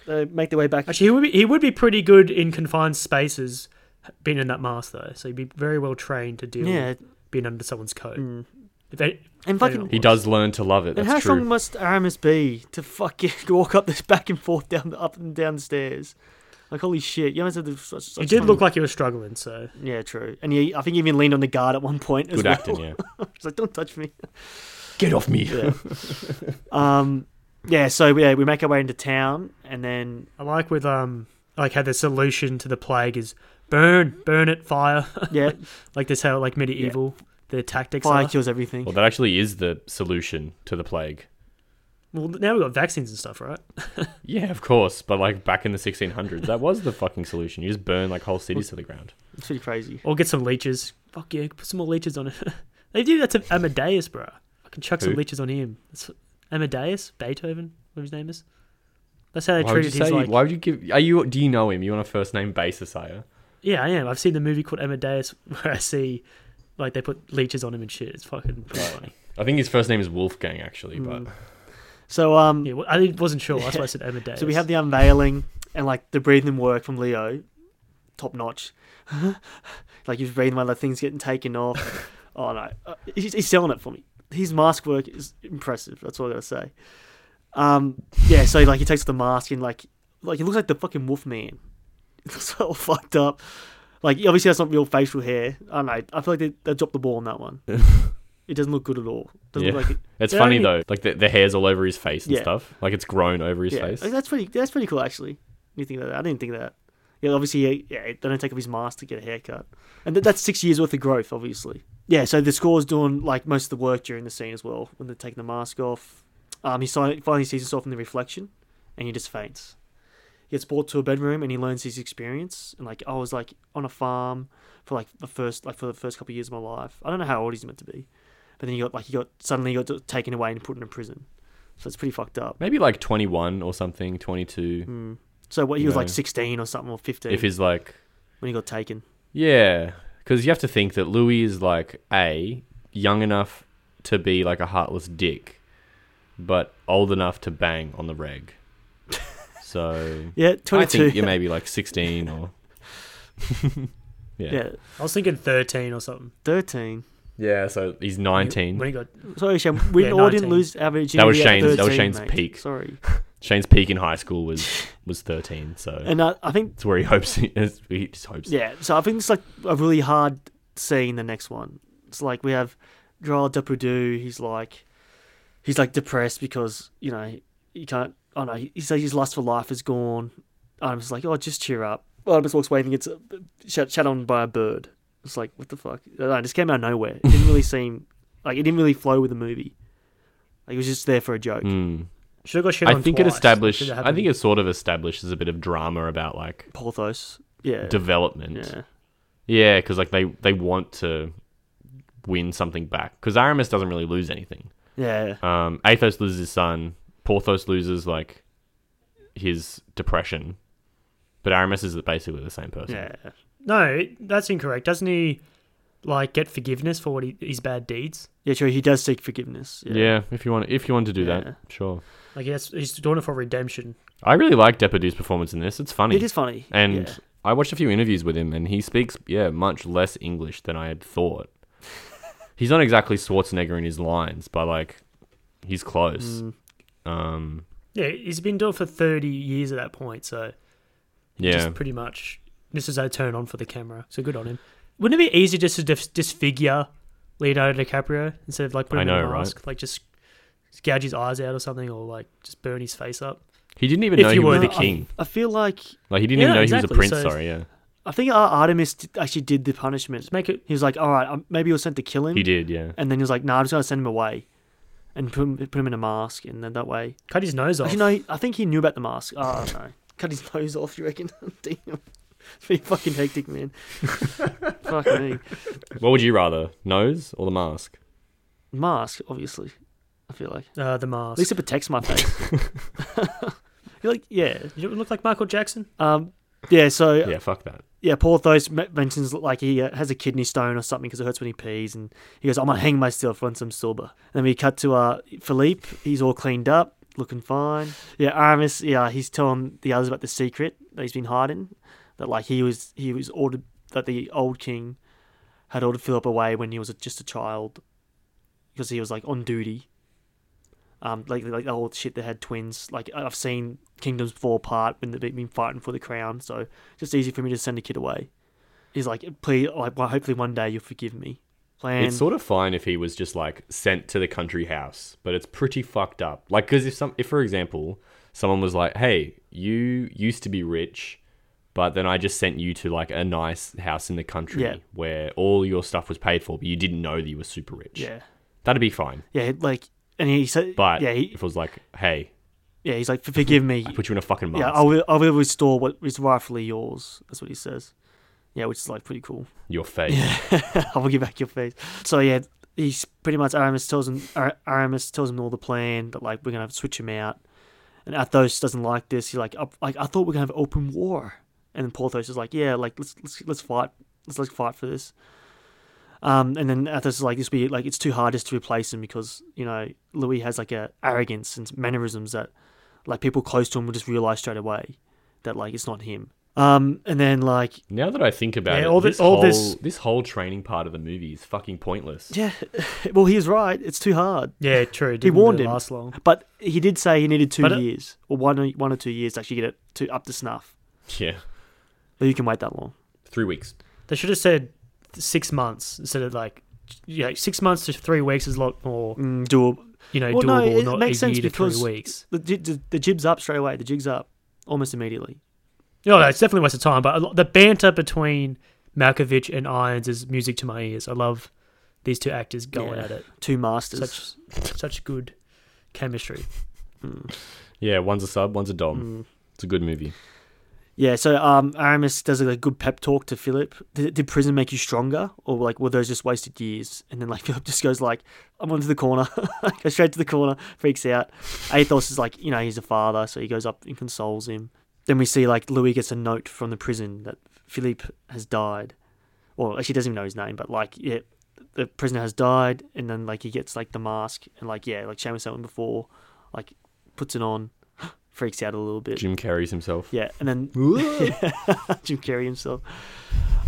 [SPEAKER 4] they make their way back.
[SPEAKER 3] Actually, he would be he would be pretty good in confined spaces, being in that mask though. So he'd be very well trained to deal
[SPEAKER 4] yeah, Hmm.
[SPEAKER 3] with being under someone's coat. If they,
[SPEAKER 4] and fucking.
[SPEAKER 1] He does learn to love it.
[SPEAKER 4] And
[SPEAKER 1] That's
[SPEAKER 4] how
[SPEAKER 1] true.
[SPEAKER 4] strong must Aramis be to fucking <laughs> walk up this back and forth down the up and down the stairs? Like holy shit, you must have such, such
[SPEAKER 3] he did
[SPEAKER 4] strong-
[SPEAKER 3] look like he was struggling. So
[SPEAKER 4] Yeah, true. And he, I think, he even leaned on the guard at one point. as
[SPEAKER 1] Good
[SPEAKER 4] well.
[SPEAKER 1] acting, yeah.
[SPEAKER 4] <laughs> He's like, "Don't touch me."
[SPEAKER 1] Get off me.
[SPEAKER 4] Yeah. um, yeah. So yeah, we make our way into town, and then
[SPEAKER 3] I like with um like how the solution to the plague is burn, burn it, fire. <laughs>
[SPEAKER 4] yeah,
[SPEAKER 3] like this how like medieval their tactics
[SPEAKER 4] fire
[SPEAKER 3] are.
[SPEAKER 4] kills everything.
[SPEAKER 1] Well, that actually is the solution to the plague.
[SPEAKER 3] Well, now we've got vaccines and stuff, right?
[SPEAKER 1] Yeah, of course. But like back in the 1600s, that was the fucking solution. You just burn like whole cities to the ground.
[SPEAKER 4] It's pretty crazy.
[SPEAKER 3] Or get some leeches. Fuck yeah, put some more leeches on it. <laughs> they do that to Amadeus, bro. I can chuck some
[SPEAKER 1] Who?
[SPEAKER 3] leeches on him. That's Amadeus, Beethoven, whatever his name is. That's how they
[SPEAKER 1] Why would you
[SPEAKER 3] treated his
[SPEAKER 1] say?
[SPEAKER 3] like.
[SPEAKER 1] Why would you give? Are you? Do you know him? You on a first name basis, are you?
[SPEAKER 3] Yeah, I am. I've seen the movie called Amadeus <laughs> where I see like they put leeches on him and shit. It's fucking pretty funny.
[SPEAKER 1] I think his first name is Wolfgang, actually. But
[SPEAKER 4] So um,
[SPEAKER 3] Yeah, well, I wasn't sure. That's
[SPEAKER 1] <laughs>
[SPEAKER 3] why I said Amadeus.
[SPEAKER 4] so we have the unveiling and like the breathing work from Leo, top notch. <laughs> like he's breathing while the thing's getting taken off. oh no, uh, he's, he's selling it for me. His mask work is impressive. That's all I gotta say. Um, yeah. So like he takes the mask and like like he looks like the fucking wolf man. <laughs> It's all fucked up. Like obviously that's not real facial hair. I don't know. I feel like they, they dropped the ball on that one. it doesn't look good at all. Doesn't
[SPEAKER 1] Yeah.
[SPEAKER 4] look like it.
[SPEAKER 1] it's
[SPEAKER 3] Yeah, I
[SPEAKER 1] funny
[SPEAKER 3] mean-
[SPEAKER 1] though. Like the, the hair's all over his face and
[SPEAKER 4] Yeah.
[SPEAKER 1] stuff. Like it's grown over his
[SPEAKER 4] yeah,
[SPEAKER 1] face.
[SPEAKER 4] like, that's pretty. That's pretty cool, actually. When you think about that, I didn't think of that. Yeah, obviously, yeah, yeah, they don't take off his mask to get a haircut, and th- that's six years worth of growth, obviously. Yeah, so the score's doing like most of the work during the scene as well. When they're taking the mask off, um, he si- finally sees himself in the reflection, and he just faints. He gets brought to a bedroom, and he learns his experience. And like, I was like on a farm for like the first, like for the first couple of years of my life. I don't know how old he's meant to be, but then he got like he got suddenly he got taken away and put in a prison. So it's pretty fucked up.
[SPEAKER 1] Maybe like 21 or something, 22.
[SPEAKER 4] Hmm. So what he
[SPEAKER 1] You
[SPEAKER 4] was
[SPEAKER 1] know.
[SPEAKER 4] like sixteen or something or fifteen
[SPEAKER 1] If he's like,
[SPEAKER 4] when he got taken.
[SPEAKER 1] yeah, because you have to think that Louis is like a young enough to be like a heartless dick, but old enough to bang on the
[SPEAKER 4] <laughs>
[SPEAKER 1] reg. So
[SPEAKER 4] Yeah,
[SPEAKER 1] I
[SPEAKER 4] twenty two.
[SPEAKER 1] think you're maybe like 16 or. yeah.
[SPEAKER 4] yeah,
[SPEAKER 3] I was thinking thirteen or something.
[SPEAKER 4] thirteen.
[SPEAKER 1] <laughs> Yeah, so he's 19.
[SPEAKER 3] When he got
[SPEAKER 4] Sorry, Shane. We
[SPEAKER 3] Yeah,
[SPEAKER 4] all
[SPEAKER 3] 19.
[SPEAKER 4] didn't lose our virginity.
[SPEAKER 1] That was
[SPEAKER 4] at
[SPEAKER 1] Shane's- that was
[SPEAKER 4] 13,
[SPEAKER 1] Shane's
[SPEAKER 4] mate.
[SPEAKER 1] peak.
[SPEAKER 4] Sorry.
[SPEAKER 1] Shane's peak in high school was
[SPEAKER 4] <laughs>
[SPEAKER 1] was thirteen, so
[SPEAKER 4] And uh, I, I think
[SPEAKER 1] it's where he hopes he, he just hopes.
[SPEAKER 4] Yeah, so I think it's like a really hard scene. The next one, it's like we have Joel Depardieu. He's like, he's like depressed because you know he, he can't. Oh no, he, he says his lust for life is gone. Artemis is like, oh, just cheer up. Artemis walks away and gets uh, shut, shut on by a bird. It's like, what the fuck? I don't know, it just came out of nowhere. It didn't really seem like it didn't really flow with the movie. Like it was just there for a joke.
[SPEAKER 1] Mm.
[SPEAKER 3] Should have got shit
[SPEAKER 1] I
[SPEAKER 3] on
[SPEAKER 1] think it
[SPEAKER 3] twice.
[SPEAKER 1] established.
[SPEAKER 3] Should have
[SPEAKER 1] I think
[SPEAKER 3] happened.
[SPEAKER 1] it sort of establishes a bit of drama about like
[SPEAKER 4] Porthos, yeah,
[SPEAKER 1] development.
[SPEAKER 4] yeah.
[SPEAKER 1] Yeah, because like they they want to win something back because Aramis doesn't really lose anything.
[SPEAKER 4] Yeah,
[SPEAKER 1] Um, Athos loses his son. Porthos loses like his depression, but Aramis is basically the same person.
[SPEAKER 4] yeah.
[SPEAKER 3] No, that's incorrect. Doesn't he like get forgiveness for what he, his bad deeds?
[SPEAKER 4] Yeah, sure. He does seek forgiveness.
[SPEAKER 1] Yeah. if you want, if you want to do
[SPEAKER 4] Yeah.
[SPEAKER 1] that, sure.
[SPEAKER 3] Like yes, he's doing it for redemption.
[SPEAKER 1] I really like Depardieu's performance in this. It's funny.
[SPEAKER 4] It is funny.
[SPEAKER 1] And
[SPEAKER 4] yeah.
[SPEAKER 1] I watched a few interviews with him, and he speaks, yeah, much less English than I had
[SPEAKER 3] <laughs>
[SPEAKER 1] thought. he's not exactly Schwarzenegger in his lines, but like, he's close.
[SPEAKER 3] Mm.
[SPEAKER 1] Um,
[SPEAKER 3] Yeah, he's been doing it for thirty years at that point, so
[SPEAKER 1] yeah,
[SPEAKER 3] just pretty much this is a turn on for the camera. So good on him. Wouldn't it be easier just to dis- disfigure Leonardo DiCaprio instead of like putting
[SPEAKER 1] I
[SPEAKER 3] him in
[SPEAKER 1] know,
[SPEAKER 3] a
[SPEAKER 1] right?
[SPEAKER 3] mask, like just gouge his eyes out or something, or like just burn his face up?
[SPEAKER 1] he didn't even
[SPEAKER 3] if
[SPEAKER 1] know
[SPEAKER 3] you
[SPEAKER 1] he
[SPEAKER 3] were
[SPEAKER 1] was the
[SPEAKER 3] the-
[SPEAKER 1] king.
[SPEAKER 4] I feel like
[SPEAKER 1] Like, he didn't
[SPEAKER 3] Yeah,
[SPEAKER 1] even know
[SPEAKER 3] exactly,
[SPEAKER 1] he was a
[SPEAKER 3] so-
[SPEAKER 1] prince. sorry, yeah,
[SPEAKER 4] I think Ar- Artemis d- actually did the punishment.
[SPEAKER 3] Just make it
[SPEAKER 4] He was like, "All right, um, maybe he was sent to kill him,"
[SPEAKER 1] he did. Yeah,
[SPEAKER 4] and then he was like, "No, I'm just gonna send him away." And put him, put him in a mask, and then that way.
[SPEAKER 3] cut his nose off.
[SPEAKER 4] Actually, no, he- I think he knew about the mask. Oh, I don't know. Cut his nose off, you reckon? <laughs> Damn. It's pretty fucking hectic, man. <laughs> Fuck me.
[SPEAKER 1] what would you rather, nose or the mask?
[SPEAKER 4] Mask, obviously. I feel like.
[SPEAKER 3] uh, the
[SPEAKER 4] At
[SPEAKER 3] mask.
[SPEAKER 4] least it protects
[SPEAKER 1] <laughs>
[SPEAKER 4] my face. <laughs> You're like, yeah.
[SPEAKER 3] you don't look like Michael Jackson.
[SPEAKER 4] Um, yeah, so
[SPEAKER 1] yeah, fuck that.
[SPEAKER 4] yeah, Porthos m- mentions like he uh, has a kidney stone or something because it hurts when he pees, and he goes, "I'm gonna hang myself once I'm sober." And then we cut to uh Philippe. He's all cleaned up, looking fine. Yeah, Aramis. Yeah, he's telling the others about the secret that he's been hiding. That like he was he was ordered that the old king had ordered Philip away when he was just a child because he was like on duty. Um, like like the whole shit that had twins. Like I've seen kingdoms fall apart when they've been fighting for the crown, so just easy for me to send a kid away. He's like, please, like, well, hopefully one day you'll forgive me. Plan.
[SPEAKER 1] it's sort of fine if he was just like sent to the country house, but it's pretty fucked up. Like, because if some, if for example, someone was like, "Hey, you used to be rich, but then I just sent you to like a nice house in the country
[SPEAKER 4] Yeah.
[SPEAKER 1] where all your stuff was paid for, but you didn't know that you were super rich,"
[SPEAKER 4] yeah,
[SPEAKER 1] that'd be fine.
[SPEAKER 4] yeah, like, and he said,
[SPEAKER 1] But
[SPEAKER 4] yeah, he,
[SPEAKER 1] if it was like, "Hey,
[SPEAKER 4] yeah, he's like, forgive me.
[SPEAKER 1] I put you in a fucking mask,"
[SPEAKER 4] Yeah, I will, I will restore what is rightfully yours. That's what he says. Yeah, which is like pretty cool.
[SPEAKER 1] your face.
[SPEAKER 4] <laughs> I will give back your face. So yeah, he's pretty much Aramis tells him Ar- Aramis tells him all the plan that like we're gonna have to switch him out, and Athos doesn't like this. He's like, I, like I thought we are gonna have open war, and then Porthos is like, yeah, like let's let's let's fight, let's let's fight for this. Um, and then Athos is like, this be like it's too hard just to replace him because you know Louis has like a arrogance and mannerisms that like people close to him will just realize straight away that like it's not him. Um, and then like
[SPEAKER 1] Now that I think about
[SPEAKER 3] Yeah,
[SPEAKER 1] it,
[SPEAKER 3] all thi-
[SPEAKER 1] this,
[SPEAKER 3] all
[SPEAKER 1] whole,
[SPEAKER 3] this-
[SPEAKER 1] this whole training part of the movie is fucking pointless.
[SPEAKER 4] yeah, <laughs> well he was right. It's too hard.
[SPEAKER 3] Yeah, true. It
[SPEAKER 4] He
[SPEAKER 3] didn't
[SPEAKER 4] warned
[SPEAKER 3] really
[SPEAKER 4] him.
[SPEAKER 3] last long.
[SPEAKER 4] But he did say he needed two
[SPEAKER 3] But it-
[SPEAKER 4] years, or one, or one or two years to actually get it to up to snuff.
[SPEAKER 1] yeah.
[SPEAKER 4] But you can wait that long.
[SPEAKER 1] Three weeks.
[SPEAKER 3] They should have said six months instead of like yeah, six months to three weeks is a lot more
[SPEAKER 4] Mm, do
[SPEAKER 3] you know
[SPEAKER 4] Well, no,
[SPEAKER 3] doable.
[SPEAKER 4] it
[SPEAKER 3] not
[SPEAKER 4] makes
[SPEAKER 3] a
[SPEAKER 4] sense
[SPEAKER 3] year to
[SPEAKER 4] because-
[SPEAKER 3] three weeks.
[SPEAKER 4] the, the, the, jib's up straight away. The jig's up almost immediately.
[SPEAKER 3] No, no, it's definitely a waste of time. But a lo- the banter between Malkovich and Irons is music to my ears. I love these two actors going
[SPEAKER 4] Yeah.
[SPEAKER 3] at it.
[SPEAKER 4] Two masters.
[SPEAKER 3] Such such good chemistry.
[SPEAKER 1] Yeah, one's a sub, one's a dom.
[SPEAKER 4] Mm.
[SPEAKER 1] It's a good movie.
[SPEAKER 4] Yeah. So um, Aramis does a good pep talk to Philip. Did, did prison make you stronger, or like were those just wasted years? And then like <laughs> Philip just goes like, "I'm onto the corner." <laughs> goes straight to the corner, freaks out. Athos is like, you know, he's a father, so he goes up and consoles him. Then we see like Louis gets a note from the prison that Philippe has died. Well, actually, he doesn't even know his name, but like, yeah, the prisoner has died, and then like he gets like the mask, and like, yeah, like Shane was saying before, like puts it on, <gasps> freaks out a little bit.
[SPEAKER 1] Jim carries himself.
[SPEAKER 4] Yeah, and then <laughs> Jim Carrey himself.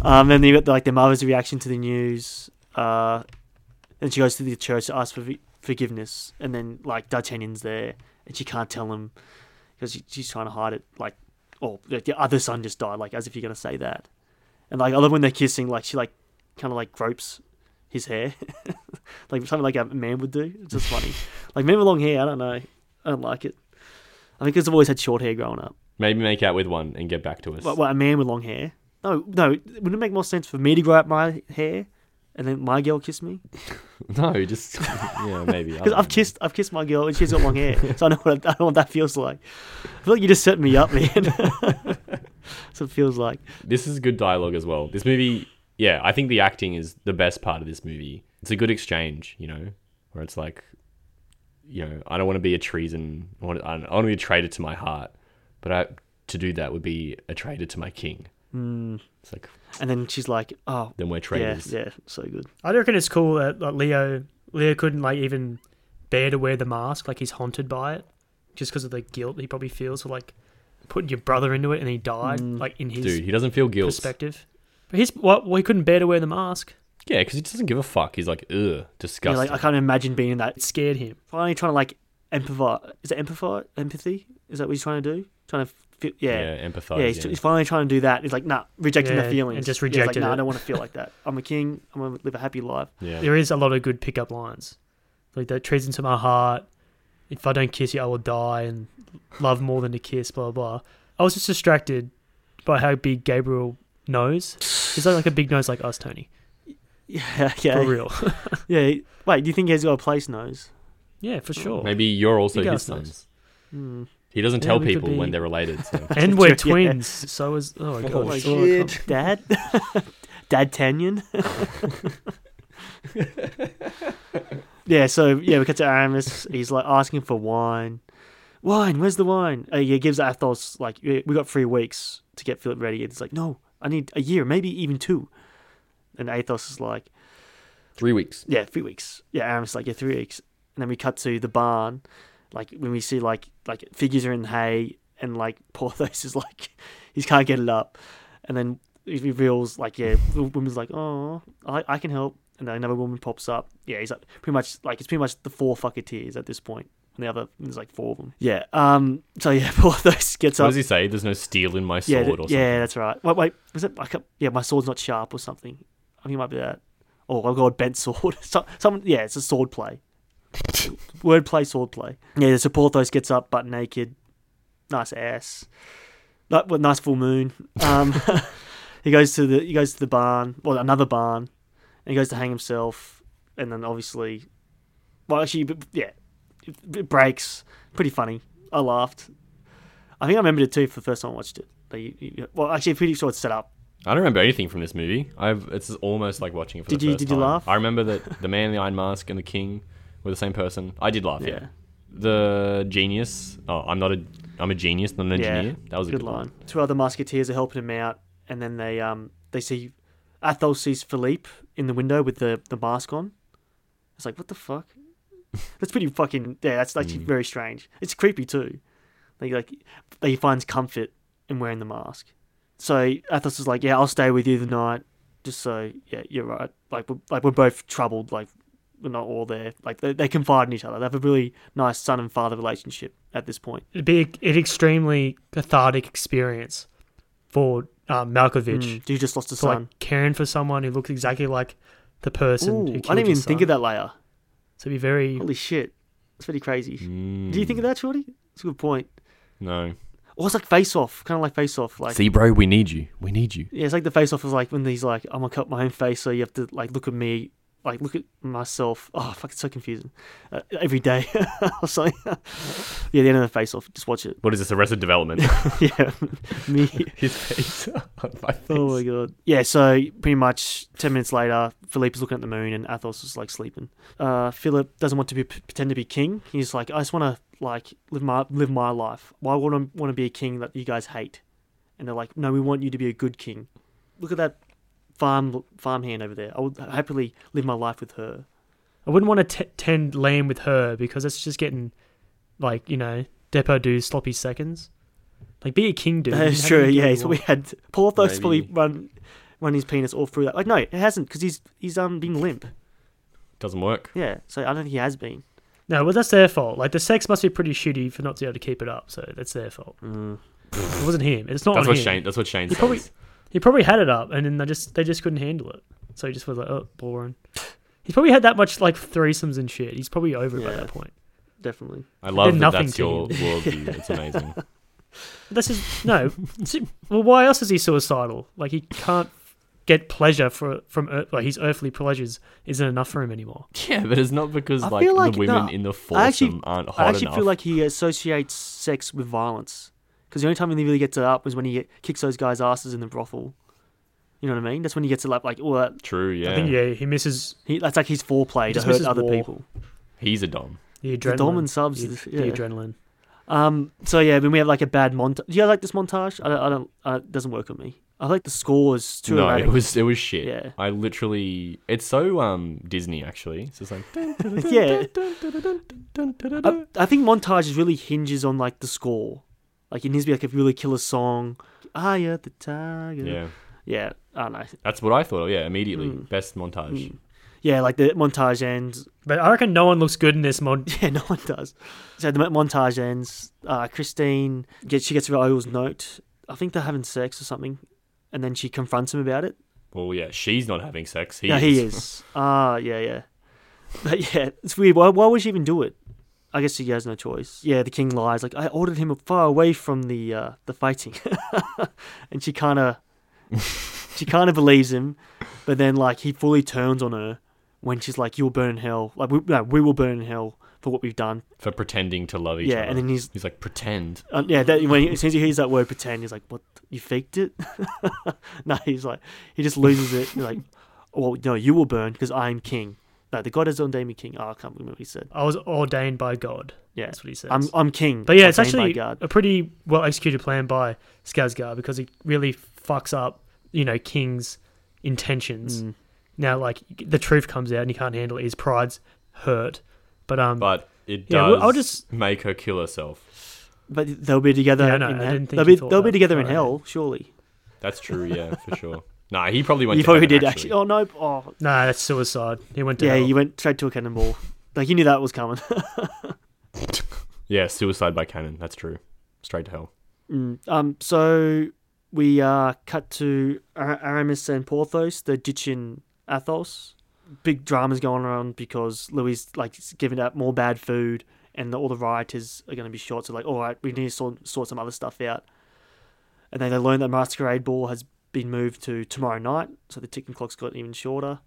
[SPEAKER 4] Um, and then you got like their mother's reaction to the news. Uh, and she goes to the church to ask for vi- forgiveness, and then like D'Artagnan's there, and she can't tell him. because she, she's trying to hide it. Like, oh, like, the other son just died. Like, as if you're gonna say that. And like, I love when they're kissing. Like, she like kind of like gropes his hair, <laughs> like something like a man would do. It's just funny. like men with long hair, I don't know. I don't like it. I think because I've always had short hair growing up.
[SPEAKER 1] <laughs> Maybe make out with one and get back to us.
[SPEAKER 4] Well, well, a man with long hair. No, no. Wouldn't it make more sense for me to grow out my hair and then my girl kiss me?
[SPEAKER 1] <laughs> No, just <laughs> yeah, maybe. I
[SPEAKER 4] Because
[SPEAKER 1] don't
[SPEAKER 4] I've
[SPEAKER 1] know.
[SPEAKER 4] kissed, I've kissed my girl, and she's got
[SPEAKER 3] <laughs>
[SPEAKER 4] long hair, so I know what I, know what that feels like. I feel like you just set me up, man. <laughs> That's what it feels like.
[SPEAKER 1] This is good dialogue as well. This movie, yeah, I think the acting is the best part of this movie. It's a good exchange, you know, where it's like, you know, I don't want to be a treason. I want, I want to be a traitor to my heart, but I, to do that would be a traitor to my king. It's like
[SPEAKER 4] mm, And then she's like, "Oh,
[SPEAKER 1] then we're
[SPEAKER 4] yeah,
[SPEAKER 1] traitors.
[SPEAKER 4] yeah, so good."
[SPEAKER 3] I do reckon it's cool that like, Leo Leo couldn't like even bear to wear the mask. Like he's haunted by it, just because of the guilt he probably feels for like putting your brother into it, and he died
[SPEAKER 4] Mm.
[SPEAKER 3] like in his
[SPEAKER 1] Dude, he doesn't feel guilt. Yeah, 'cause
[SPEAKER 3] perspective. But he's well, well, he couldn't bear to wear the mask.
[SPEAKER 1] Yeah, because he doesn't give a fuck. He's like, ugh,
[SPEAKER 4] Yeah,
[SPEAKER 1] disgusting.
[SPEAKER 4] like I can't imagine being in that.
[SPEAKER 3] It
[SPEAKER 4] It's
[SPEAKER 3] scared him.
[SPEAKER 4] finally trying to like empathize. Is it empathize? Empathy? Is that what he's trying to do? Trying to, feel, yeah. yeah.
[SPEAKER 1] yeah, empathize.
[SPEAKER 4] he's,
[SPEAKER 1] yeah.
[SPEAKER 4] he's finally trying to do that. He's like, nah, rejecting
[SPEAKER 3] Yeah,
[SPEAKER 4] the feelings.
[SPEAKER 3] and just
[SPEAKER 4] Yeah, he's
[SPEAKER 3] rejected
[SPEAKER 4] like, nah,
[SPEAKER 3] it.
[SPEAKER 4] I don't want to feel like that. I'm a king. I'm gonna live a
[SPEAKER 3] <sighs>
[SPEAKER 4] happy life.
[SPEAKER 1] Yeah.
[SPEAKER 3] There is a lot of good pickup lines, like that treason to my heart. If I don't kiss you, I will die, and love more than a kiss. Blah blah. I was just distracted by how big Gabriel knows. He's like, like a big nose like us, Tony.
[SPEAKER 4] <laughs> Yeah, yeah,
[SPEAKER 3] For real.
[SPEAKER 4] yeah. Wait, do you think he's got a place nose?
[SPEAKER 3] yeah, for sure.
[SPEAKER 1] Maybe you're also
[SPEAKER 3] He
[SPEAKER 1] his
[SPEAKER 3] does those.
[SPEAKER 1] sons.
[SPEAKER 4] Hmm.
[SPEAKER 1] He doesn't
[SPEAKER 3] Yeah,
[SPEAKER 1] tell
[SPEAKER 3] we could
[SPEAKER 1] people when
[SPEAKER 3] be-
[SPEAKER 1] they're related. So.
[SPEAKER 3] And we're
[SPEAKER 4] True, yeah.
[SPEAKER 3] twins. So is oh my
[SPEAKER 1] Oh,
[SPEAKER 3] gosh. <laughs>
[SPEAKER 1] shit.
[SPEAKER 4] Dad? <laughs> Dad Tanyan? <laughs> yeah, so yeah, we cut to Aramis. He's like asking for wine. Wine, where's the wine? Uh, he gives Athos, like, "Yeah, we got three weeks to get Philip ready. And he's like, no, I need a year, maybe even two. And Athos is like,
[SPEAKER 1] Three weeks.
[SPEAKER 4] yeah, <laughs> three weeks. Yeah, Aramis is like, yeah, three weeks. And then we cut to the barn, like when we see like like figures are in hay and like <laughs> Porthos is like he can't get it up. And then he reveals like yeah, the woman's like, Oh, I, I can help and then another woman pops up. Yeah, he's like pretty much like it's pretty much the four fucketeers at this point. And the other there's like four of them. Yeah. Um so yeah, <laughs> Porthos gets
[SPEAKER 1] What
[SPEAKER 4] up.
[SPEAKER 1] does he say? There's no steel in my
[SPEAKER 4] yeah,
[SPEAKER 1] sword or something.
[SPEAKER 4] yeah, that's right. Wait, wait, was it? I can't, yeah, my sword's not sharp or something. I think it might be that. Oh, I've got a bent <laughs> sword. so, someone, yeah, it's a
[SPEAKER 1] <laughs>
[SPEAKER 4] sword play. Word play, sword play. Yeah, so Porthos gets up, butt naked, nice ass, Like, well, nice full moon.
[SPEAKER 1] <laughs>
[SPEAKER 4] Um, he goes to the he goes to the barn, well, another barn, and he goes to hang himself, and then obviously, well, actually, b- yeah, it, it breaks. Pretty funny. I laughed. I think I remembered it too for the first time I watched it. Like, you, you- well, actually, I'm pretty sure it's set up.
[SPEAKER 1] I don't remember anything from this movie. I've it's almost like watching it for
[SPEAKER 4] Did
[SPEAKER 1] the
[SPEAKER 4] you-
[SPEAKER 1] first
[SPEAKER 4] did you
[SPEAKER 1] time.
[SPEAKER 4] laugh?
[SPEAKER 1] I remember that the man in the iron mask and the king were the same person. I did laugh. Yeah.
[SPEAKER 4] Yeah.
[SPEAKER 1] The genius. Oh, I'm not a. I'm a genius, not an engineer. that was a good,
[SPEAKER 4] line. Two other musketeers are helping him out, and then they um they see Athos sees Philippe in the window with the the mask on. It's like what the fuck? that's pretty fucking yeah. That's actually very strange. It's creepy too. Like like that he finds comfort in wearing the mask. So Athos is like, yeah, I'll stay with you the night, just so yeah, you're right. Like we're, like we're both troubled. Like we're not all there. Like they, they confide in each other. They have a really nice son and father relationship at this point.
[SPEAKER 3] It'd be an extremely cathartic experience for uh, Malkovich
[SPEAKER 4] Mm, Dude just lost his
[SPEAKER 3] to
[SPEAKER 4] son.
[SPEAKER 3] like caring for someone who looks exactly like the person.
[SPEAKER 4] Ooh,
[SPEAKER 3] who
[SPEAKER 4] I
[SPEAKER 3] killed
[SPEAKER 4] didn't even think of
[SPEAKER 3] that.
[SPEAKER 4] that layer.
[SPEAKER 3] So it'd be very.
[SPEAKER 4] Holy shit. That's pretty crazy.
[SPEAKER 1] Mm,
[SPEAKER 4] Do you think of that, Shorty? That's a good point.
[SPEAKER 1] No.
[SPEAKER 4] Or it's like face off, kind of like face off. Like,
[SPEAKER 1] See, bro, we need you. We need you.
[SPEAKER 4] yeah, it's like the face off is like when he's like, I'm gonna cut my own face, so you have to like look at me, like look at myself. Oh, fuck, it's so confusing. Uh, every day <laughs> or something. yeah, the end of the face off. Just watch it. <laughs>
[SPEAKER 1] What is this? Arrested Development.
[SPEAKER 4] yeah, me.
[SPEAKER 1] His face. <laughs> my face.
[SPEAKER 4] Oh my god. Yeah, so pretty much 10 minutes later, Philippe is looking at the moon and Athos is like sleeping. Uh, Philip doesn't want to be, pretend to be king. He's like, I just want to like live my live my life. Why would I want to be a king that you guys hate? And they're like, no, we want you to be a good king. Look at that farm farmhand over there. I would happily live my life with her.
[SPEAKER 3] I wouldn't want to t- tend land with her because that's just getting, like you know, Depardieu's sloppy seconds. Like be a king, dude. You
[SPEAKER 4] That's
[SPEAKER 3] can
[SPEAKER 4] true.
[SPEAKER 3] have any
[SPEAKER 4] Yeah,
[SPEAKER 3] girl you
[SPEAKER 4] he's probably
[SPEAKER 3] want.
[SPEAKER 4] had Porthos
[SPEAKER 1] Maybe-
[SPEAKER 4] probably run run his penis all through that. Like, no, it hasn't because he's he's um been limp.
[SPEAKER 1] Doesn't work.
[SPEAKER 4] Yeah, so I don't think he has been.
[SPEAKER 3] No, well, that's their fault. Like the sex must be pretty shitty for not to be able to keep it up. So that's their fault.
[SPEAKER 4] Mm.
[SPEAKER 3] It wasn't him. It's
[SPEAKER 4] Oh,
[SPEAKER 3] not
[SPEAKER 1] That's
[SPEAKER 3] on
[SPEAKER 1] what
[SPEAKER 3] him.
[SPEAKER 1] Shane. That's what Shane
[SPEAKER 3] He
[SPEAKER 1] says.
[SPEAKER 3] probably he probably had it up, and then they just they just couldn't handle it. So he just was like, oh, boring. He's probably had that much like threesomes and shit. He's probably over it by
[SPEAKER 4] Yeah.
[SPEAKER 3] that point.
[SPEAKER 4] Definitely.
[SPEAKER 1] I love
[SPEAKER 3] did
[SPEAKER 1] that.
[SPEAKER 3] nothing
[SPEAKER 1] That's
[SPEAKER 3] to
[SPEAKER 1] your
[SPEAKER 3] you.
[SPEAKER 1] worldview. It's
[SPEAKER 4] <laughs>
[SPEAKER 1] amazing.
[SPEAKER 3] This is no. <laughs> See, well, why else is he suicidal? Like he can't get pleasure for from earth, like his earthly pleasures isn't enough for him anymore.
[SPEAKER 1] <laughs> yeah, but it's not because
[SPEAKER 4] I
[SPEAKER 1] like,
[SPEAKER 4] feel like-
[SPEAKER 1] the women
[SPEAKER 4] no,
[SPEAKER 1] in the foursome
[SPEAKER 4] I actually-
[SPEAKER 1] aren't hot
[SPEAKER 4] I actually
[SPEAKER 1] enough.
[SPEAKER 4] feel like he associates sex with violence because the only time he really gets it up is when he kicks those guys' asses in the brothel. You know what I mean? That's when he gets it up. Like, all that.
[SPEAKER 1] True. Yeah.
[SPEAKER 3] I think yeah, he misses
[SPEAKER 4] He, that's like his foreplay to
[SPEAKER 3] just
[SPEAKER 4] hurt
[SPEAKER 3] misses
[SPEAKER 4] other
[SPEAKER 3] war.
[SPEAKER 4] people.
[SPEAKER 1] He's a dom.
[SPEAKER 3] the adrenaline.
[SPEAKER 4] The Dom and subs.
[SPEAKER 3] the,
[SPEAKER 4] is-
[SPEAKER 3] the
[SPEAKER 4] yeah.
[SPEAKER 3] adrenaline.
[SPEAKER 4] Um. So yeah, then we have like a bad montage. Do you like this montage? I don't. I don't. Uh, it doesn't work with me. I like the score is too.
[SPEAKER 1] no, <laughs>
[SPEAKER 4] erratic.
[SPEAKER 1] it was it was shit.
[SPEAKER 4] Yeah.
[SPEAKER 1] I literally. It's so um Disney actually. It's just
[SPEAKER 4] <laughs>
[SPEAKER 1] like
[SPEAKER 4] yeah. I, I think montages really hinges on like the score. Like it needs to be like a really killer song. I at the tiger.
[SPEAKER 1] yeah.
[SPEAKER 4] Yeah. I don't know.
[SPEAKER 1] That's what I thought. Yeah, immediately
[SPEAKER 4] Mm.
[SPEAKER 1] best montage.
[SPEAKER 4] Yeah, like the montage ends.
[SPEAKER 3] But I reckon no one looks good in this mod.
[SPEAKER 4] <laughs> Yeah, no one does. So the mon- montage ends. Uh, Christine gets she gets Raoul's note. I think they're having sex or something, and then she confronts him about it.
[SPEAKER 1] Well, yeah, she's not having sex. He
[SPEAKER 4] no,
[SPEAKER 1] is.
[SPEAKER 4] he is. <laughs> Ah, yeah, yeah. But yeah, it's weird. Why, why would she even do it? I guess she has no choice. Yeah, the king lies. Like I ordered him far away from the uh, the fighting, <laughs> and she kind of
[SPEAKER 1] <laughs>
[SPEAKER 4] she kind of believes him, but then like he fully turns on her when she's like, "You'll burn in hell. Like we, no, we will burn in hell for what we've done."
[SPEAKER 1] for pretending to love each
[SPEAKER 4] Yeah,
[SPEAKER 1] other.
[SPEAKER 4] and then he's-
[SPEAKER 1] he's like pretend.
[SPEAKER 4] Uh, yeah, that, when he, as soon as he hears that word pretend, he's like, "What? You faked it?" <laughs> no, he's like, he just loses it. He's like, <laughs> "Well, no, you will burn because I am king." No, the God has ordained me king. Oh, I can't remember what he said.
[SPEAKER 3] I was ordained by God.
[SPEAKER 4] Yeah,
[SPEAKER 3] That's what he says.
[SPEAKER 4] I'm I'm king.
[SPEAKER 3] But yeah, it's
[SPEAKER 4] ordained by
[SPEAKER 3] actually
[SPEAKER 4] God.
[SPEAKER 3] a pretty well executed plan by Skarsgård because it really fucks up, you know, King's intentions.
[SPEAKER 4] Mm.
[SPEAKER 3] Now, like the truth comes out and he can't handle it. His pride's hurt, but
[SPEAKER 4] Mm.
[SPEAKER 3] um,
[SPEAKER 1] But it
[SPEAKER 3] Yeah,
[SPEAKER 1] does
[SPEAKER 3] well, I'll just-
[SPEAKER 1] make her kill herself.
[SPEAKER 4] But they'll be together.
[SPEAKER 3] Yeah, I know,
[SPEAKER 4] in
[SPEAKER 3] I
[SPEAKER 4] hell.
[SPEAKER 3] didn't think
[SPEAKER 4] they'll
[SPEAKER 3] you
[SPEAKER 4] be
[SPEAKER 3] thought
[SPEAKER 4] they'll be
[SPEAKER 3] that.
[SPEAKER 4] together in
[SPEAKER 3] Sorry.
[SPEAKER 4] hell. Surely
[SPEAKER 1] That's true. Yeah, for sure.
[SPEAKER 4] <laughs>
[SPEAKER 1] Nah, he probably went.
[SPEAKER 4] you
[SPEAKER 1] to
[SPEAKER 4] probably
[SPEAKER 1] heaven,
[SPEAKER 4] did actually. Oh no! Oh
[SPEAKER 3] no, nah, that's suicide. He went to
[SPEAKER 4] yeah,
[SPEAKER 3] hell.
[SPEAKER 4] you went straight to a cannonball. Like you knew that was coming.
[SPEAKER 1] Yeah, suicide by cannon. That's true. Straight to hell.
[SPEAKER 4] Mm. Um, so we uh, cut to Ar- Aramis and Porthos. They're ditching Athos. Big drama's going on because Louis like is giving out more bad food, and the, all the rioters are going to be shot. So like, all right, we need to sort, sort some other stuff out. And then they learn that Masquerade Ball has been moved to tomorrow night, so the ticking clock's got even shorter.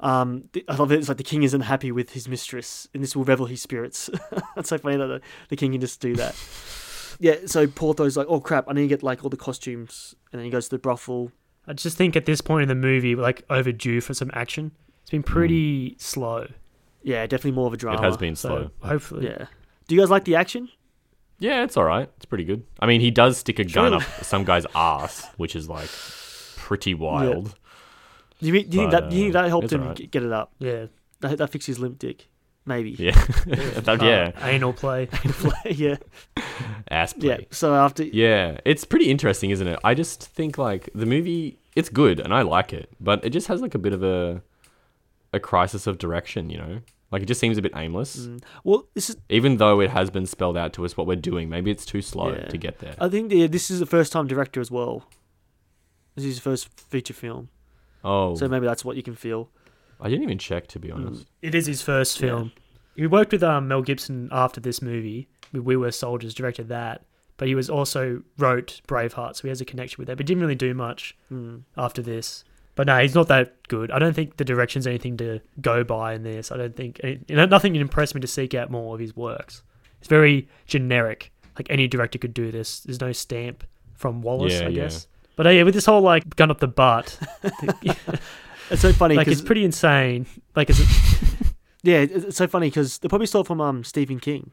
[SPEAKER 4] Um, the, I love it. It's like the king isn't happy with his mistress, and this will revel his spirits. <laughs> it's so funny that the, the king can just do that. Yeah, so Porto's like, oh crap, I need to get like all the costumes, and then he goes to the brothel.
[SPEAKER 3] I just think at this point in the movie, we're like overdue for some action. It's been pretty
[SPEAKER 4] Mm.
[SPEAKER 3] slow.
[SPEAKER 4] Yeah, definitely more of a drama.
[SPEAKER 1] It has been
[SPEAKER 3] So
[SPEAKER 1] slow.
[SPEAKER 3] hopefully,
[SPEAKER 4] Yeah. Do you guys like the action?
[SPEAKER 1] Yeah, it's all right. It's pretty good. I mean, he does stick a gun
[SPEAKER 4] Sure.
[SPEAKER 1] up some guy's ass, which is like pretty
[SPEAKER 4] <laughs>
[SPEAKER 1] wild.
[SPEAKER 4] Do you, do you think
[SPEAKER 1] But,
[SPEAKER 4] that do you think
[SPEAKER 1] uh,
[SPEAKER 4] that helped
[SPEAKER 1] it's
[SPEAKER 4] him
[SPEAKER 1] alright.
[SPEAKER 4] g- get it up?
[SPEAKER 3] yeah,
[SPEAKER 4] That, that fixed his limp dick, maybe.
[SPEAKER 1] Yeah, <laughs> That-
[SPEAKER 3] Uh,
[SPEAKER 1] yeah.
[SPEAKER 3] anal play.
[SPEAKER 4] <laughs> yeah.
[SPEAKER 1] Ass play.
[SPEAKER 4] Yeah. So after
[SPEAKER 1] Yeah, it's pretty interesting, isn't it? I just think like the movie, it's good and I like it, but it just has like a bit of a a crisis of direction, you know? Like it just seems a bit aimless,
[SPEAKER 4] Mm. well, this is
[SPEAKER 1] even though it has been spelled out to us what we're doing. Maybe it's too slow
[SPEAKER 4] Yeah. Uh,
[SPEAKER 1] to get there.
[SPEAKER 4] I think the, this is the first time director as well. This is his first feature film,
[SPEAKER 1] oh,
[SPEAKER 4] so Mm. maybe that's what you can feel.
[SPEAKER 1] I didn't even check to be honest.
[SPEAKER 3] It is his first film. He worked with um, Mel Gibson after this movie. We, we Were Soldiers directed that, but he was also wrote Braveheart, so he has a connection with that. But didn't really do much
[SPEAKER 4] Mm.
[SPEAKER 1] <laughs>
[SPEAKER 3] after this. But no, he's not that good. I don't think the direction's anything to go by in this. I don't think it, nothing impressed me to seek out more of his works. It's very generic. Like any director could do this. There's no stamp from Wallace,
[SPEAKER 1] Yeah,
[SPEAKER 3] I
[SPEAKER 1] yeah.
[SPEAKER 3] guess. But uh, yeah, with this whole like gun up the
[SPEAKER 4] <laughs>
[SPEAKER 3] butt,
[SPEAKER 4] <laughs> It's so funny
[SPEAKER 3] <laughs> like
[SPEAKER 4] because
[SPEAKER 3] it's pretty insane. Like it's
[SPEAKER 4] yeah, it- <laughs> it's so funny because they probably stole it from um Stephen King.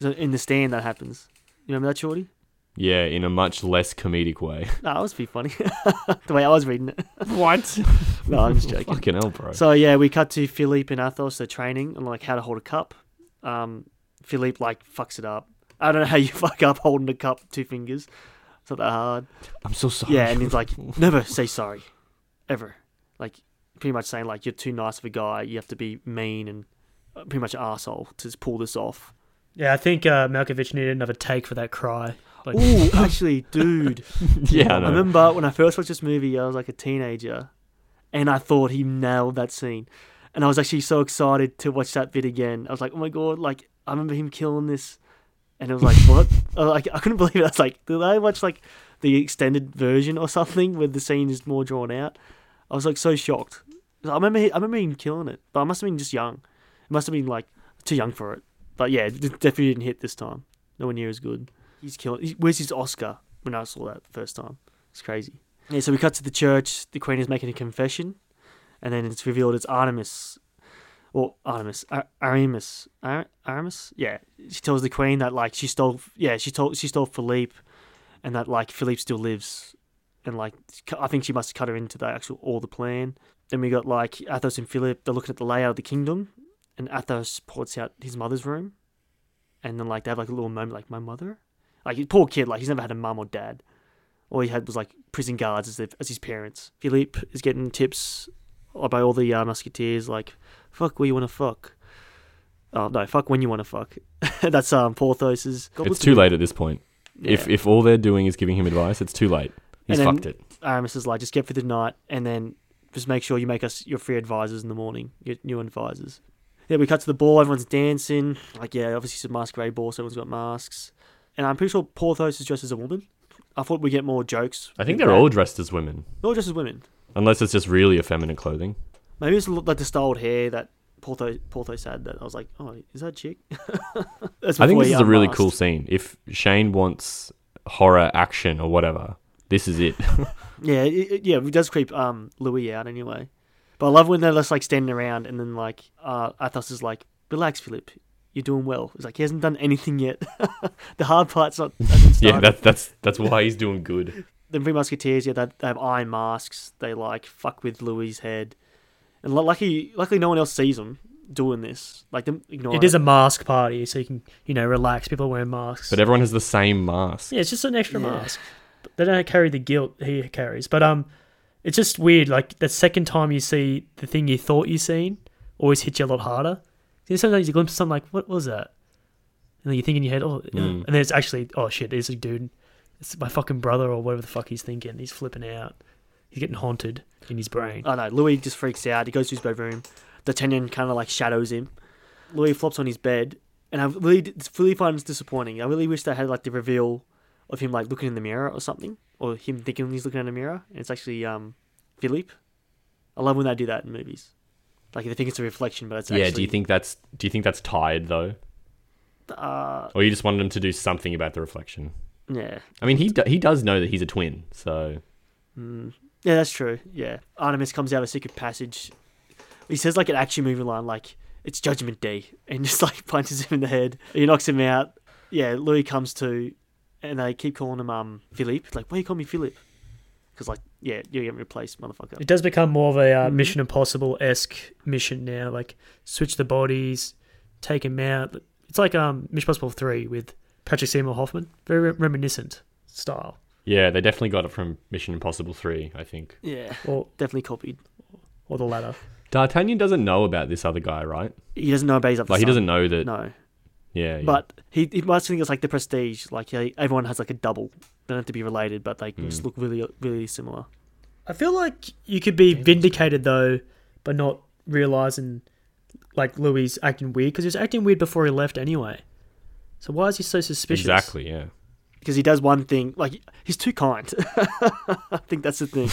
[SPEAKER 4] So in the stand that happens. You remember that, Shorty?
[SPEAKER 1] Yeah, in a much less comedic way.
[SPEAKER 4] No, that was pretty funny. the way I was reading it.
[SPEAKER 1] <laughs> What?
[SPEAKER 4] <laughs> No, I'm just joking.
[SPEAKER 1] <laughs> Fucking hell, bro.
[SPEAKER 4] So yeah, we cut to Philippe and Athos. They're training on like how to hold a cup. Um, Philippe like fucks it up. I don't know how you <laughs> fuck up holding a cup with two fingers. It's not that hard.
[SPEAKER 1] I'm so sorry.
[SPEAKER 4] Yeah, and he's like, never say sorry, ever. Like pretty much saying like you're too nice of a guy. You have to be mean and uh, pretty much an asshole to just pull this off.
[SPEAKER 3] Yeah, I think uh, Malkovich needed another take for that cry.
[SPEAKER 1] <laughs>
[SPEAKER 3] Like,
[SPEAKER 4] Ooh, actually, dude.
[SPEAKER 1] <laughs> Yeah, <laughs> I
[SPEAKER 4] I
[SPEAKER 1] know.
[SPEAKER 4] remember when I first watched this movie, I was like a teenager, and I thought he nailed that scene. And I was actually so excited to watch that bit again. I was like, oh my god, like I remember him killing this, and it was like what? <laughs> I, was like I couldn't believe it. I was like, did I watch like the extended version or something where the scene is more drawn out? I was like so shocked. I remember, he, I remember him killing it, but I must have been just young. It must have been like too young for it. But yeah, it definitely didn't hit this time. Nowhere near as good. He's killing. he- Where's his Oscar? When I saw that first time, it's crazy. Yeah, so we cut to the church. The queen is making a confession, and then it's revealed it's Artemis, or Artemis, Ar- Aramis, Ar- Aramis. Yeah, she tells the queen that like she stole. Yeah, she told she stole Philippe, and that like Philippe still lives, and like cu- I think she must have cut her into the actual all the plan. Then we got like Athos and Philip. They're looking at the layout of the kingdom, and Athos points out his mother's room, and then like they have like a little moment like my mother, like poor kid, like he's never had a mum or dad. All he had was like prison guards as, their, as his parents. Philippe is getting tips by all the uh, musketeers, like fuck where you want to fuck. Oh no, fuck when you want to fuck. <laughs> That's um Porthos's.
[SPEAKER 1] It's too late at this point. If if all they're doing is giving him advice, it's too late. He's
[SPEAKER 4] And then-
[SPEAKER 1] fucked it.
[SPEAKER 4] Aramis is like, um, just get through the night, and then just make sure you make us your free advisors in the morning, your new advisors. Yeah, we cut to the ball. Everyone's dancing. Like, yeah, obviously it's a masquerade ball, so everyone's got masks. And I'm pretty sure Porthos is dressed as a woman. I thought we get more jokes.
[SPEAKER 1] I think
[SPEAKER 4] with
[SPEAKER 1] they're
[SPEAKER 4] that.
[SPEAKER 1] all dressed as women,
[SPEAKER 4] They're all dressed as women.
[SPEAKER 1] unless it's just really effeminate clothing.
[SPEAKER 4] Maybe it's like the styled hair that Porthos, Porthos had. That I was like, oh, is that a chick? <laughs> That's
[SPEAKER 1] I think
[SPEAKER 4] before
[SPEAKER 1] this
[SPEAKER 4] he
[SPEAKER 1] is a really cool
[SPEAKER 4] unmasked.
[SPEAKER 1] scene. If Shane wants horror action or whatever, this is it.
[SPEAKER 4] Yeah, it, it- yeah, it does creep um Louis out anyway. But I love when they're just like standing around and then like uh, Athos is like, "Relax, Philip, you're doing well." He's like, "He hasn't done anything yet. <laughs> the hard part's not."
[SPEAKER 1] <laughs>
[SPEAKER 4] Hasn't
[SPEAKER 1] yeah,
[SPEAKER 4] started.
[SPEAKER 1] that's that's that's why he's doing
[SPEAKER 4] <laughs>
[SPEAKER 1] good.
[SPEAKER 4] the Three Musketeers. Yeah, they, they have iron masks. They like fuck with Louis's head, and lu- lucky, luckily, no one else sees them doing this. Like them ignoring
[SPEAKER 3] it is a mask party, so you can you know relax. People are wearing masks.
[SPEAKER 1] But everyone has the same mask.
[SPEAKER 3] yeah, it's just an extra
[SPEAKER 4] Yeah.
[SPEAKER 3] mask. But they don't carry the guilt he carries. But um, it's just weird. Like the second time you see the thing you thought you seen, always hits you a lot harder. See, sometimes you glimpse something like, "What was that?" And then you think in your head, "Oh," and then it's actually, "Oh shit, it's a dude. It's my fucking brother or whatever the fuck he's thinking. He's flipping out. He's getting haunted in his brain."
[SPEAKER 4] I know. Louis just freaks out. He goes to his bedroom. D'Artagnan kind of like shadows him. Louis flops on his bed, and I really, it's really find this disappointing. I really wish they had like the reveal of him like looking in the mirror or something, or him thinking he's looking in a mirror, and it's actually um Philippe. I love when they do that in movies. Like they think it's a reflection, but it's
[SPEAKER 1] yeah, do
[SPEAKER 4] actually-
[SPEAKER 1] you think that's do you think that's tied though,
[SPEAKER 4] Uh,
[SPEAKER 1] or you just wanted him to do something about the reflection?
[SPEAKER 4] yeah,
[SPEAKER 1] I mean, he do, he does know that he's a twin, so
[SPEAKER 4] Mm. Yeah, that's true. Yeah. Artemis comes out of Secret Passage. He says like an action movie line like, It's judgment day <laughs> and just like punches him in the head. He knocks him out. Yeah, Louis comes to and they keep calling him um Philippe. Like, why you call me Philippe? Because like, yeah, you're getting replaced, motherfucker.
[SPEAKER 3] It does become more of a uh, Mission Impossible esque mission now. Like switch the bodies, take him out. It's like um, Mission Impossible three with Patrick Seymour Hoffman. Very re- reminiscent style.
[SPEAKER 1] yeah, they definitely got it from Mission Impossible Three, I think.
[SPEAKER 4] Yeah.
[SPEAKER 3] Or
[SPEAKER 4] Definitely copied.
[SPEAKER 3] or the latter.
[SPEAKER 1] D'Artagnan doesn't know about this other guy, right?
[SPEAKER 4] He doesn't know about his other
[SPEAKER 1] Like he
[SPEAKER 4] son.
[SPEAKER 1] doesn't know that.
[SPEAKER 4] No.
[SPEAKER 1] Yeah, yeah.
[SPEAKER 4] But he, he must think it's like the prestige. Like yeah, everyone has like a double. They don't have to be related, but they
[SPEAKER 1] Mm.
[SPEAKER 4] can just look really, really similar.
[SPEAKER 3] I feel like you could be vindicated though, but not realizing like Louis is acting weird because he was acting weird before he left anyway. So why is he so suspicious?
[SPEAKER 1] exactly. Yeah.
[SPEAKER 4] because he does one thing like he's too kind. <laughs> I think that's the thing.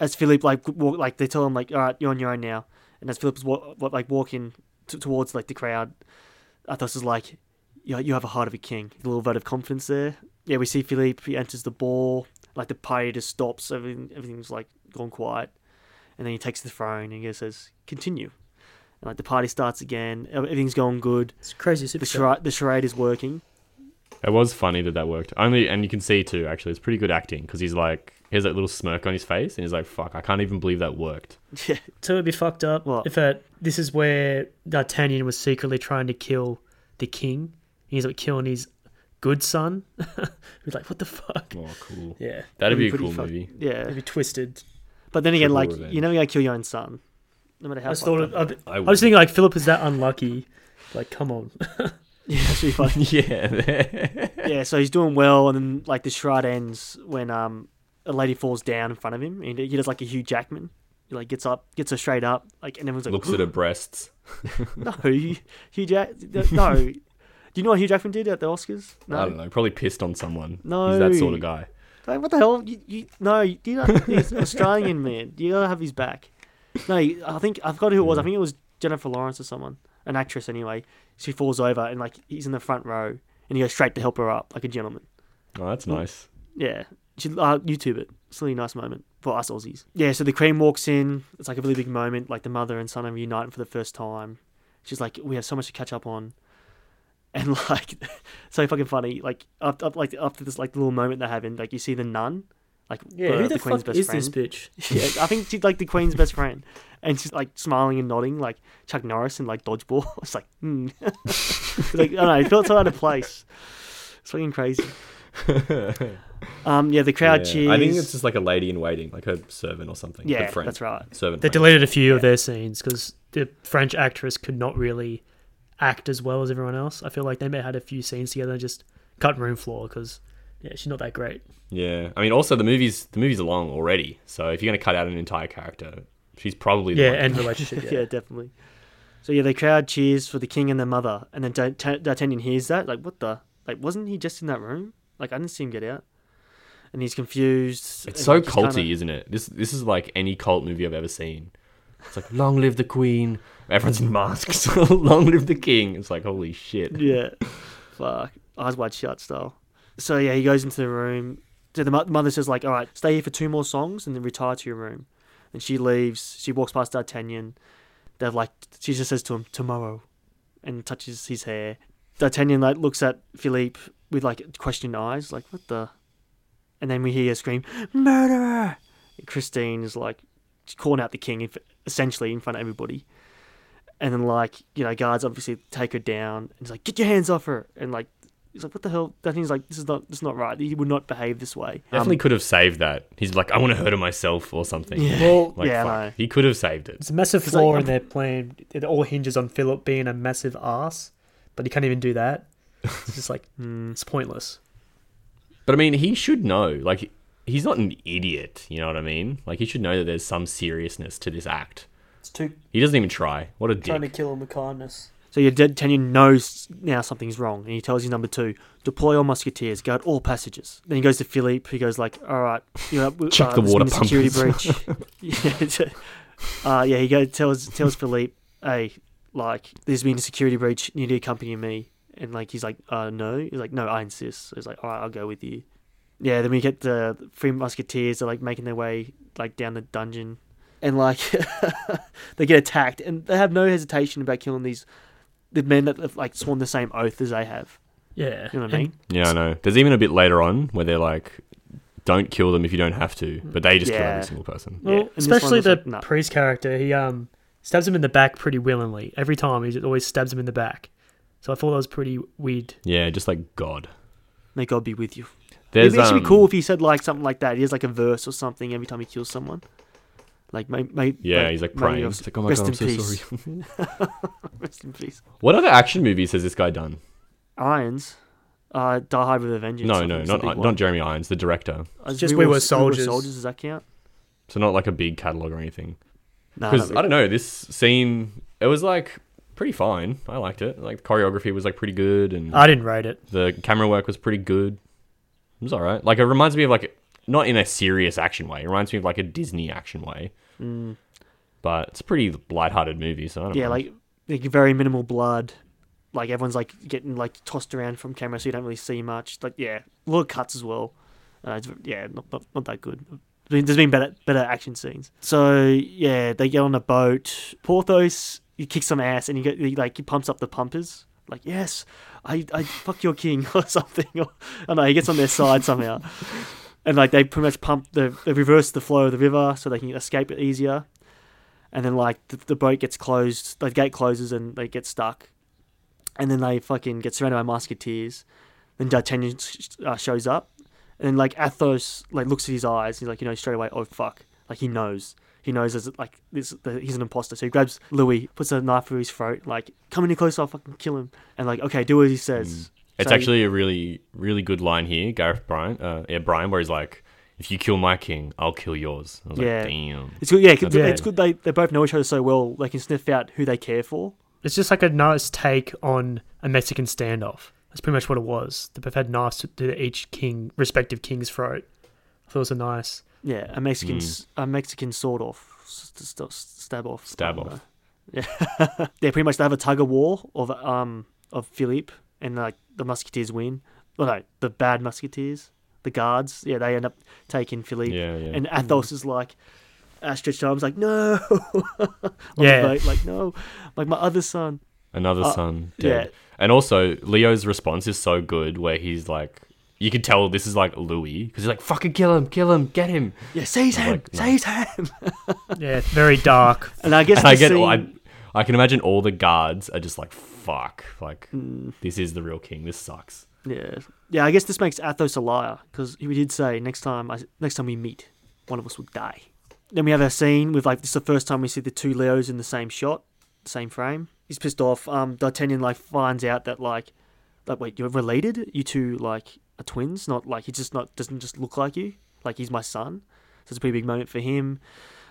[SPEAKER 4] as Philip like walk, like they tell him like all right you're on your own now, and as Philip is wa- wa- like walking t- towards like the crowd, Athos is like you you have a heart of a king. A little vote of confidence there. Yeah, we see Philip. He enters the ball. Like the party just stops. Everything everything's like gone quiet, and then he takes the throne and he says continue. And like the party starts again. Everything's going good.
[SPEAKER 3] It's crazy.
[SPEAKER 4] The
[SPEAKER 3] Super
[SPEAKER 4] charade, the charade is working.
[SPEAKER 1] It was funny that that worked. Only, and you can see too. Actually, it's pretty good acting because he's like, he has that little smirk on his face, and he's like, "Fuck, I can't even believe that worked."
[SPEAKER 4] Yeah.
[SPEAKER 3] So it'd be fucked up
[SPEAKER 4] What?
[SPEAKER 3] if it, this is where D'Artagnan was secretly trying to kill the king. He's like killing his good son. <laughs> He's like, what the fuck?
[SPEAKER 1] Oh, cool.
[SPEAKER 3] Yeah,
[SPEAKER 1] That'd be a
[SPEAKER 4] pretty
[SPEAKER 1] cool
[SPEAKER 4] fuck-
[SPEAKER 1] movie.
[SPEAKER 4] Yeah.
[SPEAKER 3] it'd be twisted.
[SPEAKER 4] But then again,
[SPEAKER 1] Triple
[SPEAKER 4] like
[SPEAKER 1] revenge.
[SPEAKER 4] you're never gonna kill your own son. no matter
[SPEAKER 3] I
[SPEAKER 4] how.
[SPEAKER 3] just thought
[SPEAKER 4] fucked
[SPEAKER 3] of,
[SPEAKER 4] up.
[SPEAKER 3] I, I
[SPEAKER 1] would. <laughs>
[SPEAKER 3] was thinking like Philip is that unlucky. Like, come on.
[SPEAKER 4] yeah, so you
[SPEAKER 1] <laughs>
[SPEAKER 4] fucking-
[SPEAKER 1] yeah.
[SPEAKER 4] yeah, so he's doing well, and then like the shroud ends when um a lady falls down in front of him, and he does like a Hugh Jackman. He like gets up, gets her straight up, like and everyone's like
[SPEAKER 1] Looks at her breasts.
[SPEAKER 4] No, Hugh, Hugh Jack.
[SPEAKER 1] <laughs>
[SPEAKER 4] No, do you know what Hugh Jackman did at the Oscars? No,
[SPEAKER 1] I don't know. Probably pissed on someone.
[SPEAKER 4] No.
[SPEAKER 1] He's that sort of guy.
[SPEAKER 4] Like, what the hell? You, you no, you you don't. He's an Australian man. You gotta have his back. No, I think I forgot who it was. I think it was Jennifer Lawrence or someone, an actress anyway. She falls over and like he's in the front row, and he goes straight to help her up like a gentleman.
[SPEAKER 1] Oh, that's nice.
[SPEAKER 4] Yeah. She, uh, YouTube it. It's a really nice moment for us Aussies. Yeah, so the Queen walks in. It's like a really big moment. Like the mother and son are reuniting for the first time. She's like, we have so much to catch up on. <laughs> And like, <laughs> so fucking funny. Like, up, up, like after this like little moment they're having, like you see the nun, like uh,
[SPEAKER 3] Yeah, who the, fuck is this bitch?
[SPEAKER 4] yeah, I think she's like the Queen's best friend, and she's like smiling and nodding like Chuck Norris and like dodgeball. <laughs> It's like, hmm. It's like I don't know, it felt so out of place. It's
[SPEAKER 1] <laughs>
[SPEAKER 4] fucking crazy. um, yeah, the crowd cheers.
[SPEAKER 1] Yeah. I think it's just like a lady in waiting, like her servant or something.
[SPEAKER 4] yeah,
[SPEAKER 1] her friend.
[SPEAKER 4] that's right.
[SPEAKER 1] Servant.
[SPEAKER 3] They
[SPEAKER 1] friend.
[SPEAKER 3] deleted a few of their scenes because the French actress could not really act as well as everyone else. I feel like they may have had a few scenes together and just cut room floor because yeah, she's not that great.
[SPEAKER 1] Yeah, I mean, also the movie's the movie's long already, so if you're gonna cut out an entire character, she's probably the
[SPEAKER 3] Yeah,
[SPEAKER 1] one-
[SPEAKER 3] and
[SPEAKER 4] <laughs>
[SPEAKER 3] relationship.
[SPEAKER 4] Yeah.
[SPEAKER 3] Yeah,
[SPEAKER 4] definitely. So yeah, the crowd cheers for the king and the mother, and then D'Art- D'Artagnan hears that. Like, what the? Like, wasn't he just in that room? Like, I didn't see him get out. And he's confused.
[SPEAKER 1] it's
[SPEAKER 4] and,
[SPEAKER 1] so
[SPEAKER 4] like, he's
[SPEAKER 1] culty,
[SPEAKER 4] kinda-
[SPEAKER 1] isn't it? This this is like any cult movie I've ever seen. It's like long live the queen, everyone's in masks. <laughs> long live the king. It's like holy shit.
[SPEAKER 4] <laughs> Yeah. Fuck. Eyes wide shut style. So yeah, he goes into the room. So the mo- mother says like, "All right, stay here for two more songs and then retire to your room." And she leaves. She walks past D'Artagnan. They're like, she just says to him, "Tomorrow," and touches his hair. D'Artagnan like looks at Philippe with like questioned eyes, like, "What the?" And then we hear a scream, "Murderer!" Christine is like calling out the king, in- essentially in front of everybody and then like you know guards obviously take her down and he's like get your hands off her and like he's like what the hell that thing's like this is not this is not right he would not behave this way
[SPEAKER 1] Definitely could have saved that. He's like, I want to hurt her myself or something.
[SPEAKER 4] Yeah.
[SPEAKER 3] Well,
[SPEAKER 1] Like,
[SPEAKER 4] Yeah,
[SPEAKER 1] fuck.
[SPEAKER 4] no.
[SPEAKER 1] He could have saved it.
[SPEAKER 3] it's a massive
[SPEAKER 4] like,
[SPEAKER 3] flaw
[SPEAKER 4] I'm-
[SPEAKER 3] in their plan. It all hinges on Philip being a massive ass, but he can't even do that. It's just like
[SPEAKER 4] Um, hmm.
[SPEAKER 3] it's pointless.
[SPEAKER 1] But I mean, he should know. Like, he's not an idiot. You know what I mean? Like, he should know that there's some seriousness to this act.
[SPEAKER 3] It's too
[SPEAKER 1] He doesn't even try. What a dick.
[SPEAKER 3] kill him with kindness.
[SPEAKER 4] so your dead tenant knows now something's wrong and he tells his number two deploy all musketeers guard all passages then he goes to philippe he goes like all right you know
[SPEAKER 1] <laughs>
[SPEAKER 4] we-
[SPEAKER 1] Check the
[SPEAKER 4] there's
[SPEAKER 1] water
[SPEAKER 4] been a uh, security breach yeah, it's a- uh, <laughs> yeah he goes tells tells philippe hey like there's been a security breach you need to accompany me and like he's like uh no he's like no i insist so he's like all right i'll go with you yeah, then we get the three musketeers are like making their way like down the dungeon, and like <laughs> they get attacked, and they have no hesitation about killing these the men that have like sworn the same oath as they have.
[SPEAKER 3] Yeah,
[SPEAKER 4] You know what I mean?
[SPEAKER 1] Yeah, I know. There's even a bit later on where they're like, "Don't kill them if you don't have to," but they just kill
[SPEAKER 4] Yeah.
[SPEAKER 1] every single person.
[SPEAKER 4] Yeah,
[SPEAKER 3] Well,
[SPEAKER 4] and this one
[SPEAKER 3] especially
[SPEAKER 4] was
[SPEAKER 3] the
[SPEAKER 4] like, nah.
[SPEAKER 3] priest character, he um stabs him in the back pretty willingly. Every time he always stabs him in the back. So I thought that was pretty weird.
[SPEAKER 1] Yeah, just like God.
[SPEAKER 4] May God be with you.
[SPEAKER 1] There's
[SPEAKER 4] It'd actually be
[SPEAKER 1] um,
[SPEAKER 4] cool if he said like something like that. He has like a verse or something every time he kills someone. Like may, may
[SPEAKER 1] Yeah,
[SPEAKER 4] may-
[SPEAKER 1] he's like
[SPEAKER 4] may your-
[SPEAKER 1] praying. It's like, "Oh my
[SPEAKER 4] rest
[SPEAKER 1] God,
[SPEAKER 4] in
[SPEAKER 1] I'm so
[SPEAKER 4] peace.
[SPEAKER 1] sorry."
[SPEAKER 4] <laughs> Rest in peace.
[SPEAKER 1] What other action movies has this guy done?
[SPEAKER 4] Irons, uh, Die Hard with a Vengeance. I
[SPEAKER 1] no,
[SPEAKER 4] think
[SPEAKER 1] no,
[SPEAKER 4] is the
[SPEAKER 1] not
[SPEAKER 4] big one.
[SPEAKER 1] not Jeremy Irons, the director.
[SPEAKER 4] Uh,
[SPEAKER 3] Just We Were Soldiers.
[SPEAKER 4] Soldiers. Does that count?
[SPEAKER 1] So not like a big catalog or anything.
[SPEAKER 4] No,
[SPEAKER 1] Because I don't know, this scene it was like pretty fine. I liked it. Like the choreography was like pretty good, and
[SPEAKER 3] I didn't rate it.
[SPEAKER 1] the camera work was pretty good. It was all right. Like it reminds me of like not in a serious action way. It reminds me of like a Disney action way.
[SPEAKER 4] Mm.
[SPEAKER 1] But it's a pretty lighthearted movie, so I don't
[SPEAKER 4] Yeah,
[SPEAKER 1] know.
[SPEAKER 4] like like very minimal blood. Like everyone's like getting like tossed around from camera, so you don't really see much. Like yeah, a lot of cuts as well. Uh, it's, yeah, not, not not that good. I mean, There's been better better action scenes. So yeah, they get on a boat. Porthos, he kicks some ass, and he, get, he like he pumps up the pumpers. Like yes, I I fuck your king <laughs> or something. Or, I don't know. He gets on their side somehow, and like they pretty much pump the they reverse the flow of the river so they can escape it easier and then like the, the boat gets closed, the gate closes, and they get stuck, and then they fucking get surrounded by musketeers. Then D'Artagnan sh- uh, shows up, and then like Athos like looks at his eyes, and he's like, you know, straight away, oh fuck, like he knows, he He knows there's like this, that he's an imposter, so he grabs Louis, puts a knife through his throat, like come any closer, I'll fucking kill him, and like okay, do as he says.
[SPEAKER 1] Mm. It's
[SPEAKER 4] So-
[SPEAKER 1] actually a really, really good line here, Gareth Bryan, uh, yeah, Bryan, where he's like, "If you kill my king, I'll kill yours." I was
[SPEAKER 4] Yeah.
[SPEAKER 1] like, "Damn."
[SPEAKER 4] It's good, yeah. 'cause
[SPEAKER 1] Yeah.
[SPEAKER 4] It's good they, they both know each other so well. They can sniff out who they care for.
[SPEAKER 3] It's just like a nice take on a Mexican standoff. That's pretty much what it was. They both had knives to- to each king, respective king's throat. I thought it was a nice.
[SPEAKER 4] Yeah, a Mexican
[SPEAKER 1] Mm.
[SPEAKER 4] s a Mexican sword off, s- s- st- stab off,
[SPEAKER 1] Stab
[SPEAKER 4] I don't
[SPEAKER 1] off.
[SPEAKER 4] know. <laughs> Yeah, yeah. Pretty much they have a tug of war of um of Philippe and like the musketeers win. Well, no, the bad musketeers, the guards. Yeah, they end up taking Philippe.
[SPEAKER 1] Yeah, yeah.
[SPEAKER 4] And Athos is like. Uh, stretched arms like no, <laughs> On the
[SPEAKER 3] Yeah.
[SPEAKER 4] boat, like no, like my other son.
[SPEAKER 1] Another
[SPEAKER 4] Uh,
[SPEAKER 1] son.
[SPEAKER 4] yeah.
[SPEAKER 1] Dead. And also, Leo's response is so good, where he's like, you can tell this is like Louis, because he's like, "Fucking kill him, kill him, get him."
[SPEAKER 4] Yeah, seize
[SPEAKER 1] I'm
[SPEAKER 4] him,
[SPEAKER 1] like, no.
[SPEAKER 4] seize him.
[SPEAKER 3] Yeah, very dark.
[SPEAKER 4] And I guess
[SPEAKER 1] And I
[SPEAKER 4] the
[SPEAKER 1] get,
[SPEAKER 4] scene,
[SPEAKER 1] I, I can imagine all the guards are just like, "Fuck, like
[SPEAKER 4] Hmm.
[SPEAKER 1] this is the real king. This sucks."
[SPEAKER 4] Yeah, yeah. I guess this makes Athos a liar because he did say next time, I, next time we meet, one of us will die. Then we have our scene with like this is the first time we see the two Leos in the same shot, same frame. He's pissed off. Um, D'Artagnan like finds out that like, like wait, you're related. You two like are twins. Not like he just not doesn't just look like you. Like he's my son. So it's a pretty big moment for him.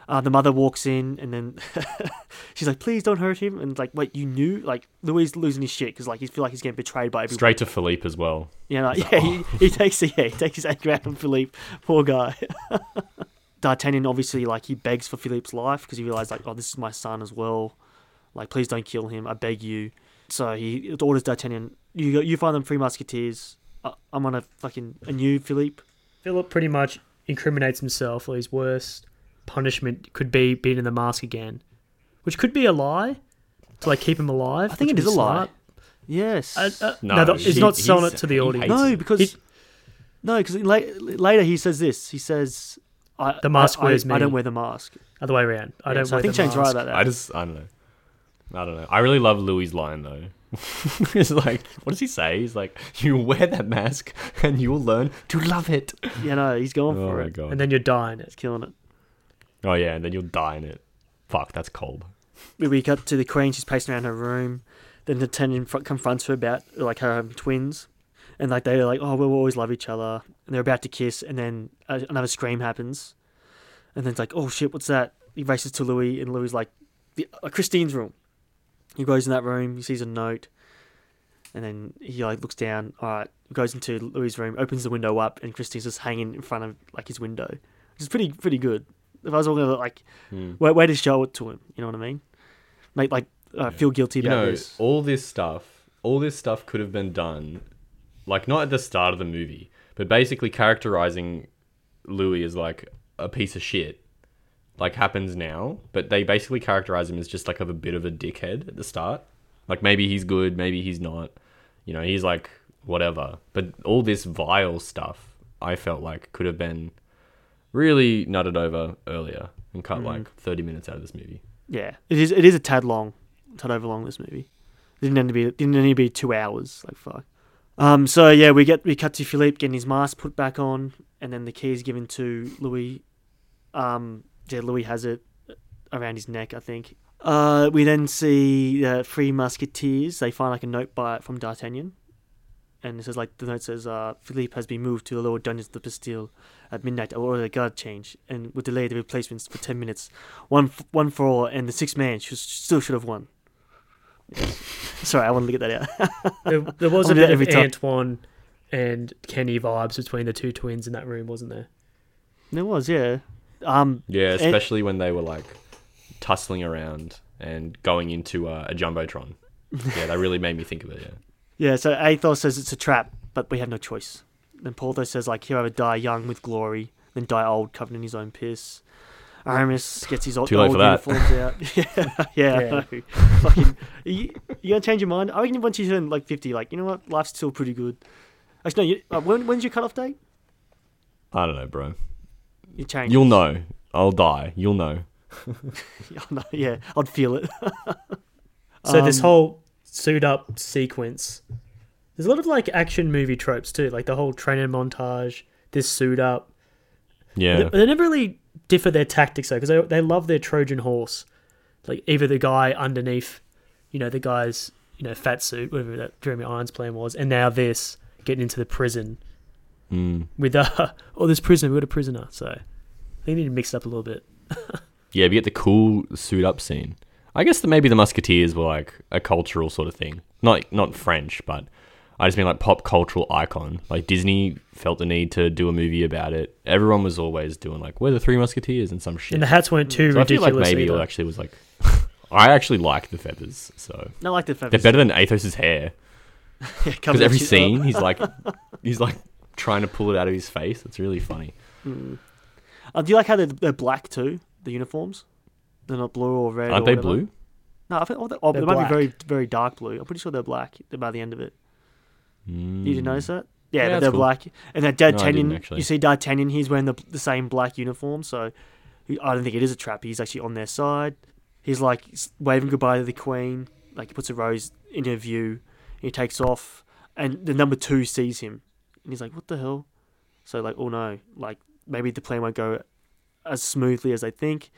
[SPEAKER 4] Uh, the mother walks in and then <laughs> she's like, "Please don't hurt him." And like, wait, you knew? Like Louis is losing his shit because like he feel like he's getting betrayed by everyone.
[SPEAKER 1] Straight to Philippe as well.
[SPEAKER 4] You know, yeah, he,
[SPEAKER 1] "Oh."
[SPEAKER 4] he takes <laughs> yeah, he takes his anger out on Philippe, poor guy. <laughs> D'Artagnan obviously like he begs for Philippe's life because he realized like, oh, this is my son as well. Like, please don't kill him. I beg you. So he orders D'Artagnan, you go, you find them three musketeers. I, I'm gonna fucking a new Philippe.
[SPEAKER 3] Philip pretty much incriminates himself, or his worst punishment could be being in the mask again, which could be a lie to like keep him alive.
[SPEAKER 4] I think it is a lie. Yes.
[SPEAKER 3] Uh, uh,
[SPEAKER 1] No,
[SPEAKER 3] no, no that- he's
[SPEAKER 1] he-
[SPEAKER 3] not selling
[SPEAKER 1] he's-
[SPEAKER 3] it to the
[SPEAKER 1] he
[SPEAKER 3] audience.
[SPEAKER 1] hates
[SPEAKER 4] no,
[SPEAKER 1] it.
[SPEAKER 4] because
[SPEAKER 3] He-
[SPEAKER 4] no, because later he says this. He says, I,
[SPEAKER 3] The mask
[SPEAKER 4] I, I-
[SPEAKER 3] wears
[SPEAKER 4] I
[SPEAKER 3] me.
[SPEAKER 4] don't wear the mask.
[SPEAKER 3] Other way around. I
[SPEAKER 4] Yeah,
[SPEAKER 3] don't.
[SPEAKER 4] so
[SPEAKER 3] wear
[SPEAKER 4] I think
[SPEAKER 3] the
[SPEAKER 4] Shane's right
[SPEAKER 3] mask.
[SPEAKER 4] about that.
[SPEAKER 1] I just, I don't know. I don't know. I really love Louis' line though. <laughs> it's like, what does he say? He's like, you wear that mask and you will learn to love it.
[SPEAKER 4] yeah, no, he's going
[SPEAKER 1] Oh
[SPEAKER 4] for
[SPEAKER 1] my
[SPEAKER 4] it.
[SPEAKER 1] god.
[SPEAKER 3] And then you're dying.
[SPEAKER 4] He's killing it.
[SPEAKER 1] oh yeah, and then you'll die in it. Fuck, that's cold.
[SPEAKER 4] we- we cut to the queen. She's pacing around her room. Then the tenant fr- confronts her about like her um, twins, and like they're like, "Oh, we'll always love each other." And they're about to kiss, and then uh, another scream happens, and then it's like, "Oh shit, what's that?" He races to Louis, and Louis is like, the, uh, "Christine's room." He goes in that room. He sees a note, and then he like looks down. All right, goes into Louis's room, opens the window up, and Christine's just hanging in front of like his window, which is pretty pretty good. If I was all gonna like, way, way to show it to him, you know what I mean? Make like uh, feel guilty
[SPEAKER 1] You
[SPEAKER 4] about
[SPEAKER 1] know,
[SPEAKER 4] this.
[SPEAKER 1] all this stuff, all this stuff could have been done, like not at the start of the movie, but basically characterizing Louis as like a piece of shit, like happens now. But they basically characterize him as just like of a bit of a dickhead at the start. Like maybe he's good, maybe he's not. You know, he's like whatever. But all this vile stuff, I felt like could have been really nutted over earlier and cut
[SPEAKER 4] Hmm.
[SPEAKER 1] like 30 minutes out of this movie.
[SPEAKER 4] Yeah, it is. It is a tad long, tad over long. This movie didn't need to be. Didn't need to be two hours. Like fuck. Um. So yeah, we get we cut to Philippe getting his mask put back on, and then the key is given to Louis. Um. Yeah, Louis has it around his neck, I think. Uh. We then see uh, three musketeers. They find like a note by from D'Artagnan. And it says like the note says, uh, Philippe has been moved to the lower dungeons of the Bastille. At midnight, I will order the guard change, and will delay the replacements for ten minutes one f- one for all, and the six man should, still should have won. Yes. Sorry, I wanted to get that out.
[SPEAKER 3] There, there was
[SPEAKER 4] I'll
[SPEAKER 3] a
[SPEAKER 4] do that
[SPEAKER 3] bit of
[SPEAKER 4] every time.
[SPEAKER 3] Antoine and Kenny vibes between the two twins in that room, wasn't there?
[SPEAKER 4] there was, yeah. Um,
[SPEAKER 1] Yeah,
[SPEAKER 4] And-
[SPEAKER 1] especially when they were like tussling around and going into uh, a jumbotron. Yeah, that really made me think of it. Yeah,
[SPEAKER 4] yeah. So Athos says it's a trap, but we have no choice. Then Porthos says like, "Here I would die young with glory, then die old covered in his own piss." Aramis gets his old,
[SPEAKER 1] Too late
[SPEAKER 4] old
[SPEAKER 1] for that.
[SPEAKER 4] uniforms out. <laughs> yeah, yeah.
[SPEAKER 3] Yeah.
[SPEAKER 4] I know. Fucking, you, you gonna change your mind? I reckon once you turn like fifty, like you know what, life's still pretty good. Actually, no. You, uh, when, when's your cutoff date?
[SPEAKER 1] I don't know, bro.
[SPEAKER 4] You change.
[SPEAKER 1] You'll
[SPEAKER 4] <laughs>
[SPEAKER 1] know. I'll die. You'll know.
[SPEAKER 4] Yeah, I know, yeah, I'd feel it. <laughs>
[SPEAKER 3] So this
[SPEAKER 4] Um,
[SPEAKER 3] whole suit up sequence. There's a lot of like action movie tropes too, like the whole training montage, this suit up.
[SPEAKER 1] Yeah,
[SPEAKER 3] They, they never really differ their tactics though, because they they love their Trojan horse, like either the guy underneath, you know, the guy's you know fat suit, whatever that Jeremy Irons plan was, and now this getting into the prison
[SPEAKER 1] Hmm.
[SPEAKER 3] with uh <laughs> oh this prison we got a prisoner, so I think they need to mix it up a little bit.
[SPEAKER 1] Yeah, we get the cool suit up scene. I guess that maybe the Musketeers were like a cultural sort of thing. Not not French, but I just mean like pop cultural icon. Like Disney felt the need to do a movie about it. Everyone was always doing like we're the Three Musketeers and some shit.
[SPEAKER 3] And the hats weren't too
[SPEAKER 1] so I feel
[SPEAKER 3] ridiculous
[SPEAKER 1] like maybe
[SPEAKER 3] either.
[SPEAKER 1] it actually was like <laughs> I actually like the feathers, so
[SPEAKER 4] I like the
[SPEAKER 1] they're
[SPEAKER 4] feathers.
[SPEAKER 1] better than Athos's hair
[SPEAKER 4] Yeah,
[SPEAKER 1] because
[SPEAKER 4] covers
[SPEAKER 1] every
[SPEAKER 4] it up.
[SPEAKER 1] scene he's
[SPEAKER 4] <laughs>
[SPEAKER 1] like he's like trying to pull it out of his face. It's really funny.
[SPEAKER 4] Uh, do you like how they're, they're black too? The uniforms, they're not blue or red.
[SPEAKER 1] Aren't
[SPEAKER 4] or
[SPEAKER 1] they
[SPEAKER 4] whatever.
[SPEAKER 1] blue?
[SPEAKER 4] No, I think oh, they, oh, they
[SPEAKER 3] They're
[SPEAKER 4] might
[SPEAKER 3] black.
[SPEAKER 4] be very very dark blue. I'm pretty sure they're black by the end of it. You didn't notice that? Yeah,
[SPEAKER 1] Yeah,
[SPEAKER 4] that
[SPEAKER 1] that's
[SPEAKER 4] they're
[SPEAKER 1] cool.
[SPEAKER 4] black. And that
[SPEAKER 1] didn't,
[SPEAKER 4] D'Artagnan,
[SPEAKER 1] actually.
[SPEAKER 4] you see D'Artagnan, he's wearing the, the same black uniform, so he- I don't think it is a trap. He's actually on their side. He's like s- waving goodbye to the queen. Like he puts a rose in her view. He takes off, and the number two sees him, and he's like, "What the hell?" So like, oh no, like maybe the plan won't go as smoothly as they think.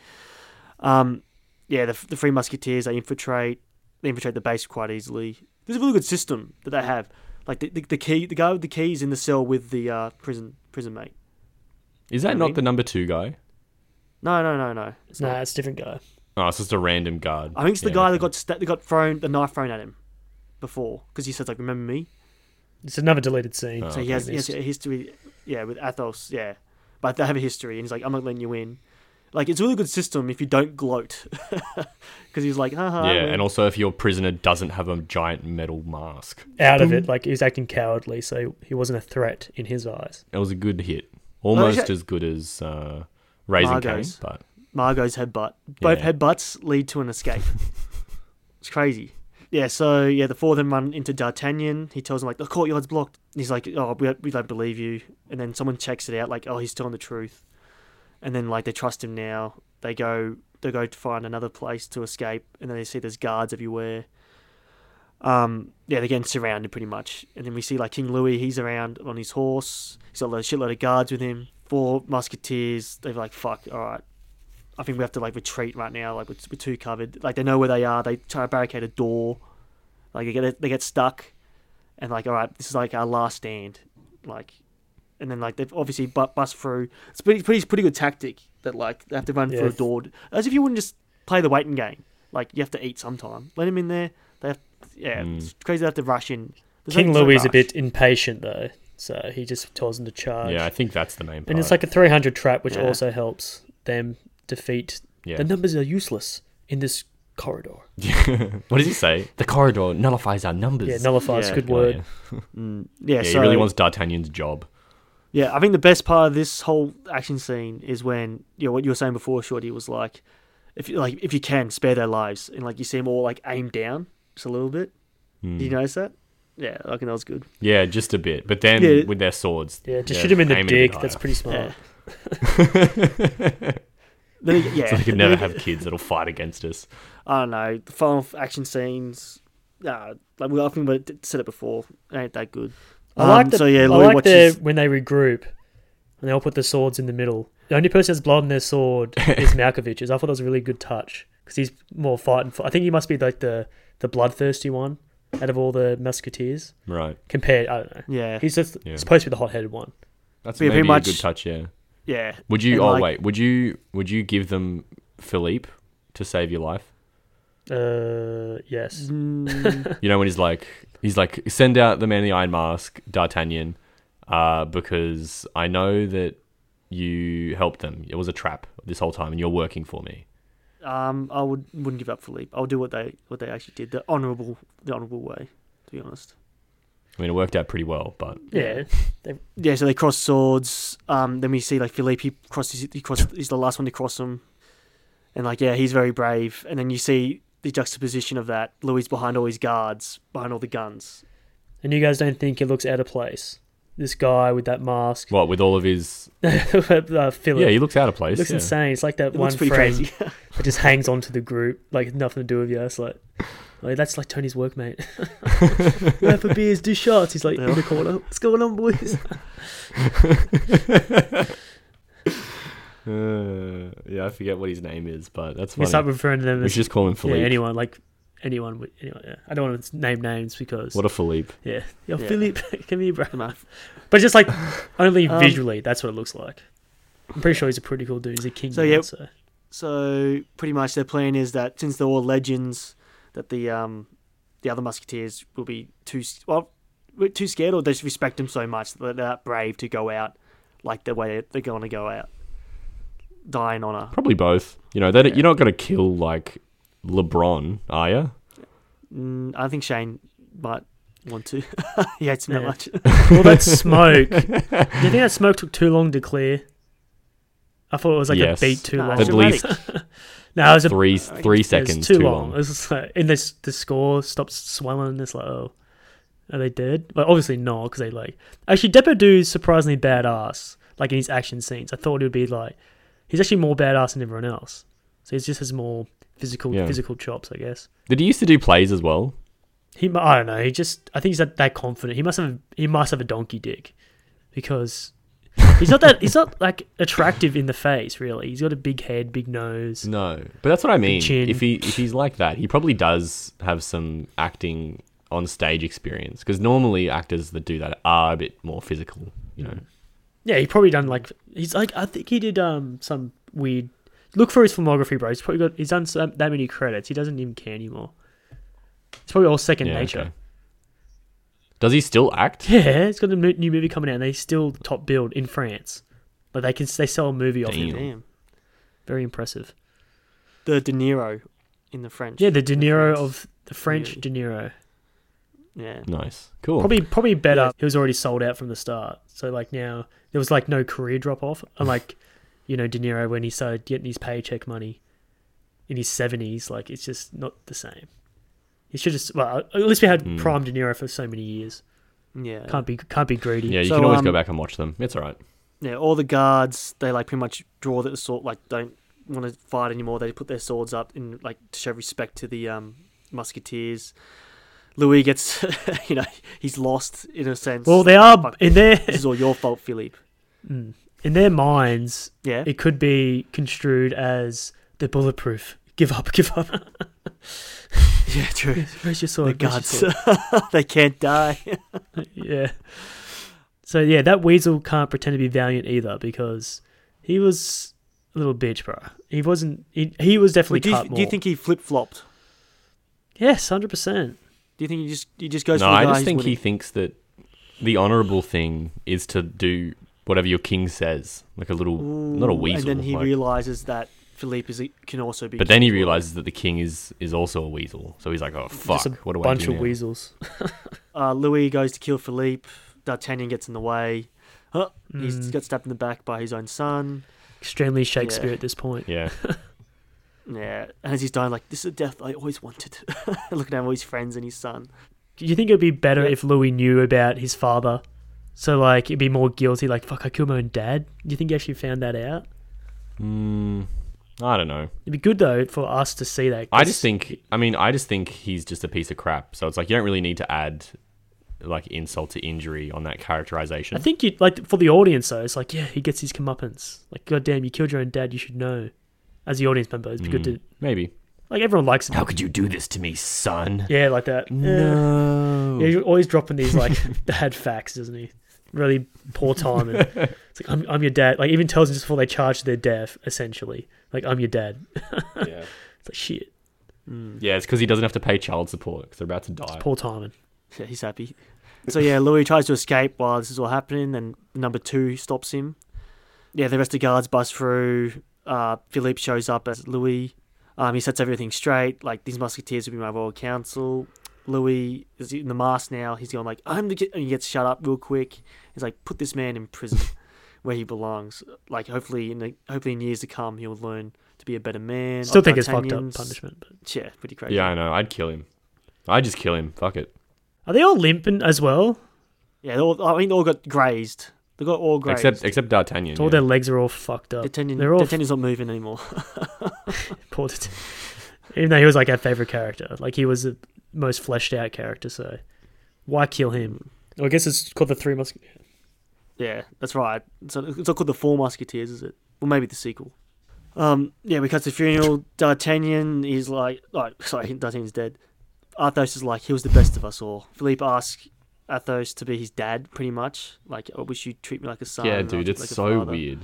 [SPEAKER 4] Um, yeah, the, the Three Musketeers they infiltrate they infiltrate the base quite easily. There's a really good system that they have. Like the, the, the key, the guy with the keys in the cell with the uh, prison prison mate.
[SPEAKER 1] Mm. Is that
[SPEAKER 4] I
[SPEAKER 1] not
[SPEAKER 4] mean-
[SPEAKER 1] the number two guy?
[SPEAKER 4] No, no, no, no. It's
[SPEAKER 3] Nah,
[SPEAKER 4] not.
[SPEAKER 3] it's a different guy.
[SPEAKER 1] Oh, it's just a random guard.
[SPEAKER 4] I think it's the
[SPEAKER 1] Yeah,
[SPEAKER 4] guy that
[SPEAKER 1] okay.
[SPEAKER 4] got sta- that got thrown the knife thrown at him before because he says like remember me.
[SPEAKER 3] It's another deleted scene.
[SPEAKER 1] Oh,
[SPEAKER 4] so
[SPEAKER 3] okay.
[SPEAKER 4] he has, he has a history, yeah, with Athos, yeah. But they have a history, and he's like, I'm not letting you in. Like it's a really good system if you don't gloat, <laughs> because he's like, haha.
[SPEAKER 1] Yeah,
[SPEAKER 4] I'm in."
[SPEAKER 1] and also if your prisoner doesn't have a giant metal mask,
[SPEAKER 3] Out of it, like he was acting cowardly, so he wasn't a threat in his eyes.
[SPEAKER 1] it was a good hit, almost
[SPEAKER 4] actually-
[SPEAKER 1] as good as uh, Raising Cane,
[SPEAKER 4] Margot's.
[SPEAKER 1] but
[SPEAKER 4] Margot's headbutt. Both
[SPEAKER 1] Yeah.
[SPEAKER 4] headbutts lead to an escape. it's crazy. Yeah, so yeah, the four of them run into D'Artagnan. He tells him like the courtyard's blocked. And he's like, oh, we don't, we don't believe you. And then someone checks it out, like, oh, he's telling the truth. And then like they trust him now. They go they go to find another place to escape, and then they see there's guards everywhere. Um, yeah, they're getting surrounded pretty much. And then we see like King Louis, he's around on his horse. He's got a shitload of guards with him. Four musketeers. They're like, fuck, all right. I think we have to like retreat right now. Like we're, we're too covered. Like they know where they are. They try to barricade a door. Like they get they get stuck, and like all right, this is like our last stand. Like, and then like they've obviously bu- bust through. It's pretty pretty pretty good tactic that like they have to run through a
[SPEAKER 3] Yes.
[SPEAKER 4] door as if you wouldn't just play the waiting game. Like you have to eat sometime. Let him in there. They have yeah. It's crazy they have to rush in. There's no-
[SPEAKER 3] King
[SPEAKER 4] there's no
[SPEAKER 3] Louis is a
[SPEAKER 4] rush.
[SPEAKER 3] bit impatient though, so he just tells them to charge.
[SPEAKER 1] yeah, I think that's the main part.
[SPEAKER 3] and it's like a 300 trap, which
[SPEAKER 4] Yeah.
[SPEAKER 3] also helps them defeat.
[SPEAKER 1] Yeah.
[SPEAKER 3] The numbers are useless in this corridor.
[SPEAKER 1] <laughs> what does he say? The corridor nullifies our numbers.
[SPEAKER 3] Yeah, nullifies.
[SPEAKER 4] Yeah.
[SPEAKER 3] Good
[SPEAKER 1] Oh,
[SPEAKER 3] word.
[SPEAKER 1] yeah.
[SPEAKER 4] Mm. yeah.
[SPEAKER 1] Yeah,
[SPEAKER 4] so-
[SPEAKER 1] he really wants D'Artagnan's job.
[SPEAKER 4] Yeah, I think the best part of this whole action scene is when you know what you were saying before, Shorty was like, if you like if you can spare their lives, and like you see them all like aim down just a little bit. Did you notice that? Yeah, I reckon that was good.
[SPEAKER 1] Yeah, just a bit, but then
[SPEAKER 4] Yeah.
[SPEAKER 1] with their swords.
[SPEAKER 3] Yeah, just shoot him in the
[SPEAKER 1] aim it a bit
[SPEAKER 3] dick. That's
[SPEAKER 1] higher.
[SPEAKER 3] pretty smart.
[SPEAKER 4] <laughs> Then
[SPEAKER 1] <laughs>
[SPEAKER 4] ag-
[SPEAKER 1] <laughs>
[SPEAKER 4] yeah,
[SPEAKER 1] So they could
[SPEAKER 4] then
[SPEAKER 1] never
[SPEAKER 4] ag-
[SPEAKER 1] have kids that'll fight against us.
[SPEAKER 4] I don't know the final f- action scenes. Nah, like we I think we d- said it before, it ain't that good.
[SPEAKER 3] I like
[SPEAKER 4] Um,
[SPEAKER 3] the,
[SPEAKER 4] so yeah,
[SPEAKER 3] I
[SPEAKER 4] Louis
[SPEAKER 3] like
[SPEAKER 4] watches.
[SPEAKER 3] the when they regroup and they all put the swords in the middle. The only person that's blood on
[SPEAKER 1] <laughs>
[SPEAKER 3] their sword is Malkovich. I thought that was a really good touch because he's more fighting for. I think he must be like the the bloodthirsty one out of all the musketeers.
[SPEAKER 1] Right.
[SPEAKER 3] Compared, I don't know.
[SPEAKER 4] Yeah,
[SPEAKER 3] He's just
[SPEAKER 1] Yeah.
[SPEAKER 3] supposed to be the hot-headed one.
[SPEAKER 1] That's
[SPEAKER 4] Yeah,
[SPEAKER 1] maybe
[SPEAKER 4] pretty much-
[SPEAKER 1] a good touch. Yeah.
[SPEAKER 4] yeah.
[SPEAKER 1] Would you?
[SPEAKER 4] And,
[SPEAKER 1] oh
[SPEAKER 4] like-
[SPEAKER 1] wait. Would you? Would you give them Philippe to save your life?
[SPEAKER 3] Uh, yes.
[SPEAKER 4] Mm,
[SPEAKER 1] You know when he's like, he's like, send out the man in the iron mask, D'Artagnan, uh, because I know that you helped them. It was a trap this whole time, and you're working for me.
[SPEAKER 4] um, I would wouldn't give up Philippe. I'll do what they what they actually did, the honourable the honourable way. To be honest.
[SPEAKER 1] I mean, it worked out pretty well, but
[SPEAKER 4] Mm-hmm.
[SPEAKER 3] Yeah.
[SPEAKER 4] Yeah, so they cross swords. Um, then we see like Philippe he crosses. He crossed. He's the last one to cross him, and like yeah, he's very brave. And then you see the juxtaposition of that. Louis behind all his guards, behind all the guns.
[SPEAKER 3] And you guys don't think it looks out of place? This guy with that mask, <laughs>
[SPEAKER 1] what with all of his,
[SPEAKER 3] uh, Philip.
[SPEAKER 1] yeah, he looks out of place.
[SPEAKER 3] looks
[SPEAKER 1] yeah. <laughs>
[SPEAKER 3] insane. It's like that
[SPEAKER 4] It
[SPEAKER 3] one
[SPEAKER 4] looks pretty
[SPEAKER 3] friend
[SPEAKER 4] crazy.
[SPEAKER 3] that just hangs on to the group, like nothing to do with you. It's like, like that's like Tony's workmate. <laughs> Go for beers, do shots. He's like in the corner. What's going on, boys?
[SPEAKER 1] Uh, Yeah, I forget what his name is, but that's
[SPEAKER 3] We
[SPEAKER 1] funny.
[SPEAKER 3] start referring to them
[SPEAKER 1] we
[SPEAKER 3] as
[SPEAKER 1] should just call him
[SPEAKER 3] yeah,
[SPEAKER 1] Philippe.
[SPEAKER 3] anyone, like anyone. would- anyone yeah. I don't want to name names because
[SPEAKER 1] What a Philippe.
[SPEAKER 3] yeah, yo,
[SPEAKER 4] Yeah.
[SPEAKER 3] Philip, <laughs> come here, bro.
[SPEAKER 4] Come on.
[SPEAKER 3] But just like only
[SPEAKER 4] Um,
[SPEAKER 3] visually, that's what it looks like. I'm pretty sure he's a pretty cool dude. He's a king.
[SPEAKER 4] So,
[SPEAKER 3] So, yeah.
[SPEAKER 4] yeah.
[SPEAKER 3] so
[SPEAKER 4] So pretty much their plan is that since they're all legends, that the um the other musketeers will be too s- well we're too scared or they just respect him so much that they're not brave to go out like the way they're going to go out, die in honor.
[SPEAKER 1] Probably both. You know, that you're not gonna kill like LeBron, are you?
[SPEAKER 4] Mm, I think Shane might want to. <laughs> he hates him that
[SPEAKER 3] Yeah.
[SPEAKER 4] much.
[SPEAKER 3] all
[SPEAKER 1] <laughs>
[SPEAKER 3] that smoke. Do you think that smoke took too long to clear? I thought it was like
[SPEAKER 1] Yes.
[SPEAKER 3] a beat too
[SPEAKER 4] Nah,
[SPEAKER 3] long.
[SPEAKER 4] it's
[SPEAKER 1] At least
[SPEAKER 3] <laughs>
[SPEAKER 4] dramatic.
[SPEAKER 3] No, it was a
[SPEAKER 1] Three three
[SPEAKER 3] It's
[SPEAKER 1] seconds
[SPEAKER 3] too,
[SPEAKER 1] too
[SPEAKER 3] long. It was just like, and this the score stops swelling. It's like, oh, are they dead? But obviously not, because they like actually Depardieu is surprisingly badass. Like in his action scenes, I thought it would be like he's actually more badass than everyone else. So he just has more physical
[SPEAKER 1] Yeah.
[SPEAKER 3] physical chops, I guess.
[SPEAKER 1] Did he used to do plays as well?
[SPEAKER 3] He, mu- I don't know. He just, I think he's that, that confident. He must have, he must have a donkey dick, because he's not that, he's not like attractive in the face. Really, he's got a big head, big nose.
[SPEAKER 1] No, but that's what I mean.
[SPEAKER 3] chin.
[SPEAKER 1] If he if he's like that, he probably does have some acting on stage experience because normally actors that do that are a bit more physical. You know,
[SPEAKER 3] Yeah, he probably done like he's like I think he did um some weird look for his filmography, bro. He's probably got he's done so, that many credits. He doesn't even care anymore. It's probably all second
[SPEAKER 1] yeah, okay.
[SPEAKER 3] nature.
[SPEAKER 1] Does he still act?
[SPEAKER 3] <laughs> Yeah, he's got a mo- new movie coming out, and they still top build in France. Like they can they sell a movie off him.
[SPEAKER 1] Damn.
[SPEAKER 4] Damn.
[SPEAKER 3] Very impressive.
[SPEAKER 4] The De Niro in the French.
[SPEAKER 3] Yeah, the De Niro
[SPEAKER 4] France.
[SPEAKER 3] of the French
[SPEAKER 4] Yeah.
[SPEAKER 3] De Niro.
[SPEAKER 4] yeah.
[SPEAKER 1] Nice, cool.
[SPEAKER 3] Probably probably better. He was already sold out from the start, so like now there was like no career drop off. Unlike <laughs> you know De Niro when he started getting his paycheck money in his seventies, like it's just not the same. He should just well at least we had
[SPEAKER 1] Mm.
[SPEAKER 3] prime De Niro for so many years.
[SPEAKER 4] Yeah.
[SPEAKER 3] Can't be can't be greedy.
[SPEAKER 1] yeah, you
[SPEAKER 4] So,
[SPEAKER 1] can always go
[SPEAKER 4] um,
[SPEAKER 1] back and watch them. It's all right.
[SPEAKER 4] Yeah, all the guards they like pretty much draw the sword, like don't want to fight anymore. They put their swords up in like to show respect to the um, musketeers. Louis gets, <laughs> you know, he's lost in a sense.
[SPEAKER 3] Well, they are
[SPEAKER 4] Fuck,
[SPEAKER 3] in their <laughs>
[SPEAKER 4] this is all your fault, Philippe.
[SPEAKER 3] Mm. in their minds.
[SPEAKER 4] Yeah,
[SPEAKER 3] It could be construed as the bulletproof. Give up, give up.
[SPEAKER 4] <laughs>
[SPEAKER 3] <laughs>
[SPEAKER 4] yeah, true.
[SPEAKER 3] Where's your
[SPEAKER 4] The
[SPEAKER 3] sword? Where's your
[SPEAKER 4] guards,
[SPEAKER 3] sword?
[SPEAKER 4] <laughs> they can't
[SPEAKER 3] <laughs>
[SPEAKER 4] die.
[SPEAKER 3] yeah. So yeah, that weasel can't pretend to be valiant either because he was a little bitch, bro. He wasn't. He, he was definitely
[SPEAKER 4] Wait, do, you,
[SPEAKER 3] cut more.
[SPEAKER 4] do you think he flip flopped?
[SPEAKER 3] Yes, hundred percent.
[SPEAKER 4] Do you think he just he just goes?
[SPEAKER 1] No,
[SPEAKER 4] for the
[SPEAKER 1] I
[SPEAKER 4] guy
[SPEAKER 1] just
[SPEAKER 4] who's
[SPEAKER 1] think he
[SPEAKER 4] winning?
[SPEAKER 1] thinks that the honorable thing is to do whatever your king says, like a little not a
[SPEAKER 4] Ooh,
[SPEAKER 1] weasel.
[SPEAKER 4] And then he
[SPEAKER 1] like-
[SPEAKER 4] realizes that Philippe is a, can also be.
[SPEAKER 3] Mm.
[SPEAKER 1] but then he realizes that the king is is also a weasel, so he's like, "Oh fuck,
[SPEAKER 3] Just a
[SPEAKER 1] what do I
[SPEAKER 3] bunch
[SPEAKER 1] do
[SPEAKER 3] of
[SPEAKER 1] now?
[SPEAKER 3] weasels.
[SPEAKER 4] Uh, Louis goes to kill Philippe. D'Artagnan gets in the way. Huh, <laughs> He's
[SPEAKER 3] Mm.
[SPEAKER 4] got stabbed in the back by his own son.
[SPEAKER 3] Extremely Shakespeare at this point.
[SPEAKER 1] Yeah,
[SPEAKER 4] Yeah, and as he's dying, like this is the death I always wanted. <laughs> Looking at all his friends and his son.
[SPEAKER 3] Do you think it'd be better
[SPEAKER 4] Yeah.
[SPEAKER 3] if Louis knew about his father? So like, he'd be more guilty. Like, fuck, I killed my own dad. Do you think he actually found that out?
[SPEAKER 1] mm, I don't know.
[SPEAKER 3] It'd be good though for us to see that.
[SPEAKER 1] I just
[SPEAKER 3] 'cause-
[SPEAKER 1] think, I mean, I just think he's just a piece of crap. So it's like you don't really need to add like insult to injury on that characterization.
[SPEAKER 3] I think you like for the audience though. It's like, yeah, he gets his comeuppance. Like, goddamn, you killed your own dad. You should know. As the audience member, it'd be good
[SPEAKER 1] Mm.
[SPEAKER 3] to
[SPEAKER 1] Maybe.
[SPEAKER 3] like everyone likes him.
[SPEAKER 1] How could you do this to me, son?
[SPEAKER 3] Yeah, like that. Yeah.
[SPEAKER 1] No.
[SPEAKER 3] Yeah, he's always dropping
[SPEAKER 1] <laughs>
[SPEAKER 3] these like bad facts, doesn't he? Really poor timing. it's like I'm, I'm your dad. Like even tells them just before they charge their death, essentially. Like I'm your dad.
[SPEAKER 1] Yeah.
[SPEAKER 3] It's like shit.
[SPEAKER 4] Hmm.
[SPEAKER 1] Yeah, it's because he doesn't have to pay child support because they're about to die.
[SPEAKER 3] Poor timing.
[SPEAKER 4] Yeah, he's happy. So yeah, Louis tries to escape while this is all happening, and number two stops him. Yeah, the rest of the guards bust through. Uh, Philippe shows up as Louis. Um, he sets everything straight. Like these musketeers will be my royal council. Louis is in the mask now. He's going like, "I'm the," ki-" and he gets shut up real quick. He's like, "Put this man in prison, <laughs> where he belongs." Like hopefully, in the, hopefully in years to come, he'll learn to be a better man.
[SPEAKER 3] Still think it's fucked up
[SPEAKER 4] D'Artagnan's-
[SPEAKER 3] punishment. But
[SPEAKER 4] Yeah, pretty crazy.
[SPEAKER 1] Yeah, I know. I'd kill him. I'd just kill him. Fuck it.
[SPEAKER 3] are they all limping as well?
[SPEAKER 4] yeah. They all, I mean, they all got grazed. They got all grazed.
[SPEAKER 1] Except except D'Artagnan.
[SPEAKER 3] All
[SPEAKER 1] yeah.
[SPEAKER 3] their legs are all fucked up.
[SPEAKER 4] D'Artagnan,
[SPEAKER 3] They're all
[SPEAKER 4] D'Artagnan's not
[SPEAKER 3] <laughs>
[SPEAKER 4] moving anymore.
[SPEAKER 3] poor. Det- Even though he was like our favorite character, like he was the most fleshed out character. So why kill him? Well, I guess it's called the Three Musketeers.
[SPEAKER 4] yeah, that's right. So it's not called the Four Musketeers, is it? Well, maybe the sequel. Um, yeah, we cut to the funeral. D'Artagnan is like, like, sorry, <laughs> D'Artagnan's dead. Athos is like, he was the best of us all. Philippe asks Athos to be his dad, pretty much. Like, I wish you treat me like a son.
[SPEAKER 1] yeah,
[SPEAKER 4] and I'll treat
[SPEAKER 1] dude,
[SPEAKER 4] you
[SPEAKER 1] it's
[SPEAKER 4] like a
[SPEAKER 1] so
[SPEAKER 4] father."
[SPEAKER 1] weird.